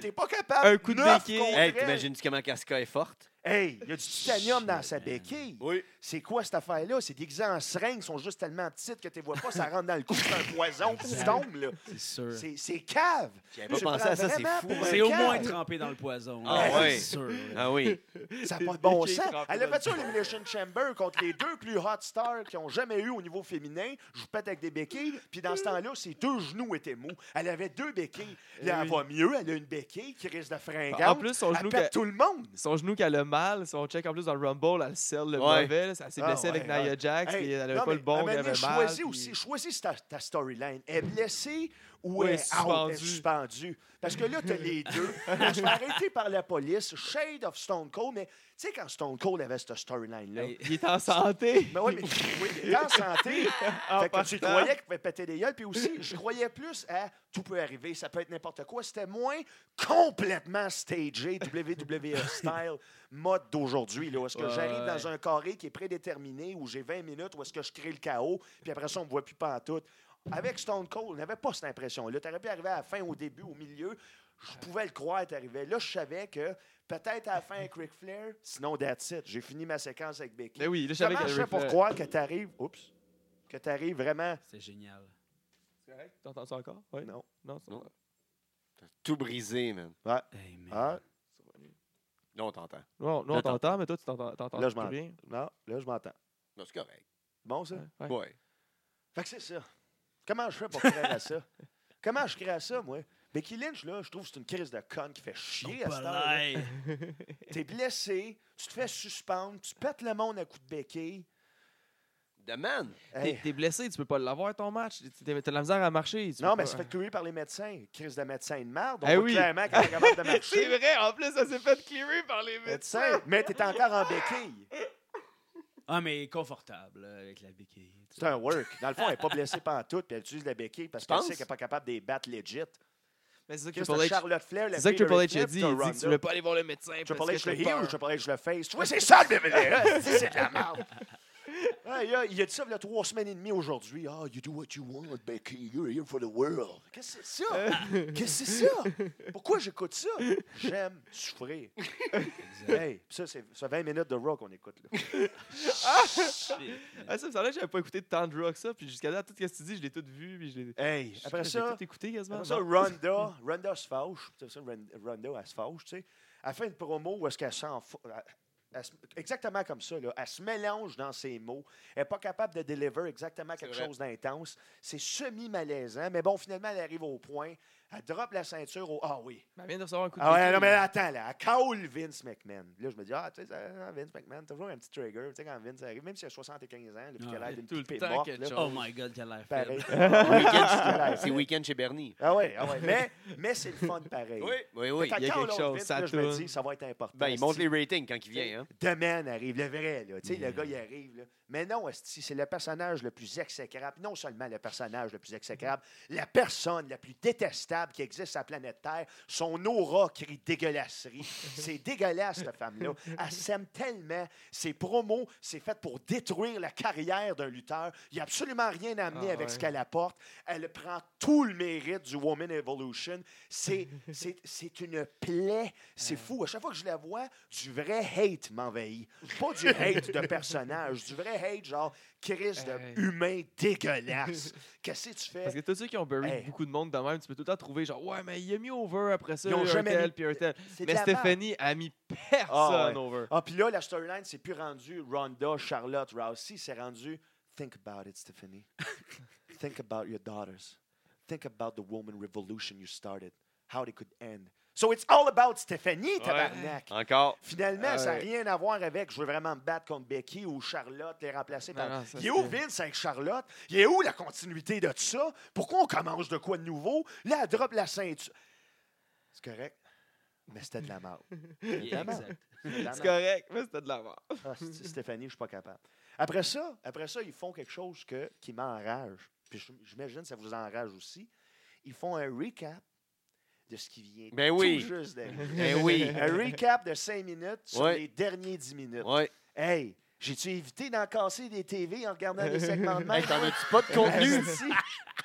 C: T'es pas capable.
B: Un coup de
C: neuf
B: béquille.
C: contre
A: Hey,
C: elle.
A: t'imagines-tu comment Casca est forte?
C: Hey, il y a du titanium dans sa béquille.
A: Oui.
C: C'est quoi cette affaire-là? C'est déguisé en seringue, ils sont juste tellement petites que tu vois pas, ça rentre dans le cou, c'est un poison, puis tu tombes, là.
D: C'est sûr.
C: C'est- C'est cave.
A: J'avais
C: Tu
A: pas pensé
C: prends
A: à ça, c'est
C: vraiment
A: fou.
C: pour un
D: C'est au
C: cave.
D: moins trempé dans le poison.
A: Ah
D: là.
A: ouais.
D: C'est sûr. là.
A: Ah oui.
C: Ça n'a pas de bon
B: Des
C: sens.
B: cakes
C: Elle a
B: remplis
C: fait ça au Elimination Chamber contre les deux plus hot stars qui ont jamais eu au niveau féminin. Je vous pète avec des béquilles. Puis dans ce temps-là, ses deux genoux étaient mous. Elle avait deux béquilles. Là, elle va mieux. Elle a une béquille qui risque de fringuer.
B: Eh En plus, son
C: elle
B: genou
C: pète
B: qu'elle-
C: tout le monde.
B: Son genou qu'elle a mal, son check en plus dans le Rumble, elle selle le
A: Ouais.
B: mauvais. là. Elle s'est
C: Ah,
B: blessée
C: ouais,
B: avec Nia
C: ouais.
B: Jax,
C: Hey,
B: puis elle
C: non,
B: avait pas
C: mais
B: le bon,
C: à un
B: elle
C: moment
B: avait
C: donné,
B: mal.
C: Choisis
B: puis-
C: aussi, choisis ta, ta storyline. Est blessée ou
B: Ou
C: est
B: est
C: suspendue.
B: suspendue.
C: suspendue? Parce que là, tu as les deux. On se fait arrêter par la police. Shade of Stone Cold. Mais tu sais, quand Stone Cold avait cette storyline-là,
D: Hey,
B: Il est en santé.
C: Mais oui, Ben mais, oui, mais en santé,
B: En
C: fait que tu
B: partant.
C: croyais qu'il pouvait péter des gueules. Puis aussi, je croyais plus à tout peut arriver, ça peut être n'importe quoi. C'était moins complètement stagé, WWE style mode d'aujourd'hui. là, où Est-ce que
D: Ouais,
C: j'arrive
D: ouais.
C: dans un carré qui est prédéterminé, où j'ai 20 minutes, où est-ce que je crée le chaos, puis après ça, on me voit plus pantoute. Avec Stone Cold, on n'avait pas cette impression-là. Tu aurais pu arriver à la fin, au début, au milieu. Je pouvais le croire, t'arrivais. Là, je savais que peut-être à la fin avec Ric Flair, sinon, that's it. J'ai fini ma séquence avec Becky.
B: Mais oui, là, je savais
C: Comment je
B: qu'elle
C: fais pour croire que t'arrives... Oups. Que t'arrives vraiment...
D: C'est génial.
B: T'entends ça encore? Oui.
C: Non.
B: Non, c'est
A: Non.
B: bon.
A: Tout brisé, man.
D: Hey, man.
C: Ah,
A: Non, on t'entend.
B: Non, nous,
A: Là,
B: on t'entend, mais toi, tu t'entends t'entends
C: Là,
B: plus
C: je m'entends.
B: rien.
C: non, là, je m'entends.
A: Non, c'est correct.
C: Bon, ça?
B: Ouais.
A: Ouais.
C: Fait que c'est ça. Comment je fais pour créer à ça? Comment je crée à ça, moi? Becky Lynch, là, je trouve que c'est une crise de conne qui fait chier à cette heure.
D: Hey.
C: T'es blessé, tu te fais suspendre, tu pètes le monde à coups de béquille.
A: The man.
B: T'es-
C: Hey.
B: T'es blessé, tu peux pas l'avoir ton match. T'es- T'as de la misère à marcher. tu
C: Non,
B: peux
C: mais
B: pas-
C: c'est fait courir par les médecins. Crise de médecin de merde. On
B: Eh
C: voit
B: oui.
C: clairement qu'elle est capable de marcher.
B: C'est vrai, en plus, ça s'est fait clearer par les médecins.
C: Médecin, mais t'es encore en béquille.
D: Ah, mais confortable là, avec la béquille. tu sais.
C: C'est un work. Dans le fond, elle n'est pas blessée pantoute, puis elle utilise la béquille parce qu'elle
A: penses?
C: sait qu'elle n'est pas capable de les battre legit.
B: Mais c'est ça que
C: Chris,
B: Triple
C: t'as
B: H.
C: Charlotte Flair, la
B: C'est ça que
C: fille de
B: Triple H
C: Ric
B: a
C: Flair,
B: dit.
C: puis
B: Il dit que
C: t'as
B: tu
C: Ronda.
B: voulais pas aller voir le médecin.
C: Triple
B: parce
C: H
B: que
C: le
B: t'as
C: heel ou
B: peur.
C: Triple H le face? Tu vois, c'est ça le WWE! C'est de la merde! Ah, il, a, il a dit ça il y a trois semaines et demie aujourd'hui. Ah, you do what you want, Becky. You're here for the world. Qu'est-ce que c'est ça? Qu'est-ce que c'est ça? Pourquoi j'écoute ça? J'aime souffrir. hey, ça, c'est ça, 20 minutes de rock qu'on écoute. Là.
B: Ah, ça me semblait que j'avais pas écouté tant de rock ça. Puis jusqu'à là, tout ce que tu dis, je l'ai tout vu. Puis je l'ai-
C: Hey,
B: je-
C: après
B: j'ai
C: ça,
B: tout écouté quasiment.
C: Après ça,
B: Non.
C: Ronda, Ronda se fâche. C'est ça, Ron- Ronda, elle se fâche, tu sais. Elle fait une promo où est-ce qu'elle s'en fou- elle- elle se- Exactement comme ça, là. Elle se mélange dans ses mots. Elle n'est pas capable de deliver exactement quelque
A: vrai.
C: chose d'intense. C'est semi-malaisant, mais bon, finalement, elle arrive au point. Elle drop la ceinture au. Ah oui.
B: Mais elle vient de recevoir un coup de
C: Ah ouais,
B: couteau,
C: non, mais
B: là.
C: attends, là. Elle colle Vince McMahon. Là, je me dis, ah, tu sais, ça, Vince McMahon, toujours un petit trigger. Tu sais, quand Vince arrive, même s'il a 75 ans, là, puis
D: Ah,
C: qu'elle
B: il
C: a l'air
B: y a
C: d'une
B: tout le
C: pipée
B: temps
C: morte,
B: quelque
C: là,
B: chose.
D: Oh my god, quelle l'air
C: pareil.
D: faible.
A: Week-end- C'est Weekend chez Bernie.
C: Ah ouais, ah ouais. Mais, mais c'est le fun pareil.
A: Oui, oui.
C: Fait que
B: il y a
C: quand
B: quelque
C: on
B: chose,
C: Vince,
B: ça
C: là, je me
B: tourne.
C: dis, ça va être important.
A: Ben, il monte les ratings quand il vient. Hein.
C: Demain arrive, le vrai, là. Tu sais, le
D: Yeah.
C: gars, il arrive, là. Mais non, esti, c'est le personnage le plus exécrable. Non seulement le personnage le plus exécrable, la personne la plus détestable qui existe sur la planète Terre. Son aura crie dégueulasserie. c'est dégueulasse, cette femme-là. Elle s'aime tellement. Ses promos, c'est fait pour détruire la carrière d'un lutteur. Il n'y a absolument rien à amener
B: Ah, ouais.
C: avec ce qu'elle apporte. Elle prend tout le mérite du Woman Evolution. C'est, c'est, c'est une plaie. C'est fou. À chaque fois que je la vois, du vrai hate m'envahit. Pas du hate de personnage, du vrai hate, genre, Chris de
B: Hey.
C: humain dégueulasse. Qu'est-ce que tu
B: Parce que
C: fais?
B: tous ceux qui ont buried
C: Hey.
B: beaucoup de monde de même, tu peux tout le temps trouver genre ouais mais il a mis over après ça,
C: Ils ont
B: un
C: jamais
B: tel
C: mis-
B: puis un tel.
C: C'est de
B: Mais
C: la merde.
B: Stéphanie a mis personne
C: Ah, ouais.
B: over.
C: Ah, puis là, la storyline, c'est plus rendu Ronda, Charlotte, Rousey, c'est rendu Think about it, Stephanie. Think about your daughters. Think about the woman revolution you started, how they could end. So it's all about Stephanie, tabarnak.
A: hein. Encore.
C: Finalement,
B: Ah
C: ça n'a
B: ouais.
C: rien à voir avec je veux vraiment me battre contre Becky ou Charlotte, les remplacer par.
B: Non, non, ça,
C: Il est où
B: c'était-
C: Vince avec Charlotte? Il est où la continuité de tout ça? Pourquoi on commence de quoi de nouveau? Là, elle drop la ceinture. C'est correct, mais c'était de la merde.
D: Yeah,
C: Évidemment.
D: exact.
C: C'était de la
B: C'est
C: merde.
B: correct, mais c'était de la mort.
C: Ah, c'est- Stéphanie, je suis pas capable. Après ça, après ça, ils font quelque chose que, qui m'enrage. Puis je- j'imagine que ça vous enrage aussi. Ils font un recap de ce qui vient
A: Ben
C: tout
A: oui.
C: juste d'arriver.
A: Eh oui.
C: un recap de 5 minutes sur
A: Ouais.
C: les derniers 10 minutes.
A: Ouais.
C: Hey, j'ai-tu évité d'en casser des TV en regardant des segments de
A: Hey,
C: même?
A: T'en as-tu pas de contenu?
C: Asti.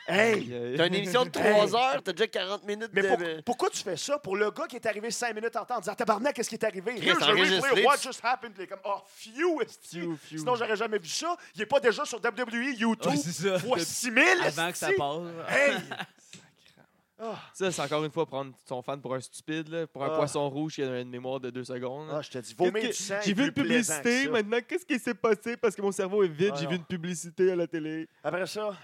C: hey!
A: T'as une émission de 3 heures, t'as déjà 40 minutes
C: Mais
A: de.
C: pour- pourquoi tu fais ça pour le gars qui est arrivé cinq minutes en temps en disant Tabarnak, qu'est-ce qui est arrivé?
A: Chris,
C: Here's the replay of
A: enregistré,
C: What
A: tu-
C: just happened? Puis il est comme, oh, phew, esti.
B: Phew, phew.
C: Sinon, j'aurais jamais vu ça. Il est pas déjà sur WWE, YouTube,
D: Ouais, Oh, c'est ça.
C: fois 6000.
D: Avant que ça Ben
C: esti.
D: passe.
C: Hey! Ah,
B: Ça, c'est encore une fois prendre son fan pour un stupide, là, pour un
C: Ah.
B: poisson rouge qui a une mémoire de 2 secondes. là.
C: ah, je te dis, vomir
B: Qu'est-ce
C: du
B: que-
C: sang. est
B: J'ai vu
C: plus
B: une
C: plaisant que
B: publicité,
C: ça.
B: maintenant qu'est-ce qui s'est passé parce que mon cerveau est vide,
C: Ah,
B: j'ai
C: non.
B: vu une publicité à la télé.
C: Après ça,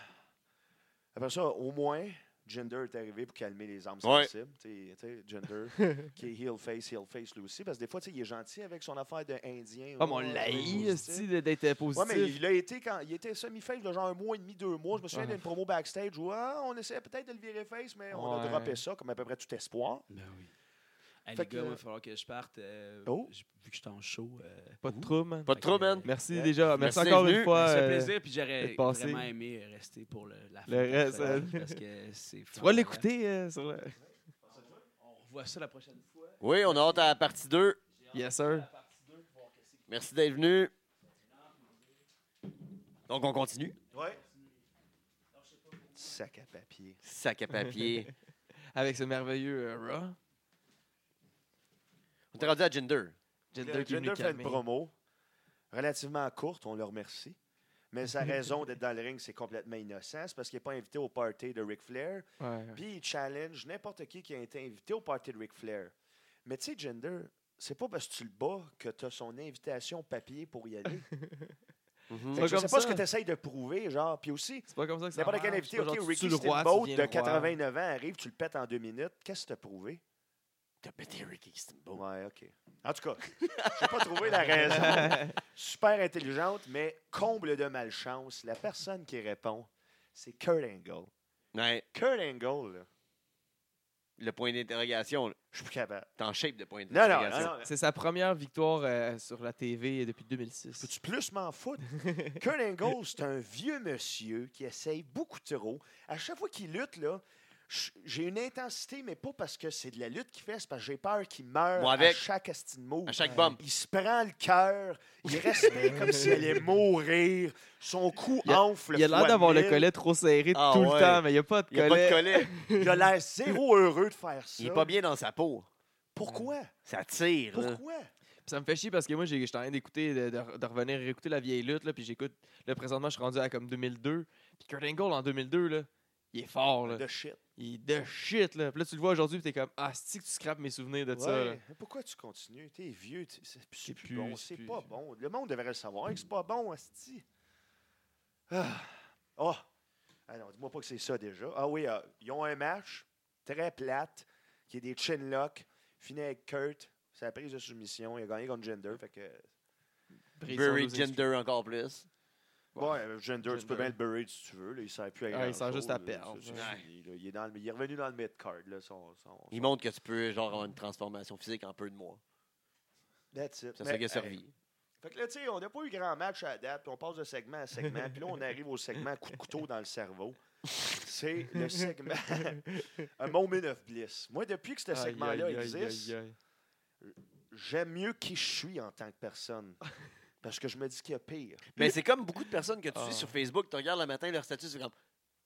C: après ça, au moins, Gender est arrivé pour calmer les armes
A: Ouais.
C: sensibles. Tu sais- tu sais, Gender, qui est heel face, heel face lui aussi. Parce que des fois, tu sais, il est gentil avec son affaire d'Indien.
B: Ah, mon
C: Ouais,
B: laï,
C: ouais,
B: esti, d'être
C: Ouais,
B: positif.
C: mais il a été quand il était semi-face de genre un mois et demi, deux mois. Je me souviens d'une promo backstage où ah, on essayait peut-être de le virer face, mais on a
B: Ouais.
C: droppé ça comme à peu près tout espoir.
D: Ben oui. Hey,
C: Fait
D: les
C: que-
D: gars, il va falloir que je parte. euh,
C: Oh.
D: j- Vu que je suis en show. euh,
B: Pas de trouble. man.
A: Pas de trouble, man.
B: Merci
C: Ouais.
B: déjà, merci,
A: Merci
B: encore
A: d'être
B: une
A: venu.
B: fois.
D: C'est un
B: euh,
D: plaisir, puis
B: de
D: j'aurais
B: passer.
D: vraiment aimé rester pour le, la fin.
B: reste, euh,
C: hein.
D: parce que c'est hein.
B: Tu vas l'écouter euh, sur le...
D: On revoit ça la prochaine fois.
A: Oui, on a hâte à la partie 2.
B: Yes, sir.
A: Merci d'être venu. Donc, on continue.
C: Ouais. Sac à papier.
A: Sac à papier.
B: Avec ce merveilleux euh, Raw.
A: on est rendu à Gender.
B: Gender, qui est venu
C: Gender fait une
B: calmer.
C: promo relativement courte, on le remercie. Mais sa raison d'être dans le ring, c'est complètement innocent. C'est parce qu'il n'est pas invité au party de Ric Flair.
B: Ouais.
C: Puis il challenge n'importe qui qui a été invité au party de Ric Flair. Mais tu sais, Gender, c'est pas parce que tu le bats que tu as son invitation papier pour y aller.
A: Mhm.
C: Fait que
B: Pas
C: je sais
B: comme
C: pas
B: ça.
C: ce que tu essayes de prouver, genre. Puis aussi,
B: C'est pas comme ça que ça
C: n'importe quel
B: marche.
C: invité,
B: C'est pas
C: OK,
B: genre, tu tues
C: Ricky
B: le roi,
C: Steamboat
B: tu deviens
C: de
B: le roi.
C: 89 ans arrive, tu le pètes en deux minutes. Qu'est-ce que tu as prouvé?
A: T'as pété Ricky Steamboat.
C: Ouais, OK. En tout cas, j'ai pas trouvé la raison. Super intelligente, mais comble de malchance, la personne qui répond, c'est Kurt Angle.
A: Ouais,
C: Kurt Angle, là,
A: le point d'interrogation. là.
C: je suis plus capable.
A: T'es en shape de point
C: Non, non, non.
A: d'interrogation.
C: non.
B: C'est sa première victoire euh, sur la TV depuis 2006.
C: Peux-tu plus m'en foutre? Kurt Angle, c'est un vieux monsieur qui essaye beaucoup trop. À chaque fois qu'il lutte, là, j- j'ai une intensité, mais pas parce que c'est de la lutte qu'il fait, c'est parce que j'ai peur qu'il meure
A: Moi avec.
C: à chaque astine move.
A: À chaque bump.
C: Il se prend le cœur, il respire comme s'il allait mourir, son cou
B: Il a-
C: enfle.
B: Il a l'air
C: fois
B: d'avoir le
C: mille.
B: collet trop serré
A: Ah
B: tout
A: ouais.
B: le temps, mais il n'y a pas de
A: Il n'y a
B: collet.
A: pas de collet.
C: Il a l'air zéro heureux de faire ça.
A: Il est pas bien dans sa peau.
C: Pourquoi?
A: Ça tire. là.
C: Pourquoi?
B: Puis Ça me fait chier parce que moi, j'ai- j'étais en train d'écouter, de, de- de revenir réécouter la vieille lutte, là, puis j'écoute. Là, présentement, je suis rendu à comme 2002. Puis Kurt Angle, en 2002, là, il est fort, là.
C: De shit.
B: Il est de shit, là. Puis là, tu le vois aujourd'hui, puis t'es comme, ah, c'est que tu scrapes mes souvenirs de ça. là.
C: Ouais. Pourquoi tu continues? T'es vieux, t'es- c'est c'est
B: C'est
C: plus,
B: plus-
C: bon,
B: c'est
C: c'est
B: plus-
C: pas bon. Le monde devrait le savoir que c'est pas bon, Asti. Ah. Oh! Ah non, dis-moi pas que c'est ça déjà. Ah oui, euh, ils ah, ont un match, très plate, qui est des chinlocks. Fini avec Kurt, sa prise de soumission. Il a gagné contre Gender. Fait que,
A: Bury Gender encore plus.
C: ouais, euh, Gender, tu peux
B: Jinder.
C: bien le buried si tu veux. là, il ne sert plus à
B: Ouais,
C: grand
B: Ah, il sert juste
C: chose,
B: à
C: là,
B: perdre.
C: c'est- c'est
A: Ouais.
C: fini, là. il, est dans le- il est revenu dans le mid-card. Là, son, son-
A: Il
C: son-
A: montre que tu peux genre avoir une transformation physique en peu de mois.
C: That's it.
A: C'est
C: Mais,
A: ça qui a
C: hey,
A: servi.
C: Fait que là, tu sais, on n'a pas eu grand match à la date, puis on passe de segment à segment, puis là, on arrive au segment coup de couteau dans le cerveau. C'est le segment A Moment of Bliss. Moi, depuis que ce segment-là existe, j'aime mieux qui je suis en tant que personne. Parce que je me dis qu'il y a pire.
A: Mais c'est comme beaucoup de personnes que tu
B: Ah.
A: suis sur Facebook, tu regardes le matin leur statut, c'est comme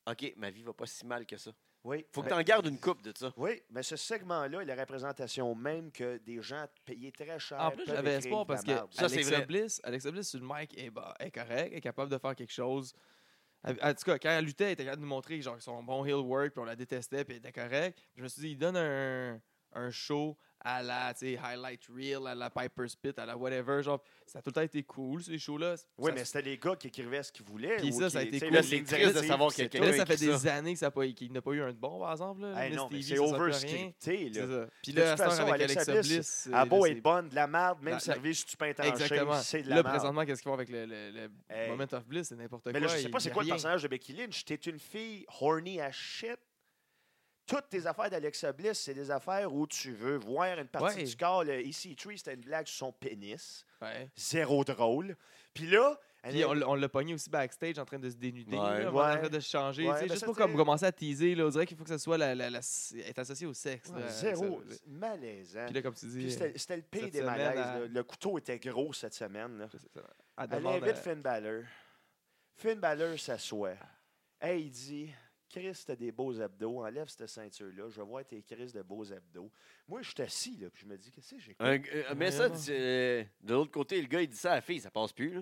A: OK, ma vie va pas si mal que ça.
C: Oui.
A: Faut que
C: mais-
A: tu en gardes une coupe de ça.
C: Oui, mais ce segment-là est la représentation même que des gens payés très cher.
B: En plus,
C: peuvent
B: j'avais
C: écrire
B: espoir
C: de la
B: parce que
C: marde.
A: Ça, c'est
B: Alexa
A: vrai.
B: Bliss, Alexa Bliss sur le mic est, bah, est correct, est capable de faire quelque chose. Elle- En tout cas, quand elle luttait, elle était capable de nous montrer genre, son bon heel work, puis on la détestait, puis elle était correcte. Je me suis dit, il donne un, un show à la tu sais, highlight reel, à la Piper's Pit, à la whatever. Genre, ça a tout le temps été cool, ces shows-là.
C: Oui,
B: Ça-
C: mais c'était les gars qui écrivaient ce qu'ils voulaient.
B: Puis
C: ou
B: ça,
C: qui-
B: ça a été
C: tu sais,
B: cool.
C: la
A: C'est
C: ligne
A: triste de
C: directrice,
A: savoir
C: c'est
A: que
B: Là,
A: quelqu'un
B: ça
A: écrit
B: fait des
A: ça.
B: années que ça a pas- qu'il n'a pas eu un de bon, par exemple. Là.
C: Hey,
B: Miss
C: non, mais
B: Stevie,
C: c'est
B: ça sort plus rien.
C: overscripté.
B: C'est
C: Là.
B: ça. Puis
C: De toute
B: là, à cette heure,
C: façon,
B: avec
C: Alexa
B: Alexa
C: Bliss,
B: Bliss.
C: Ah
B: euh,
C: beau
B: là,
C: est bonne, de la marde, même
B: La-
C: service tu peins
B: c'est- Exactement.
C: c'est de la
B: Là,
C: marde.
B: présentement, qu'est-ce qu'ils font avec le, le- le
C: Hey.
B: Moment of Bliss C'est n'importe quoi.
C: Mais là, je sais pas
B: il- il
C: c'est
B: y a
C: quoi le
B: rien.
C: personnage de Becky Lynch. T'es une fille horny à shit. Toutes tes affaires d'Alexa Bliss, c'est des affaires où tu veux voir une partie
B: Ouais.
C: du corps. Le EC3, c'était une blague sur son pénis.
B: Ouais.
C: Zéro drôle. Puis là, elle
B: Puis on, l'a- on l'a pogné aussi backstage en train de se dénuder,
A: Ouais.
B: là,
C: Ouais.
B: en train de se changer.
C: Ouais,
B: tu sais,
C: ben
B: juste
C: ça,
B: pour
C: tu sais-
B: comme, commencer à teaser, là, on dirait qu'il faut que ça soit la, la, la- être associé au sexe.
C: Ouais,
B: là,
C: zéro.
B: euh, ça.
C: Malaisant.
B: Puis là, comme tu dis,
C: Puis c'était c'était le pire
B: cette
C: des
B: semaine,
C: malaises.
B: elle-
C: là. Le couteau était gros cette semaine. là.
B: euh, c'est- c'est- elle
C: Elle
B: demande,
C: invite
B: euh,
C: Finn Balor. Finn Balor s'assoit. Hey, il dit Chris, t'as des beaux abdos, enlève cette ceinture-là, je vois tes Chris de beaux abdos. Moi, je suis assis, là, puis je me dis Qu'est-ce que j'ai
A: Un- euh, mais ça,
B: Vraiment.
A: tu- euh, de l'autre côté, le gars, il dit ça à la fille, ça passe plus. Là.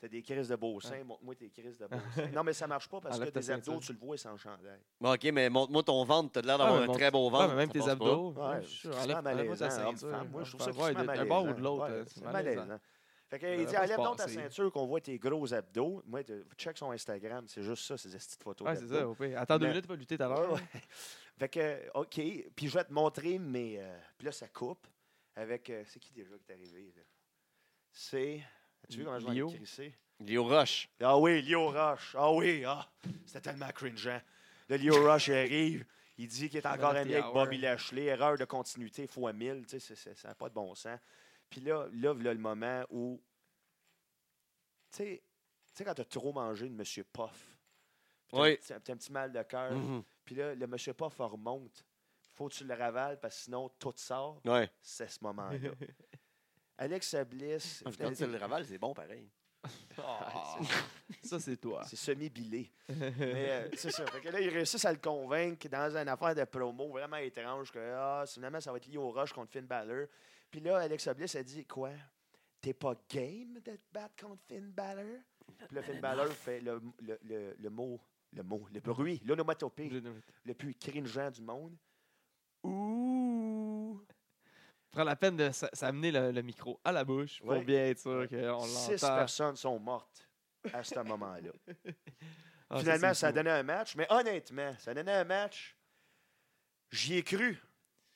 C: T'as des Chris de beaux seins, montre-moi tes Chris de beaux seins. Non, mais ça marche pas parce
B: Enlève
C: que
B: ta
C: tes abdos,
B: ceinture.
C: tu le vois sans chandail.
A: Bon, OK, mais montre-moi ton ventre, t'as l'air
B: Ah,
A: d'avoir
B: mais
A: un
B: mon-
A: très beau
B: ouais,
A: ventre.
B: mais même
A: ça
B: tes
A: passe pas.
B: abdos.
C: Ouais,
B: je suis sûr,
C: c'est
B: enlève-
C: vraiment
B: enlève-moi ta
C: malaisant, homme,
B: ceinture,
C: femme. Moi, je
B: homme,
C: trouve ça
B: femme.
C: extrêmement
B: Ouais,
C: malaisant.
B: d'un bord ou de l'autre,
C: Ouais,
B: euh,
C: c'est malaisant. Fait que, il
B: devrait
C: dit,
B: pas se
C: enlève donc ta
B: passer.
C: ceinture qu'on voit tes gros abdos. Moi, tu- check son Instagram, c'est juste ça, ces petites photos.
B: Ouais, c'est
C: d'abdos.
B: ça. au pire. Attends deux
C: Mais-
B: minutes, tu vas lutter tout à
C: Ouais,
B: l'heure.
C: ouais. Fait que, OK, puis je vais te montrer mes. euh, puis là, ça coupe avec. euh, c'est qui déjà qui est arrivé, là? C'est. Tu vois comment je vais
B: Lio.
C: le crisser?
A: Léo Roche.
C: Ah oui, Lio Rush. Ah oui, ah. C'était tellement cringeant. Le Lio Rush il arrive. Il dit qu'il est encore
B: Happy
C: ami avec
B: hour.
C: Bobby Lashley. Erreur de continuité fois 1000. Tu sais, c'est- c'est- ça n'a pas de bon sens. Puis là, là, voilà le moment où. Tu sais, tu sais, quand t'as trop mangé de Monsieur Puff. puis t'as un
A: Oui.
C: petit- T'as un petit mal de cœur.
B: Mm-hmm.
A: Mhm.
C: Puis là, le monsieur Puff elle remonte. Faut que tu le ravales parce que sinon tout sort.
A: Ouais.
C: C'est ce moment-là. Alex Bliss.
A: Quand tu le ravales, c'est bon pareil.
B: Ah, Ça, c'est toi.
C: C'est semi-bilé. Mais euh, c'est ça. Fait que là, ils réussissent à le convaincre dans une affaire de promo vraiment étrange que ah, finalement, ça va être lié au rush contre Finn Balor. Puis là, Alex Bliss a dit Quoi T'es pas game de te battre contre Finn Balor Puis là, Finn Balor fait le, le- le- le mot, le mot, le bruit, l'onomatopée. le plus cringeant du monde. Ouh!
B: Prends la peine de s- s'amener le, le micro à la bouche pour
C: Ouais.
B: bien être sûr qu'on
C: Six
B: l'entend.
C: personnes sont mortes à ce moment-là.
B: Ah,
C: Finalement, ça,
B: c'est
C: a
B: fou.
C: donné un match, mais honnêtement, ça donnait un match. J'y ai cru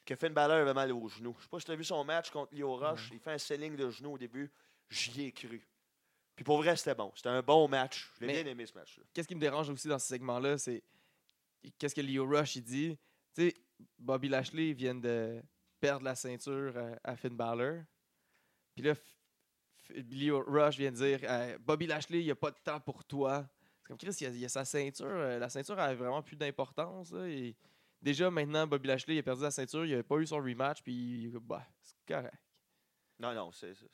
C: que Finn Balor avait mal aux genoux. Je sais pas si tu as vu son match contre Leo Rush. Il fait un selling de genoux au début. J'y ai cru. Puis pour vrai, c'était bon. C'était un bon match. Je l'ai
B: Mais-
C: bien aimé, ce match-là.
B: qu'est-ce qui me dérange aussi dans ce segment-là, c'est qu'est-ce que Leo Rush il dit. Tu sais, Bobby Lashley vient de perdre la ceinture euh, à Finn Balor. Puis là, F- F- Leo Rush vient de dire euh, Bobby Lashley, il n'y a pas de temps pour toi. C'est comme Chris, il y a, il y a sa ceinture. euh, la ceinture a vraiment plus d'importance. là, et déjà, maintenant, Bobby Lashley il a perdu la ceinture. Il n'a pas eu son rematch. Puis, bah, c'est correct.
C: Non, non, c'est ça.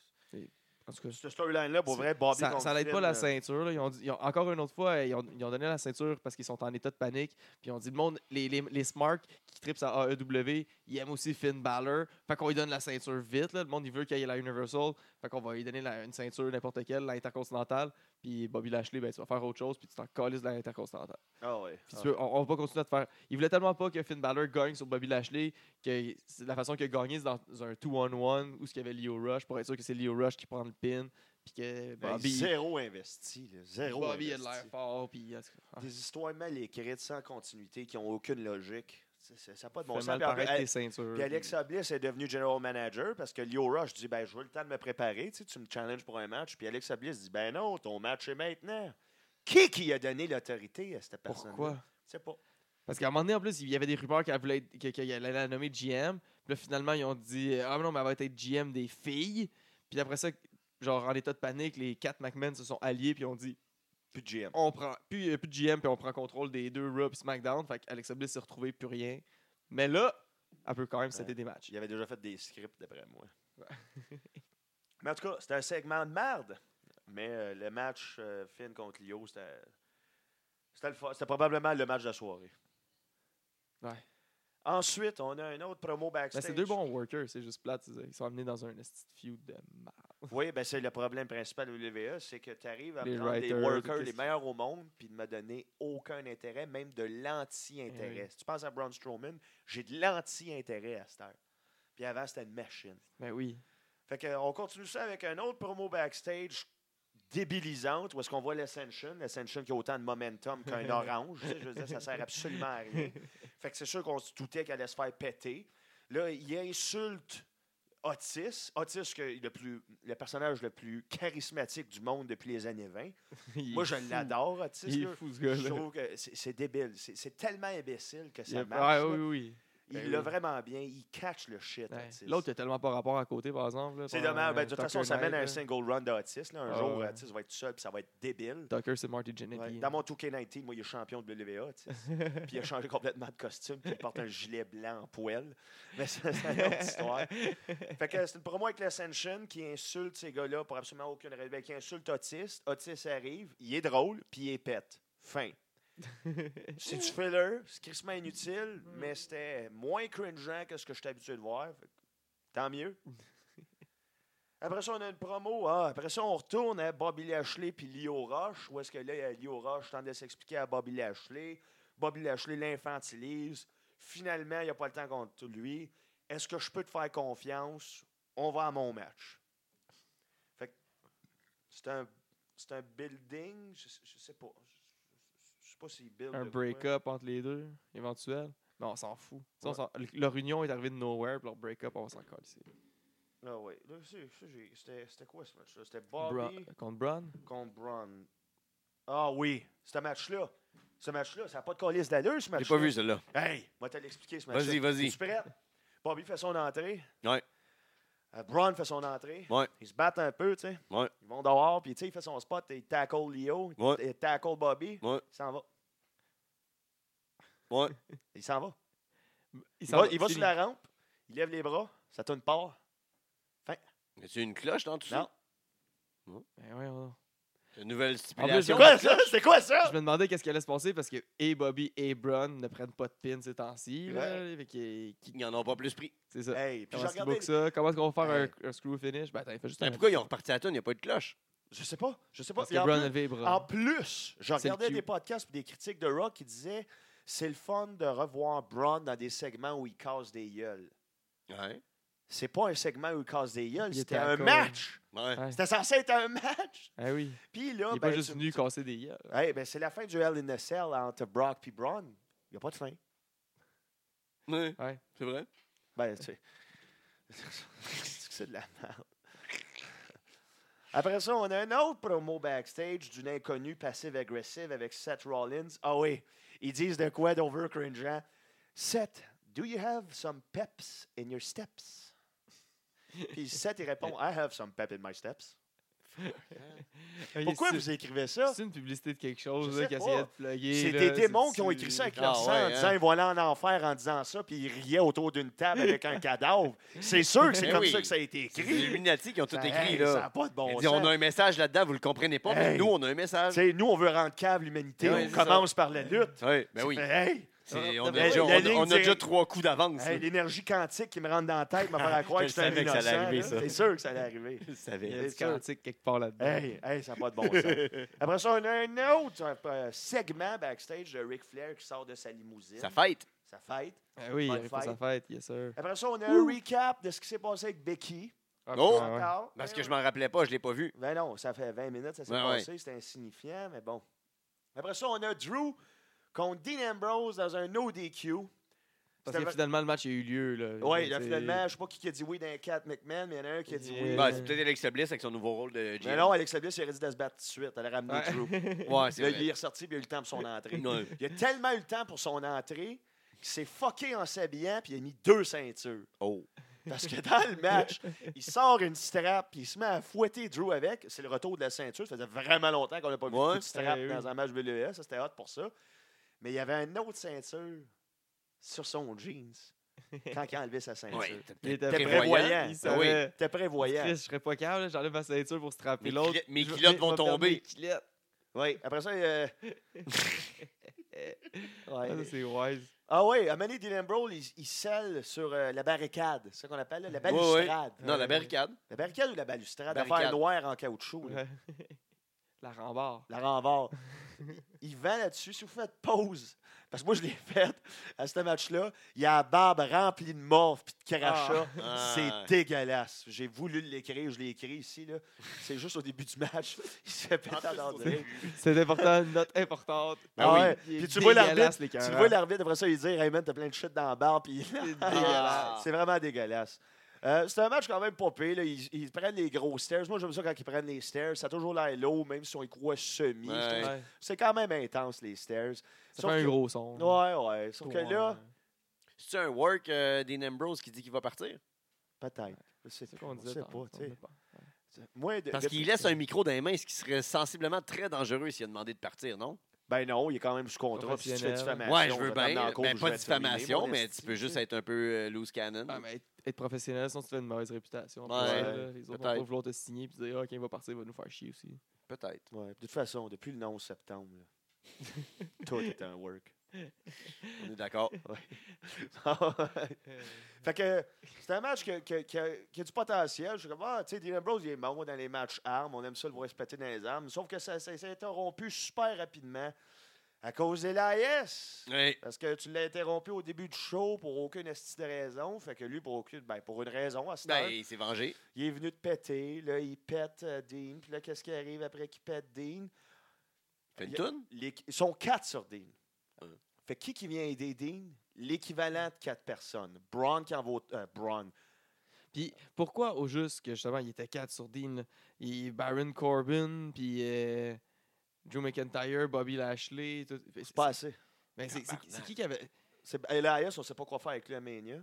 B: En tout cas,
C: Ce storyline-là, pour vrai, Bobby
B: ça,
C: contre
B: ça l'aide
C: Finn,
B: pas la
C: euh,
B: ceinture. là. Ils ont dit- ils ont- encore une autre fois, euh, ils ont, ils ont donné la ceinture parce qu'ils sont en état de panique. Puis ils ont dit le monde, les, les, les Smart qui tripent à AEW, ils aiment aussi Finn Balor. Fait qu'on lui donne la ceinture vite. là. Le monde, il veut qu'il y ait la Universal. Fait qu'on va lui donner la- une ceinture n'importe quelle, l'intercontinentale. Puis Bobby Lashley, ben, tu vas faire autre chose. Puis tu t'en calises de l'intercontinentale.
C: Ah ouais.
B: Puis
C: Ah.
B: tu veux- on, on va pas continuer à te faire. Il voulait tellement pas que Finn Balor gagne sur Bobby Lashley que c'est la façon qu'il a gagné, c'est dans un 2-on-1 où ce qu'il y avait Leo Rush pour être sûr que c'est Leo Rush qui prend le pin. Puis que
C: Ben,
B: Bobby.
C: Zéro investi. là. Zéro
B: Bobby a de
C: investi.
B: l'air fort, puis en tout cas,
C: Des histoires mal écrites, sans continuité, qui n'ont aucune logique. c'est- c'est- ça n'a pas de
B: Fais
C: bon sens.
B: mal
C: Puis en plus,
B: paraître tes
C: elle-
B: ceintures.
C: Puis Alexa Bliss est devenue general manager parce que Lio Rush dit ben, Je veux le temps de me préparer, tu, sais, tu me challenges pour un match. Puis Alexa Bliss dit Ben non, ton match est maintenant. Qui qui a donné l'autorité à cette personne
B: Pourquoi?
C: C'est pas.
B: Parce qu'à un moment donné, en plus, il y avait des rumeurs qu'elle voulait être- que- qu'elle allait la nommer GM. Puis là, finalement, ils ont dit Ah, mais non, mais elle va être GM des filles. Puis après ça, genre, en état de panique, les quatre McMahon se sont alliés. Puis ont dit
C: Plus de GM.
B: On prend plus, euh, plus de GM, puis on prend contrôle des deux Raw puis SmackDown. Fait qu'Alexa Bliss s'est retrouvée, plus rien. Mais là, elle peut quand même c'était des matchs.
C: Il avait déjà fait des scripts, d'après moi. Mais en tout cas, c'était un segment de merde. Mais euh, le match euh, Finn contre Lio, c'était. C'était le fun. C'était probablement le match de la soirée.
B: Ouais.
C: Ensuite, on a un autre promo
B: Mais
C: backstage.
B: Ben, c'est deux bons workers, c'est juste plate. c'est- Ils sont amenés dans un esti de feud de merde.
C: Oui, ben c'est le problème principal de l'UVA, c'est que tu arrives à
B: Les
C: prendre des
B: writers,
C: workers
B: qu'est-ce
C: les
B: que-
C: meilleurs au monde, puis de me donner aucun intérêt, même de l'anti-intérêt.
B: Eh oui.
C: Si tu penses à Braun Strowman, j'ai de l'anti-intérêt à cette heure. Puis avant, c'était une machine.
B: Ben oui.
C: Fait que, euh, on continue ça avec un autre promo backstage débilisante, où est-ce qu'on voit l'Ascension, l'Ascension qui a autant de momentum qu'un orange. tu sais, je veux dire, ça sert absolument à rien. Fait que c'est sûr qu'on se doutait qu'elle allait se faire péter. Là, il insulte Otis. Otis, que le, plus, le personnage le plus charismatique du monde depuis les années 20.
B: Il
C: Moi,
B: est
C: je
B: fou.
C: l'adore, Otis.
B: Il
C: là.
B: est fou, ce
C: Je
B: gars-là.
C: trouve que c'est c'est débile. C'est c'est tellement imbécile que
B: Il
C: ça
B: est-
C: marche.
B: ouais,
C: là.
B: oui, oui. Ben
C: Il l'a
B: oui.
C: vraiment bien. Il catch le shit,
B: Ouais.
C: Otis.
B: L'autre, il a tellement pas rapport à côté, par exemple. là,
C: C'est
B: pendant,
C: dommage. Ben,
B: euh,
C: de toute façon,
B: Tucker
C: ça mène à un
B: Knight, là.
C: single run d'Otis. là. Un
B: Ah
C: jour, euh,
B: ouais. euh,
C: Otis va être tout seul puis ça va être débile.
B: Tucker, c'est Marty Jannetty. hein.
C: Ouais. Dans mon 2K19, moi, il est champion de WWE, Otis. puis il a changé complètement de costume, puis il porte un gilet blanc en poêle. Mais ça, c'est euh, une autre histoire. Fait que c'est une promo avec l'Ascension qui insulte ces gars-là pour absolument aucune raison. Ben, qui insulte Otis. Otis arrive, il est drôle, puis il est pète. Fin. C'est du filler, c'est crissement inutile, mais c'était moins cringeant que ce que j'étais habitué de voir. Fait que Tant mieux. Après ça, on a une promo. Ah, après ça, on retourne à Bobby Lashley puis Lio Roche. Où est-ce que là, euh, Lio Roche tente de s'expliquer à Bobby Lashley. Bobby Lashley l'infantilise. Finalement, il n'y a pas le temps contre lui. Est-ce que je peux te faire confiance? On va à mon match. Fait que c'est un, c'est un building. Je, je sais pas. Je, je sais pas s'il build.
B: un
C: de quoi.
B: break-up entre les deux, éventuel. Mais on s'en fout. Tu sais, on
C: Ouais.
B: s'en- Leur union est arrivée de nowhere, puis leur break-up, on va s'en coller.
C: Ah ouais. Là, c'est- ça, j'ai- C'était c'était quoi ce match-là? C'était Bobby
B: Contre Braun?
C: contre Braun. Ah oui, ce match-là. Ce match-là, ça n'a pas de calice d'allure, ce
A: J'ai
C: match-là.
A: pas vu celle-là.
C: Hey, moi, te l'expliquer, ce match-là.
A: Vas-y, vas-y.
C: Es-tu prête? Bobby fait son entrée.
A: Ouais.
C: Euh, Braun fait son entrée.
A: Ouais.
C: Ils se battent un peu, tu sais.
A: Ouais.
C: Ils vont dehors, puis tu sais, il fait son spot, il tackle Leo,
A: Ouais.
C: il tackle Bobby,
A: Ouais.
C: il s'en va.
A: Ouais.
C: Il s'en va.
B: Il
C: Il
B: s'en
C: va, il va
B: c'est
C: sur la rampe, il lève les bras, ça tourne part.
A: Y a-tu une cloche dans tout
C: Non.
A: ça?
B: lui. Ben ouais, ouais.
A: Une nouvelle
B: c'est
A: stipulation.
C: C'est
B: quoi
C: quoi ça? C'est quoi ça?
B: Je me demandais qu'est-ce qui allait se passer parce que et Bobby et Braun ne prennent pas de pin ces temps-ci. là, fait qu'ils- qu'ils-
A: Ils n'en ont pas plus pris.
B: Ah, C'est ça.
C: Hey, Ben, puis
B: Comment
C: j'ai
B: est-ce qu'ils
C: regardé.
B: bookent ça? Comment est-ce qu'on va faire
C: Hey.
B: un, un screw finish? Ben attends, il fait juste
A: Mais
B: un...
A: pourquoi ils ont reparti à la tonne? Il n'y a pas eu de cloche.
C: Je sais pas. Je sais pas.
B: Parce
C: Et
B: que
C: en
B: Braun
C: plus-
B: a levé les
C: En
B: bras.
C: plus, je
B: C'est le
C: regardais
B: cue.
C: des podcasts et des critiques de Rock qui disaient c'est le fun de revoir Braun dans des segments où il casse des gueules.
A: Ouais.
C: C'est pas un segment où il casse des gueules,
B: Il
C: c'était
B: était à
C: un
B: cause.
C: match.
A: Ouais.
B: Ouais.
C: C'était censé être un match.
B: Ah oui.
C: Puis là,
B: Il est
C: ben,
B: pas juste
C: tu-
B: venu casser des gueules.
C: Hey, ben, c'est la fin du Hell in a Cell entre Brock et Braun. Il n'y a pas de fin.
A: Ouais.
B: Ouais.
A: C'est vrai?
C: Ben, tu sais. c'est de la merde. Après ça, on a un autre promo backstage d'une inconnue passive-agressive avec Seth Rollins. Ah oui, ils disent de quoi d'over cringeant. hein? Seth, do you have some peps in your steps? Puis Seth, il répond, I have some pep in my steps. Pourquoi
B: C'est-
C: vous écrivez ça?
B: C'est une publicité de quelque
C: Je
B: chose
C: sais
B: là, qui
C: pas.
B: essayait de plugger.
C: C'est
B: là,
C: des démons qui ont
B: c'est-
C: écrit ça avec
A: Ah
C: leur sang
A: ouais,
C: en
A: hein.
C: disant ils vont aller en enfer en disant ça, puis ils riaient autour d'une table avec un cadavre. C'est sûr que c'est
A: Ben
C: comme
A: oui.
C: ça que ça a été
A: C'est
C: écrit.
A: les Illuminati qui ont tout
C: Ben,
A: écrit,
C: hey, Ça n'a
A: là.
C: pas de bon
A: Ils
C: sens.
A: disent, on a un message là-dedans, vous le comprenez pas, mais
C: Hey.
A: nous, on a un message.
C: Tu sais, nous, on veut rendre cave l'humanité.
A: Ouais,
C: on
A: c'est ça.
C: commence par la lutte.
A: Ouais, ben oui.
C: Fait, hey,
A: C'est-
B: Ah,
A: on, a
B: la
A: déjà, on,
C: ligne
A: a- on a déjà
C: directe.
A: trois coups d'avance.
C: hey,
A: là.
C: l'énergie quantique qui me rentre dans la tête m'a fait croire
A: Ah, Je
C: que j'étais un
A: savais que ça allait
C: innocent,
A: arriver,
C: là.
A: ça.
C: C'est sûr que ça allait arriver.
A: Je
B: Il y
A: savais.
B: a
C: Bien
B: du
C: sûr.
B: quantique quelque part là-dedans.
C: Hey, hey, ça n'a pas de bon sens. Après ça, on a un autre un, euh, segment backstage de Ric Flair qui sort de sa limousine.
A: Ça fête.
C: Sa fête.
B: Ah oui, il
C: Bonne
B: arrive pas sa
C: fête.
B: fête, yes sir.
C: Après ça, on a un recap de ce qui s'est passé avec Becky.
A: Oh!
B: Ah ouais.
C: Encore.
A: Parce que je m'en rappelais pas, je l'ai pas vu.
C: Ben non, ça fait 20 minutes, ça s'est
A: Ouais,
C: passé, c'était insignifiant, mais bon. Après ça, on a Drew contre Dean Ambrose dans un no DQ.
B: Parce que
C: C'était-
B: finalement, le match a eu lieu. Là.
A: ben,
C: Oui,
B: C'est-
C: finalement, je sais pas qui qui a dit oui d'un Cat McMahon, mais il y en a un qui a dit oui.
B: Euh,
A: Ben, c'est peut-être Alexa Bliss avec son nouveau rôle de GM.
C: Mais non, Alex Leblis, il aurait dit de se battre tout de suite. Elle a ramené
B: Ouais.
C: Drew.
A: ouais, c'est
C: Là, il
A: vrai.
C: est ressorti, puis il a eu le temps pour son entrée.
A: Non.
C: Il a tellement eu le temps pour son entrée qu'il s'est fucké en s'habillant, puis il a mis deux ceintures.
A: Oh.
C: Parce que dans le match, il sort une strap, puis il se met à fouetter Drew avec. C'est le retour de la ceinture. Ça faisait vraiment longtemps qu'on n'a pas vu
A: Ouais,
C: de strap
B: sérieux.
C: dans un match WWE. Ça, c'était hot pour ça. Mais il y avait une autre ceinture sur son jeans quand il a enlevé sa ceinture.
A: Ouais,
B: Il
A: t'es-
B: était
A: t'es
C: prévoyant.
B: prévoyant.
C: Ah
B: Il savait.
C: C'était prévoyant.
B: Chris, je serais pas capable, là, j'enlève ma ceinture pour strapper
A: Mes
B: l'autre.
A: culottes- mes
B: Je-
A: culottes
B: je-
A: vont
B: je vais perdre
A: tomber.
B: mes culottes.
C: Oui, après ça, euh,
B: Ah,
A: Ah,
C: ouais.
B: ça, c'est wise.
C: Ah oui, à Manny Dylan Brawl, il, il scelle sur euh, la barricade. C'est ça qu'on appelle, là, la balustrade.
A: Non, la barricade.
C: La barricade ou la balustrade?
A: Barricade.
C: Affaire noire en caoutchouc. là.
B: La rembarre.
C: La renvard. il vend là-dessus. Si vous faites pause, parce que moi, je l'ai faite à ce match-là, il y a la barbe remplie de morve puis de crachats.
A: Ah.
C: C'est dégueulasse. J'ai voulu l'écrire, je l'ai écrit ici. là. C'est juste au début du match. Il se fait péter à l'entrée.
B: C'est important, une note importante.
C: Ben oui.
B: Il est
C: Puis tu vois l'arbitre,
B: dégueulasse, les
C: Tu
B: carats.
C: vois l'arbitre, après ça, il dit Hey man, t'as plein de shit dans la barre. Puis
B: C'est
A: Ah.
B: dégueulasse.
C: C'est vraiment dégueulasse. Euh, c'est un match quand même popé. Là. Ils, ils prennent les gros stairs. Moi, j'aime ça quand ils prennent les stairs. Ça a toujours l'air low, même si on y croit semi.
A: Ouais.
C: Je trouve-
B: Ouais.
C: C'est quand même intense, les stairs.
B: Ça
C: Sauf
B: fait un
C: que-
B: gros son.
C: Ouais, ouais. Sauf que là,
A: C'est un work euh, des Ambrose qui dit qu'il va partir.
C: peut-être. Je sais
B: C'est ça qu'on
C: on
B: disait.
C: sait
B: tantôt,
C: pas, tu sais.
B: on sait pas.
C: Moi, de-
A: Parce
C: de-
A: qu'il laisse un micro dans les mains, ce qui serait sensiblement très dangereux s'il a demandé de partir, non?
C: Ben non, il est quand même sous contrat. Puis Ben, si tu fais
B: Professionnel.
C: diffamation,
A: Ouais, je veux
C: vais t'amener
A: bien.
C: en cours,
A: Ben,
C: je
A: pas
C: vais
A: de
C: te terminer,
A: diffamation,
C: mon
A: mais
C: esti.
A: tu peux juste être un peu euh, loose cannon.
B: Ah, mais être, être professionnel, sinon tu te fais une mauvaise réputation. après
A: Ouais.
B: ça, là, les autres vont
A: Peut-être.
B: pas vouloir te signer puis dire Ah, Ok, il va partir, il va nous faire chier aussi.
A: Peut-être.
C: Ouais, puis de toute façon, depuis le 11 septembre, là, tout est un work.
A: On est d'accord.
C: Ah fait que c'est un match que- que- qui a, qui a du potentiel. Je suis comme, ah, tu sais, Dylan Brose, il est bon dans les matchs armes. On aime ça le voir se péter dans les armes. Sauf que ça ça- ça a été rompu super rapidement à cause de l'AS.
A: Ouais.
C: Parce que tu l'as interrompu au début du show pour aucune esti de raison. Fait que lui, pour aucune, ben, pour une raison, à ce
A: Ben, il s'est vengé.
C: il est venu de péter. Là, il pète euh, Dean. Puis là, qu'est-ce qui arrive après qu'il pète Dean?
A: Fait une
C: Il-
A: toune.
C: Les- ils sont quatre sur Dean.
A: Ouais.
C: Fait qui qui vient aider Dean? L'équivalent de quatre personnes. Braun qui envoie... Euh, Braun.
B: Puis pourquoi au juste que justement il était 4 sur Dean là? Il- Baron Corbin, puis euh, Drew McIntyre, Bobby Lashley. tout- c'est-
C: C'est pas assez.
B: ben, c'est- c'est- c'est
A: Tabarnak.
B: qui qui avait.
C: C'est, Elias, on sait pas quoi faire avec lui à Mania.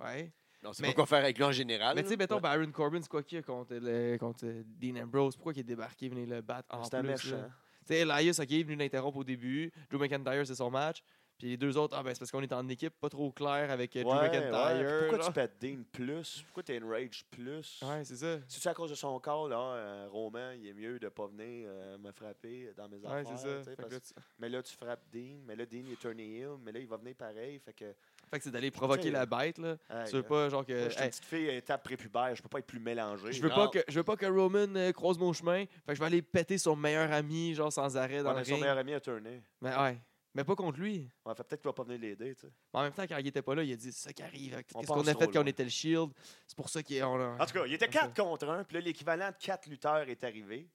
B: Ouais.
A: On sait
B: Mais-
A: pas quoi faire avec lui en général.
B: Mais tu sais,
A: là.
B: mettons,
A: Ouais.
B: Baron Corbin, c'est quoi qu'il y a contre, le- contre euh, Dean Ambrose? Pourquoi il est débarqué, venir le battre en
C: c'est un
B: plus? hein. là?
C: méchant.
B: Tu sais, Elias, OK, il est venu l'interrompre au début. Drew McIntyre, c'est son match. Puis les deux autres, ah ben c'est parce qu'on est en équipe pas trop claire avec euh, Drew
C: Ouais,
B: McIntyre.
C: ouais. Pourquoi
B: genre.
C: tu pètes Dean plus? Pourquoi t'es enrage plus?
B: Ouais, c'est ça.
C: C'est-tu à cause de son corps, là? euh, Roman, il est mieux de pas venir euh, me frapper dans mes
B: Ouais,
C: affaires.
B: c'est
C: tu
B: ça.
C: sais,
B: Fait que,
C: parce-
B: là, tu-
C: Mais là, tu frappes Dean. Mais là, Dean, il est turné heel. Mais là, il va venir pareil. Fait que...
B: fait que c'est d'aller provoquer la bête, là.
C: aïe,
B: Tu veux pas, genre que.
C: euh, Moi, je suis
B: hey,
C: une petite fille à étape prépubère, je peux pas être plus mélangé.
B: je veux pas que je veux pas que Roman euh, croise mon chemin. Fait que je vais aller péter son meilleur ami, genre sans arrêt dans
C: On
B: le
C: a son
B: ring.
C: meilleur ami à tourner.
B: Mais ouais. Mais pas contre lui.
C: Ouais, fait peut-être qu'il va pas venir l'aider, tu sais.
B: Mais en même temps, quand il était pas là, il a dit c'est ça qui arrive. euh,
C: On
B: Qu'est-ce
C: pense
B: qu'on a
C: trop
B: fait quand on
C: loin.
B: était le Shield C'est pour ça qu'on a.
C: En tout cas, il était
B: Comme ça.
C: 4 contre 1, puis là, l'équivalent de 4 lutteurs est arrivé.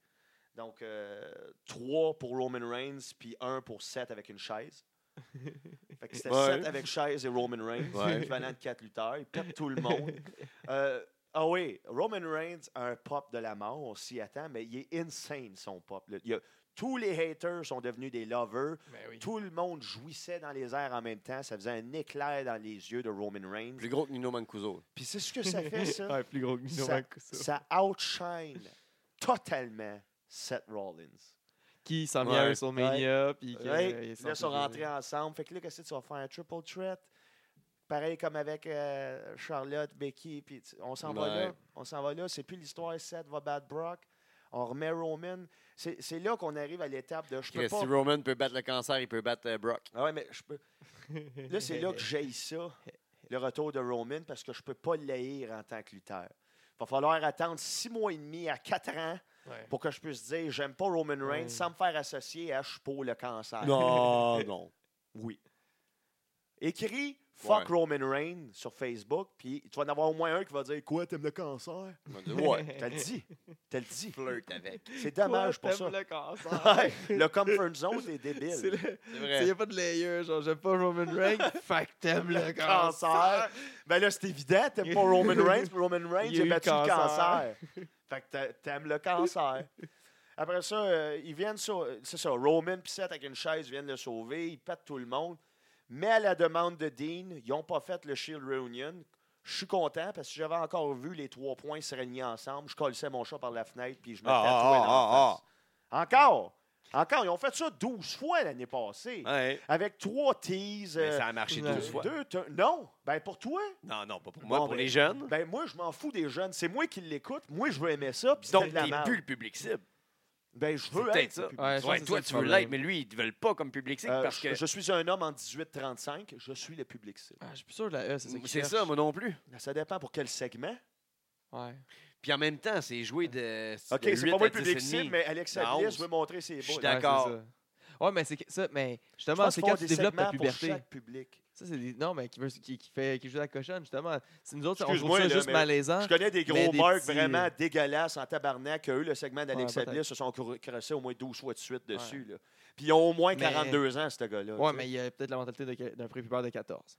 C: Donc, 3 pour Roman Reigns, puis 1 pour 7 avec une chaise. Fait que c'était
A: Ouais.
C: 7 avec chaise et Roman Reigns,
A: Ouais.
C: l'équivalent de 4 lutteurs. Il pète tout le monde. Euh, ah oui, Roman Reigns a un pop de la mort, on s'y attend, mais il est insane son pop. Le- il y a- tous les haters sont devenus des lovers.
B: Ben oui.
C: Tout le monde jouissait dans les airs en même temps. Ça faisait un éclair dans les yeux de Roman Reigns.
A: Plus gros que Nino Mancuso.
C: Puis c'est ce que ça fait, ça.
B: Ouais, plus gros que nous, hein,
C: Ça-
B: que ça.
C: ça outshine totalement Seth Rollins.
B: Qui s'en vient à
A: Ouais.
B: WrestleMania. Puis que,
C: Ouais,
B: euh,
C: là,
B: ils
C: ils sont rentrés ensemble. Fait que là, qu'est-ce que tu vas faire? Un triple threat? Pareil comme avec euh, Charlotte, Becky. Puis tu- on s'en va
A: Ouais.
C: là. On s'en va là. C'est plus l'histoire. Seth va battre Brock. On remet Roman. C'est c'est là qu'on arrive à l'étape de je peux
A: Chris,
C: pas.
A: Si Roman peut battre le cancer, il peut battre euh, Brock.
C: Ah ouais, mais je peux. Là, c'est là que j'ai ça, le retour de Roman, parce que je peux pas l'haïr en tant que lutteur. Il va falloir attendre six mois et demi à quatre ans
B: Ouais.
C: pour que je puisse dire j'aime pas Roman Reigns
B: Ouais.
C: sans me faire associer à je suis pour le cancer.
A: Non, non.
C: Oui. Écrit Fuck Roman Reigns sur Facebook, puis tu vas en avoir au moins un qui va dire Quoi, t'aimes le cancer
A: Il m'a dit, ouais,
C: T'as le dit. T'as le dit.
A: flirt avec.
C: C'est dommage
B: Quoi,
C: pour ça.
B: t'aimes le cancer.
C: Le comfort zone, t'es
B: C'est le-
C: débile.
A: C'est
B: Il n'y
A: vrai.
B: a pas de layer, genre j'aime pas Roman Reigns, fait que t'aimes le cancer.
C: Ben là, c'est évident, t'aimes pas Roman Reigns, puis Roman Reigns,
B: Il y a
C: il a
B: eu
C: battu
B: le
C: le
B: cancer.
C: cancer. Fait que t'a- t'aimes le cancer. Après ça, euh, ils viennent sur. C'est ça, Roman puis Seth avec une chaise viennent le sauver, ils pètent tout le monde. Mais à la demande de Dean, ils n'ont pas fait le Shield Reunion. Je suis content parce que si j'avais encore vu les trois points se réunir ensemble, je collais mon chat par la fenêtre puis je me
A: Ah,
C: tatouais
A: ah,
C: dans
A: ah,
C: la face. Encore! Encore! Ils ont fait ça 12 fois l'année passée.
A: Ouais.
C: Avec trois teases.
A: Hein? Mais
C: euh,
A: ça a marché
B: ouais.
A: 12 fois.
C: deux, t'as- non, ben pour toi.
A: Non, non, pas pour moi,
C: Bon,
A: pour
C: ben,
A: les jeunes.
C: Ben moi, je m'en fous des jeunes. C'est moi qui l'écoute. Moi, je veux aimer ça. Puis
A: Donc,
C: c'est de la
A: t'es
C: merde.
A: plus le public cible.
C: Ben je
A: C'est
C: veux
A: peut-être
C: être.
A: ça.
C: le public.
B: Ouais, je pense
A: Ouais,
B: que c'est
A: toi,
B: ça
A: tu
B: le
A: veux
B: problème.
A: l'être, mais lui, ils te veulent pas comme public cible
C: Euh,
A: parce
C: je,
A: que.
C: je suis un homme en 18-35. Je suis le public cible.
B: Ah, je suis plus sûr de la E, c'est ça. qu'il
A: C'est
B: cherche.
A: ça, moi non plus.
C: Ça dépend pour quel segment.
B: Ouais.
A: Puis en même temps, c'est joué de.
C: OK,
A: de
C: c'est
A: 8
C: pas moi
A: à
C: le public
A: 10,5.
C: cible, mais Alexa
A: Non,
C: Bliss
A: c'est-
C: veut montrer ses
A: je suis
C: boules.
A: d'accord.
B: Ouais, c'est ça. Ouais, mais c'est que ça, mais
C: Je
B: justement,
C: pense
B: c'est
C: qu'ils
B: quand
C: font
B: tu
C: des
B: développes ta
C: segments pour
B: puberté.
C: chaque public.
B: Ça, c'est des. Non, mais qui, veut, qui, qui fait, qui joue à la cochonne, justement. C'est nous autres, on trouve
C: Excuse-moi,
B: ça
C: là,
B: juste
C: mais
B: malaisant.
C: Je connais des
B: Hein? Mais
C: gros
B: des
C: marques
B: petits- euh,
C: vraiment dégueulasses en tabarnak que eux, le segment d'Alexa
B: Ouais, peut-être.
C: Bliss se sont cro- crossés au moins 12 fois de suite dessus. là. Puis ils ont au moins
B: Mais-
C: 42 ans, ce gars-là.
B: Ouais,
C: tu sais.
B: mais il y a peut-être la mentalité de- d'un prépubère de 14.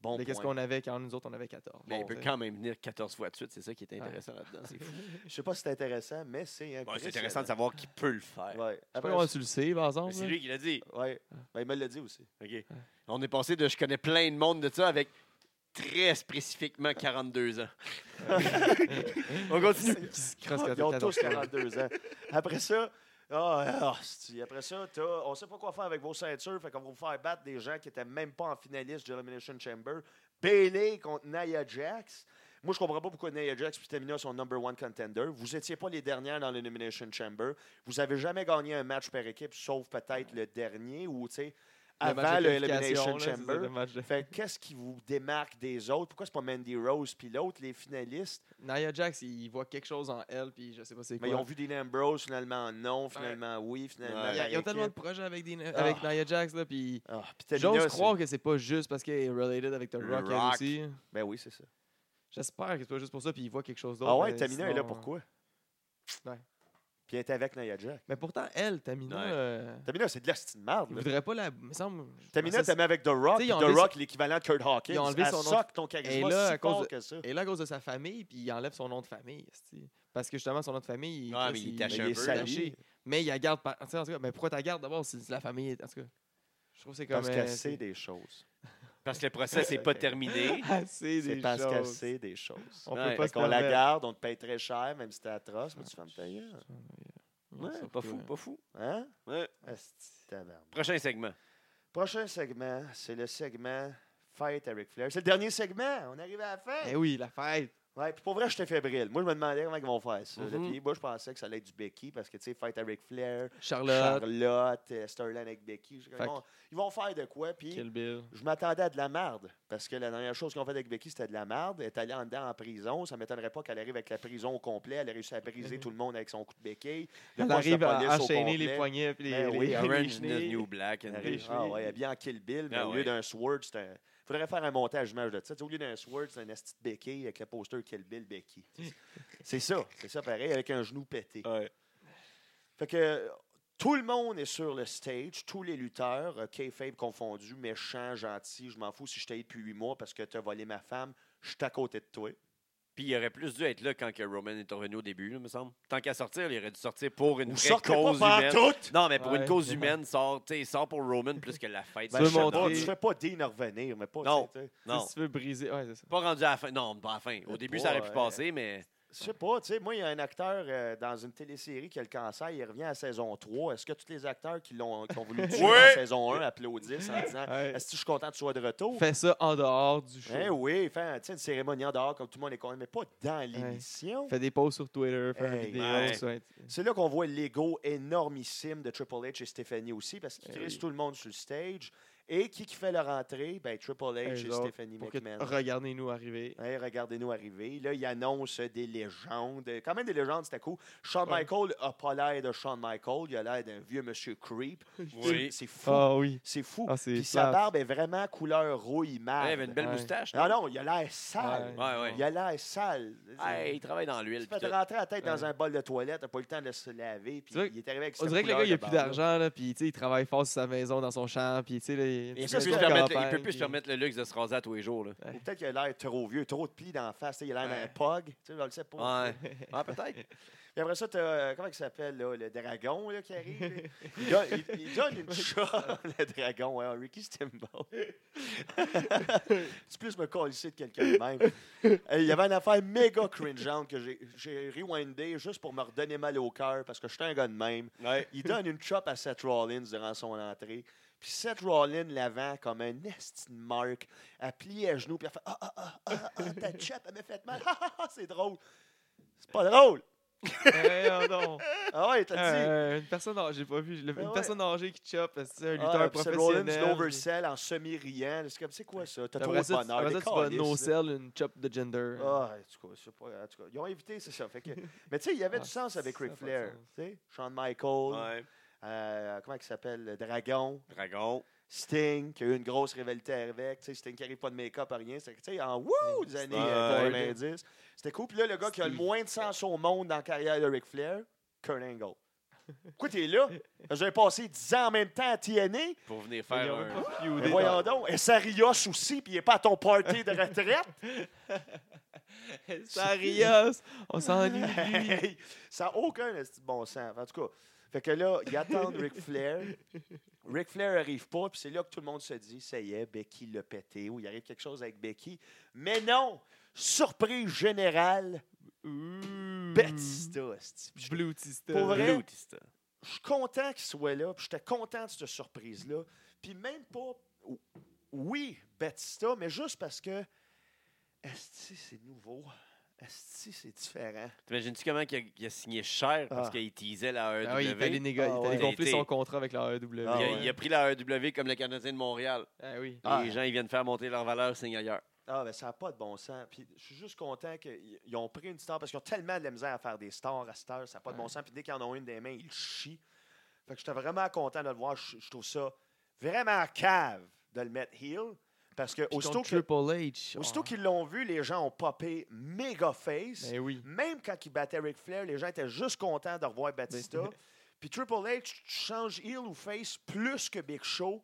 C: bon
B: Mais qu'est-ce
C: point. Ben,
B: qu'on avait quand nous autres, on avait 14.
A: Mais Ben, il
B: Bon,
A: peut
B: tu sais.
A: quand même venir 14 fois de suite, c'est ça qui est intéressant là-dedans. C'est fou.
C: Je sais pas si c'est intéressant, mais c'est
A: Bon, c'est intéressant de savoir qui peut le faire.
C: Ouais.
B: Je sais pas
C: Après,
B: comment tu le sais, par
A: Mais
B: exemple.
A: C'est
B: là.
A: lui qui l'a dit.
C: ouais. Ben, il me l'a dit aussi.
B: Ah,
A: OK. On est passé de je connais plein de monde de ça avec très spécifiquement 42 ans. On continue.
B: Qui se crosse quand
C: Ils ont
B: t'as
C: tous
B: 14.
C: 42 ans. Après ça, ah, ah, hostie. après ça, t'as- on sait pas quoi faire avec vos ceintures, fait qu'on va vous faire battre des gens qui étaient même pas en finaliste de l'Elimination Chamber. Bailey contre Nia Jax. Moi, je comprends pas pourquoi Nia Jax et Tamina sont number one contender. Vous étiez pas les dernières dans l'Elimination Chamber. Vous avez jamais gagné un match par équipe, sauf peut-être le dernier ou, tu sais,
B: Le match
C: avant
B: de
C: le
B: qualification,
C: Elimination
B: là, c'est ça,
C: Chamber.
B: le match de-
C: Fait que qu'est-ce qui vous démarque des autres? Pourquoi c'est pas Mandy Rose puis l'autre, les finalistes?
B: Nia Jax, il voit quelque chose en elle, puis je sais pas c'est quoi.
C: Mais ils ont vu Dean Ambrose, finalement non, finalement oui, finalement.
A: Ouais.
B: Ils ont- ils ont tellement de projets avec, Dina-
C: Ah.
B: avec Nia Jax, là, puis j'ose croire que c'est pas juste parce qu'elle est related avec The
A: Le
B: Rock,
A: Rock.
B: elle aussi.
C: Ben oui, c'est ça.
B: J'espère que c'est pas juste pour ça, puis il voit quelque chose d'autre.
C: Ah ouais,
B: mais
C: Tamina est là
B: sinon- euh,
C: pourquoi?
B: Ouais.
C: Puis elle était avec Nia Jax.
B: Mais pourtant, elle, Tamina,
A: Ouais.
B: euh,
C: Tamina, c'est de la stine
B: il
C: marde. là.
B: voudrait pas la. me semble. je
C: Tamina,
B: pensais-
C: t'es avec The Rock.
B: T'sais,
C: puis
B: ils ont
C: The
B: enlevé
C: Rock, l'équivalent de Kurt Hawkins.
B: Ils ont enlevé
C: elle
B: son nom-
C: sock ton
B: Et
C: charisme
B: là,
C: si
B: à cause
C: fort
B: de-
C: que ça.
B: Et là, à cause de sa famille, puis il enlève son nom de famille. esti. Parce que justement, son nom de famille.
A: Ouais,
B: Chris,
A: mais il
B: il-
A: tache
B: il
C: Ben,
A: un
B: est
A: peu,
B: sali.
A: là.
B: Mais il la garde. Par... tu sais, En tout cas, mais pourquoi tu la gardes d'abord si si la famille est. En tout cas, je trouve que c'est comme.
C: Parce
B: euh,
C: qu'elle sait des choses.
A: Parce que le process n'est pas terminé.
B: Elle sait
C: C'est
B: des
C: parce qu'elle
B: choses.
C: sait des choses.
B: On
A: Ouais.
B: peut pas
C: Fait
B: se
C: qu'on la
B: permettre.
C: garde, on te paye très cher, même si t'es atroce, mais tu fermes ta gueule.
B: Ouais, sauf
A: pas
B: que-
A: fou, pas fou.
C: Hein?
A: Ouais.
C: Asti, tabarnak.
A: Prochain segment.
C: Prochain segment, c'est le segment Fight avec Flair. C'est le dernier segment. On arrive à la fin.
B: Eh oui, la fête.
C: Ouais, puis pour vrai, j'étais fébrile. Moi, je me demandais comment ils vont faire ça. là.
B: Mm-hmm.
A: Mhm.
C: Puis moi, je pensais que ça allait être du Becky parce que, tu sais, Fight avec Flair,
B: Charlotte.
C: Charlotte, euh, Sterling avec Becky. Je-
B: Fait
C: ils, vont, ils vont faire de quoi? Puis
B: Kill Bill.
C: je m'attendais à de la merde parce que la dernière chose qu'ils ont fait avec Becky, c'était de la merde. Elle est allée en dedans en prison. Ça m'étonnerait pas qu'elle arrive avec la prison au complet. Elle a réussi à briser
B: Mhm.
C: tout le monde avec son coup de béquille. Le
B: Elle
C: poste de
B: arrive à
C: police au
B: enchaîner les
C: complet.
B: poignets puis les.
C: Ben
B: les-
C: oui,
B: les
A: Orange is
B: chenilles.
A: the New Black. and-
C: Elle
B: Les
C: arrive-
B: cheveux.
C: Ah ouais, elle est bien en Kill Bill, mais
A: Ah
C: au
A: ouais.
C: lieu d'un sword, c'est un. faudrait faire un montage image de ça. Tu sais, au lieu d'un sword, c'est un esti de béquille avec le poster Kill Bill Becky. c'est ça, c'est ça pareil, avec un genou pété.
A: Ouais.
C: Fait que euh, tout le monde est sur le stage, tous les lutteurs, euh, kayfabe confondu, méchant, gentil, je m'en fous si je t'ai depuis huit mois parce que t'as volé ma femme, je suis à côté de toi.
A: Puis il aurait plus dû être là quand que Roman est revenu au début, là, me semble. Tant qu'à sortir, il aurait dû sortir pour une
C: Vous
A: vraie
C: sortez
A: cause
C: pas
A: humaine.
C: pantoute!
A: Non, mais pour
B: Ouais.
A: une cause humaine, sort, tu sais, sort pour Roman plus que la fête.
C: Ben,
B: Tu veux
C: je sais
B: montrer-
C: pas, tu fais pas Dean revenir, mais pas.
A: Non.
C: tu sais, tu sais.
A: Non,
B: Si tu veux briser. Ouais, c'est ça.
A: pas rendu à la fin. Non, pas à la fin. Au début, ça aurait pu
C: Ouais.
A: passer, mais
C: Je sais pas, tu sais, moi, il y a un acteur euh, dans une télésérie qui a le cancer, il revient à saison 3. Est-ce que tous les acteurs qui l'ont qui ont voulu le tuer
A: Ouais.
C: en saison 1 applaudissent en disant
B: Ouais.
C: Est-ce que je suis content que tu sois de retour?
B: Fais ça en dehors du show.
C: Eh oui, fais un- tu sais, une cérémonie en dehors comme tout le monde est content, mais pas dans l'émission.
B: Fais des posts sur Twitter, fais une
C: Hey.
B: vidéo.
A: Ouais.
B: sur-
C: C'est là qu'on voit l'ego énormissime de Triple H et Stéphanie aussi, parce qu'ils
B: Eh
C: crissent
B: oui.
C: tout le monde sur le stage. Et qui, qui fait leur entrée? Ben, Triple H
B: Eux
C: et
B: autres,
C: Stephanie
B: Pour que
C: McMahon.
B: regardez-nous arriver.
C: Hey, regardez-nous arriver. Là, il annonce des légendes. Quand même des légendes, c'était cool. Shawn
B: Ouais.
C: Michael a pas l'air de Shawn Michael. Il a l'air d'un vieux monsieur creep.
A: Oui. Eh,
C: C'est fou.
B: Ah oui.
C: C'est fou.
B: Ah, c'est
C: Puis sa
B: plate.
C: barbe est vraiment couleur rouille
A: Ouais,
C: mate.
A: il avait une belle
B: Ouais.
A: moustache.
C: Non,
A: non?
C: Ah non, il a l'air sale.
A: Ouais, ouais.
C: Il a l'air sale.
A: Hey, il travaille dans
C: il
A: l'huile.
C: se fait
A: pis tout.
C: rentrer la tête dans
B: Ouais.
C: un bol de toilette, t'as pas eu le temps de se laver, puis
B: Tu vois-
C: il est arrivé avec
B: On
C: cette
B: dirait que le
C: couleur
B: gars, il a
C: de
B: plus
C: barbe-là.
B: d'argent, là, puis tu sais, il travaille fort sur sa maison, dans son champ, puis tu sais, là, il-
A: Il
B: tu
A: ne
B: sais
A: peut plus,
B: ce qu'il
A: se permettre,
B: fait en
A: il peut
B: campagne,
A: plus se permettre le luxe de se raser à tous les jours. Là.
C: Ou peut-être qu'il a l'air trop vieux, trop de plis d'en face. tu sais, Il a l'air d'un
B: Ouais.
C: pog. Tu sais, je le sais pas.
A: Ouais. Ah, peut-être.
C: Puis après ça, t'as, euh, comment il s'appelle, là, le dragon là, qui arrive? là? Il donne, il- il donne une shot, le dragon, hein, Ricky Stimbo. tu plus me coller de quelqu'un de même. Euh, Il y avait une affaire méga cringeante que j'ai- j'ai rewindé juste pour me redonner mal au cœur parce que j'étais un gars de même.
A: Ouais.
C: Il donne une chop à Seth Rollins durant son entrée. Puis Seth Rollins l'avant comme un esti de marque. Elle plie à genoux, puis elle fait Ah, ah, ah, ah, ah, ta chop, elle m'a fait mal. Ah, ah, ah, c'est drôle. C'est pas drôle.
B: Eh, oh non.
C: Ah ouais, t'as dit.
B: Euh, Une personne âgée, j'ai pas vu. le- Une
C: ouais.
B: personne âgée qui chope, c'est un
C: Ah,
B: lutteur
C: puis Seth Rollins,
B: professionnel.
C: l'oversell en semi-riant. C'est comme, c'est quoi ça? T'as
B: Puis
C: trop
B: Après
C: de
B: ça, tu-
C: bonheur.
B: après ça,
C: des
B: tu vas
C: câlisses, là.
B: no-sell une chop de gender.
C: Ah, en tout cas, je sais pas, en tout cas, ils ont évité, c'est ça. Fait que, mais tu sais, il y avait
B: Ah,
C: du sens avec
B: ça a
C: Ric
B: pas de
C: Flair.
B: sens.
C: tu sais, Shawn Michaels,
A: Ouais.
C: euh, comment il s'appelle? le Dragon,
A: Dragon.
C: Sting, qui a eu une grosse rivalité avec. tu sais, Sting qui n'arrive pas de make-up, à rien. C'était tu sais, en wouh des années
A: Ouais.
C: euh, 90. C'était cool. Puis là, le gars qui a le
B: Steve.
C: moins de sens au monde dans la carrière de Ric Flair, Kurt Angle. Pourquoi t'es là? J'avais passé 10 ans en même temps à TNA.
A: Pour venir
B: Ils
A: faire
B: ont même
A: un.
B: pas
C: Mais
B: feudé
C: voyons donc, et Sarios aussi, puis il n'est pas à ton party de retraite.
B: dans- Sarios, on s'ennuie de lui.
C: Hey, ça n'a aucun esti de bon sens. En tout cas, fait que là, ils attendent Ric Flair. Ric Flair n'arrive pas, puis c'est là que tout le monde se dit ça y est, Becky l'a pété, ou il arrive quelque chose avec Becky. Mais non! Surprise générale,
B: Ouh.
C: Batista. esti. Puis Je
B: Bloutista.
C: Pour vrai? Ah
A: Bloutista.
C: je suis content qu'il soit là, puis j'étais content de cette surprise-là. Puis même pas, ou- oui, Batista, mais juste parce que, esti, c'est nouveau. Esti, c'est différent.
A: T'imagines-tu comment il a, il a signé cher parce
C: Ah.
A: qu'il teasait la E AEW?
B: Ah oui, il est allé, négo- il est
C: Ah
B: allé
A: ouais.
B: gonfler son
A: Été.
B: contrat avec la E AEW.
C: Ah
A: il, a,
C: ouais.
A: il a pris la AEW comme le Canadien de Montréal.
B: Ah oui.
C: Ah.
A: Les gens, ils viennent faire monter leur valeur, signe ailleurs.
C: Ah, ben ça n'a pas de bon sens. Puis je suis juste content qu'ils ont pris une star parce qu'ils ont tellement de la misère à faire des stars à cette heure, ça n'a pas de bon
B: Ouais.
C: sens. Puis dès qu'ils en ont une des mains, ils chient. Fait que j'étais vraiment content de le voir. Je, je trouve ça vraiment cave de le mettre heel parce que
B: Puis
C: aussitôt
B: contre
C: que-
B: Triple H.
C: aussitôt
B: ah.
C: qu'ils l'ont vu, les gens ont popé méga face.
B: Ben oui.
C: Même quand il battait Ric Flair, les gens étaient juste contents de revoir Batista.
B: Ben-
C: Puis Triple H, tu changes heel ou face plus que Big Show,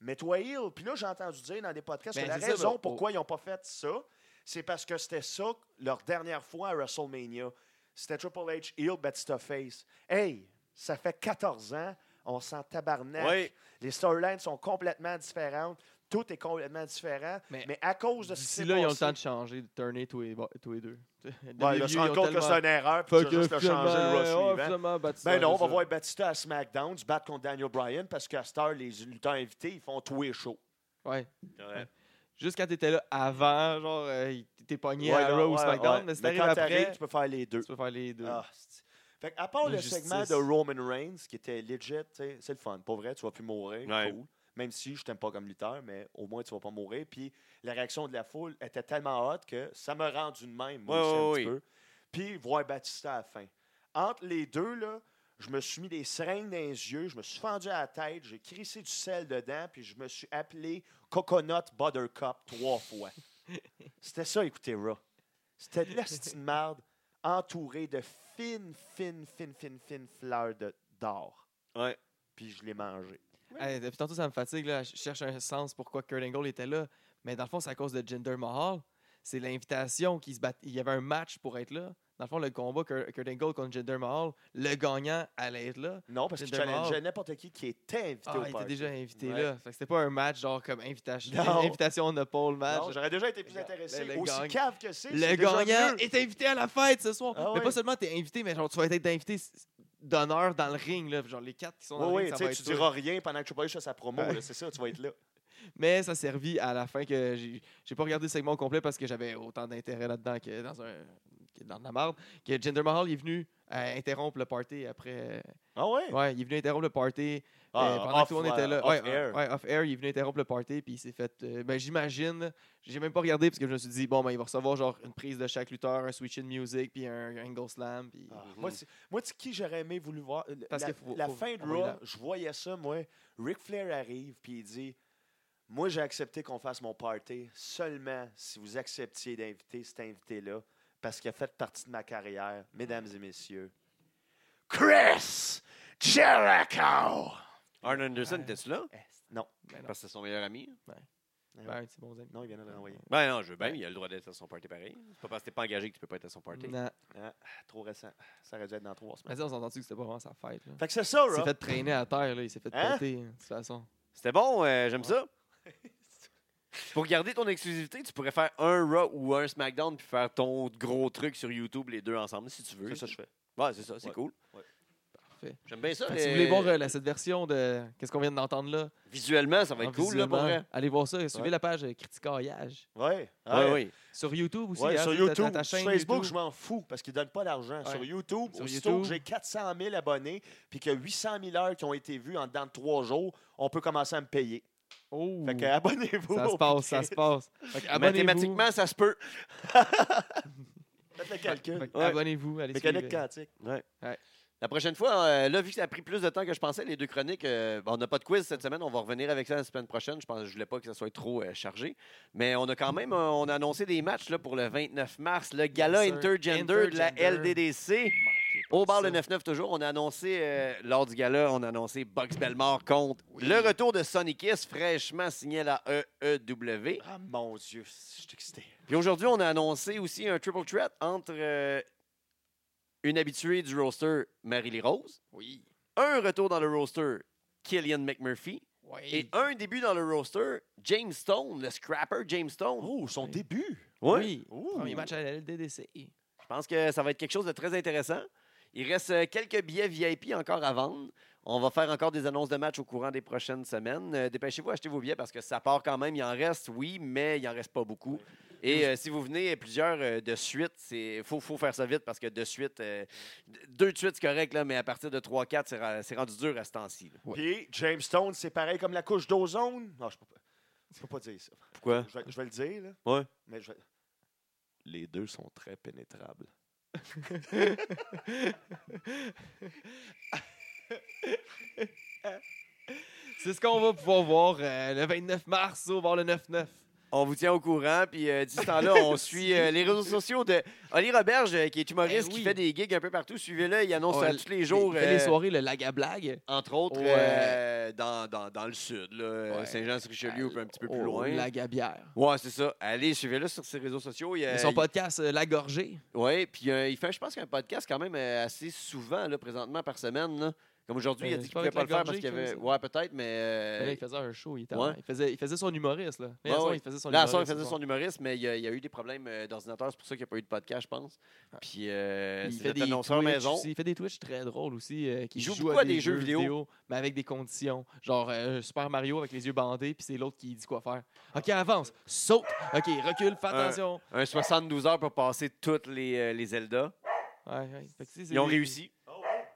C: mais toi heel. Puis là, j'ai entendu dire dans des podcasts
B: Ben,
C: que la
B: c'est ça,
C: raison
B: ben,
C: pourquoi ils n'ont pas fait ça, c'est parce que c'était ça leur dernière fois à WrestleMania. C'était Triple H heel, Batista face. Hey, ça fait 14 ans, on s'en tabarnak.
A: Oui.
C: Les storylines sont complètement différentes. Tout est complètement différent. Mais,
B: Mais
C: à cause de ce qui
B: D'ici
C: s'est
B: là, ils ont le
C: passé-
B: temps de changer, de turner tous les, bo- tous les deux.
C: Ouais,
B: Les
C: là,
B: vieux,
C: se
B: ils ont
C: rendre compte que
B: tellement-
C: c'est une erreur, puis
B: Fait
C: tu vas juste
B: que
C: le changer le
B: finalement,
C: Raw
B: ouais,
C: suivant.
B: finalement, Batista,
C: Ben non, on
B: c'est
C: va
B: Oh, ça.
C: voir Batista à SmackDown se battre contre Daniel Bryan parce qu'à cette heure, les lutteurs invités, ils font tout et chaud.
B: Ouais.
A: Ouais.
B: Juste quand t'étais là avant, genre, euh, t'es pogné
C: Ouais,
B: à
C: non,
B: Raw ou
C: ouais,
B: SmackDown,
C: ouais.
B: mais si
C: Mais
B: t'arrives
C: quand t'arrives,
B: après,
C: tu peux faire les deux.
B: tu peux faire les deux.
C: Ah, c'est- fait que à part le
B: Injustice.
C: segment de Roman Reigns, qui était legit, tu sais, c'est le fun. Pour vrai, tu vas plus mourir.
A: Ouais.
C: cool. Même si je t'aime pas comme lutteur, mais au moins tu vas pas mourir. Puis la réaction de la foule était tellement hot que ça me rend d'une même, moi
A: Ouais,
C: aussi, un
A: ouais,
C: petit peu. Puis voir Batista à la fin. Entre les deux, là, je me suis mis des seringues dans les yeux, je me suis fendu à la tête, j'ai crissé du sel dedans, puis je me suis appelé Coconut Buttercup trois fois. C'était ça, écoutez, Raw. C'était de la petite marde entourée de fines, fines, fines, fines, fines fleurs de- d'or.
A: Ouais.
C: Puis je l'ai mangé.
B: Hey, depuis tantôt, ça me fatigue. Là. Je cherche un sens pourquoi Kurt Angle était là. Mais dans le fond, c'est à cause de Jinder Mahal. C'est l'invitation qui se bat. Il y avait un match pour être là. Dans le fond, le combat Kurt Kurt Angle contre Jinder Mahal, le gagnant allait être là.
C: Non, parce qu'il
B: Jinder Mahal.
C: challengeait n'importe qui qui était invité
B: Ah,
C: au
B: il était
C: party.
B: déjà invité
C: Ouais.
B: là. Fait que c'était pas un match genre comme invitation,
C: Non.
B: invitation de pole match.
C: Non, j'aurais déjà été plus
B: Le-
C: intéressé.
B: le
C: Aussi
B: gagnant-
C: cave que c'est,
B: le
C: c'est déjà
B: gagnant
C: mieux.
B: est invité à la fête ce soir.
C: Ah
B: mais
C: ouais.
B: pas seulement t'es invité, mais genre tu vas être invité d'honneur dans le ring. Là. Genre les quatre qui sont dans
C: Oui,
B: le ring,
C: oui, tu
B: ça va
C: sais,
B: être toi.
C: tu diras rien pendant que Triple H fait sa promo.
B: Ouais.
C: là, C'est ça, tu vas être là.
B: Mais ça servit à la fin que j'ai j'ai pas regardé le segment au complet parce que j'avais autant d'intérêt là-dedans que dans un que dans de la marde. Que Jinder Mahal il est venu euh, interrompre le party après.
C: Ah ouais?
B: Ouais, il est venu interrompre le party.
C: Ah,
B: euh, pendant
C: off,
B: que tout le monde
C: euh,
B: était là.
C: off
B: ouais,
C: air.
B: ouais, off air, il est venu interrompre le party, puis il s'est fait. euh, ben, j'imagine. J'ai même pas regardé, parce que je me suis dit, bon, ben, il va recevoir genre une prise de chaque lutteur, un switch in music, puis un angle slam. Puis...
C: Ah, moi, c'est- moi, tu sais qui j'aurais aimé voulu voir? Euh,
B: Mhm. Parce
C: la
B: que faut-
C: la
B: faut-
C: fin de
B: on va y
C: Raw,
B: aller.
C: je voyais ça, moi. Ric Flair arrive, puis il dit Moi, j'ai accepté qu'on fasse mon party seulement si vous acceptiez d'inviter cet invité-là, parce qu'il a fait partie de ma carrière, mesdames et messieurs. Chris Jericho!
A: Arn Anderson, était-tu là?
C: Non,
B: Ben, non,
A: Parce que c'est son meilleur ami.
B: ben, c'est bon, amis.
C: non, il vient de le renvoyer.
A: Ben non, je veux bien, il a le droit d'être à son party pareil. C'est pas parce que t'es pas engagé que tu peux pas être à son party.
B: Non.
C: Trop récent. Ça aurait dû être dans trois
B: Mais
C: semaines.
B: ça, on s'est entendu que c'était pas vraiment sa fête. Là.
C: Fait que c'est ça,
B: Il s'est
C: Raw.
B: fait traîner à terre, là. il s'est fait
C: Hein?
B: péter, hein, de toute façon.
A: C'était bon, euh, j'aime ça. Pour garder ton exclusivité, tu pourrais faire un Raw ou un SmackDown puis faire ton gros truc sur YouTube les deux ensemble si tu veux.
C: C'est ça que je fais.
A: Ouais, c'est ça, c'est
C: Ouais.
A: cool.
C: Ouais.
B: Parfait.
A: J'aime bien ça.
B: Fait que si vous
A: euh,
B: voulez voir euh, la- cette version de qu'est-ce qu'on vient d'entendre là,
A: Visuellement,
C: Ben,
A: ça va
B: en
A: être cool, là, pour
B: visuellement,
A: vrai.
B: allez voir ça. Suivez
C: Ouais.
B: la page euh, Criticaillage
C: Ouais.
A: Ouais,
C: ouais.
A: oui.
B: sur YouTube aussi.
C: Ouais,
B: hein,
C: sur
B: t'as- t'as
C: YouTube.
B: ta
C: Sur
B: chaîne
C: Facebook,
B: YouTube.
C: je m'en fous parce qu'ils ne donnent pas d'argent.
B: Ouais.
C: Sur YouTube,
B: Sur
C: aussitôt
B: YouTube.
C: que j'ai 400 000 abonnés puis qu'il y a 800 000 heures qui ont été vues en dedans de trois jours, on peut commencer à me payer.
B: Oh,
C: Fait que oh, abonnez-vous.
B: ça se passe, ça se passe. Fait que abonnez-vous.
A: Mathématiquement, ça se peut.
C: Faites le
B: Fait
C: calcul.
B: que
A: Ouais.
B: abonnez-vous. Allez
C: Mécanique
B: suivre. euh,
C: quantique.
A: La prochaine fois, euh, là, vu que ça a pris plus de temps que je pensais, les deux chroniques, euh, on n'a pas de quiz cette semaine, on va revenir avec ça la semaine prochaine. Je pense je voulais pas que ça soit trop euh, chargé. Mais on a quand même euh, on a annoncé des matchs là, pour le 29 mars, le gala
B: Yes, sir.
A: intergender, de la
B: Intergender.
A: LDDC.
B: Manquez pas
A: Au bar le
B: ça.
A: 9-9 toujours, on a annoncé, euh, lors du gala, on a annoncé Box Belmore contre le retour de Sonic Kiss, fraîchement signé à la E EEW.
C: Ah mon Dieu, je suis excité.
A: Puis aujourd'hui, on a annoncé aussi un triple threat entre euh, une habituée du roster, Marie-Lee Rose.
B: Oui.
A: un retour dans le roster, Killian McMurphy, et
B: Oui.
A: un début dans le roster, James Stone, le scrapper James Stone.
C: Oh, son début.
B: Oui.
C: Ouh.
A: Ah,
B: Premier match à la LDDC.
A: Je pense que ça va être quelque chose de très intéressant. Il reste euh, quelques billets VIP encore à vendre. On va faire encore des annonces de matchs au courant des prochaines semaines. Euh, Dépêchez-vous, achetez vos billets parce que ça part quand même. Il en reste, oui, mais il en reste pas beaucoup. Et euh, si vous venez euh, plusieurs euh, de suite, il faut, faut faire ça vite parce que de suite, euh, d- deux de suite, c'est correct, là, mais à partir de 3-4, c'est ra- c'est rendu dur à ce temps-ci. là.
C: Puis James Stone, c'est pareil comme la couche d'ozone. Non, je peux pas. Je peux pas dire ça.
B: Hein?
A: Pourquoi?
C: Je vais, je vais le dire, là.
A: Ouais.
C: Mais je vais- Les deux sont très pénétrables.
B: C'est ce qu'on va pouvoir voir euh, le 29 mars au bar le 9-9.
A: On vous tient au courant, puis euh, d'ici ce temps-là, on suit euh, les réseaux sociaux de Oli Roberge, euh, qui est humoriste,
B: Eh
A: qui
B: oui.
A: fait des gigs un peu partout. Suivez-le, il annonce
B: Ouais,
A: euh, tous les jours,
B: Il fait les
A: euh,
B: soirées, le lagablag.
A: entre autres,
B: Ouais.
A: euh, dans, dans, dans le sud, là, euh,
B: Ouais.
A: Saint-Jean-sur-Richelieu, ou un petit peu plus
B: au-
A: loin.
B: Lagabière.
A: Ouais, c'est ça. Allez, suivez-le sur ses réseaux sociaux. Il, euh,
B: Et son
A: il-
B: podcast, euh, La Gorgée.
A: ouais, puis euh, il fait, je pense, qu'un podcast quand même euh, assez souvent, là, présentement, par semaine. là. Comme aujourd'hui, il a
B: Euh,
A: dit
B: c'est
A: qu'il
B: pas
A: pouvait
B: avec
A: pas le faire
B: la
A: parce qu'il y
B: gorgée
A: avait.
B: qu'il
A: Ouais, peut-être, mais. euh,
B: Là, il faisait un show, il, était
A: ouais.
B: il, faisait, il faisait son humoriste. Là,
A: Ouais,
B: Là,
A: ouais.
B: il faisait son
A: Là, à
B: humoriste.
A: soir, il faisait
B: ce
A: son humoriste, mais il y a, il y a eu des problèmes euh, d'ordinateur, c'est pour ça qu'il n'y a pas eu de podcast, je pense.
B: Ah.
A: Puis euh,
B: Il
A: c'est
B: fait
A: notre
B: des
A: annonceur
B: Twitch
A: maison.
B: aussi. Il fait des Twitch très drôles aussi. euh, qui
A: Il joue
B: jouent
A: beaucoup à des jeux vidéo.
B: mais avec des conditions. Genre euh, Super Mario avec les yeux bandés, puis c'est l'autre qui dit quoi faire. OK, avance, saute. OK, recule, fais
A: Euh,
B: attention.
A: Un 72 heures pour passer toutes les, euh, les Zelda.
B: Ouais, ouais. Fait que, tu sais, c'est
A: Ils ont
B: des-
A: réussi.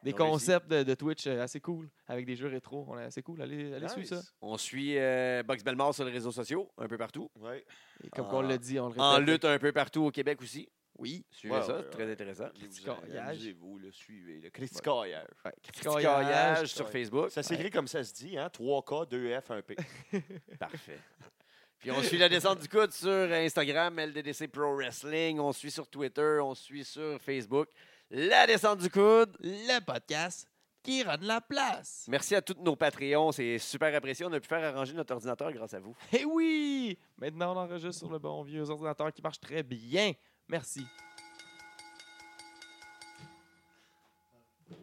B: Des
A: Ils ont réussi.
B: concepts de, de Twitch euh, assez cool, avec des jeux rétro. On est assez cool. Allez, allez
C: Nice.
B: suivre ça.
A: On suit euh, Box Belmore sur les réseaux sociaux, un peu partout.
C: Ouais.
B: Et comme
A: En-
B: on l'a dit, on le répète.
A: En lutte un peu partout au Québec aussi.
B: Oui.
A: Suivez
C: Ouais,
A: ça,
C: ouais,
A: c'est très
C: ouais.
B: Hein?
A: intéressant.
B: Criticaillage.
C: vous le suivez. Le criticaillage.
B: Ouais,
A: Criticaillage sur
C: ouais.
A: Facebook.
C: Ça s'écrit comme ça se dit, hein? 3K, 2F, 1P.
A: Parfait. Puis on suit la descente du coude sur Instagram, LDDC Pro Wrestling. On suit sur Twitter, on suit sur Facebook. La descente du coude.
B: le podcast qui rend la place.
A: Merci à tous nos Patreons, c'est super apprécié. On a pu faire arranger notre ordinateur grâce à vous.
B: Eh oui! Maintenant, on enregistre sur le bon vieux ordinateur qui marche très bien. Merci.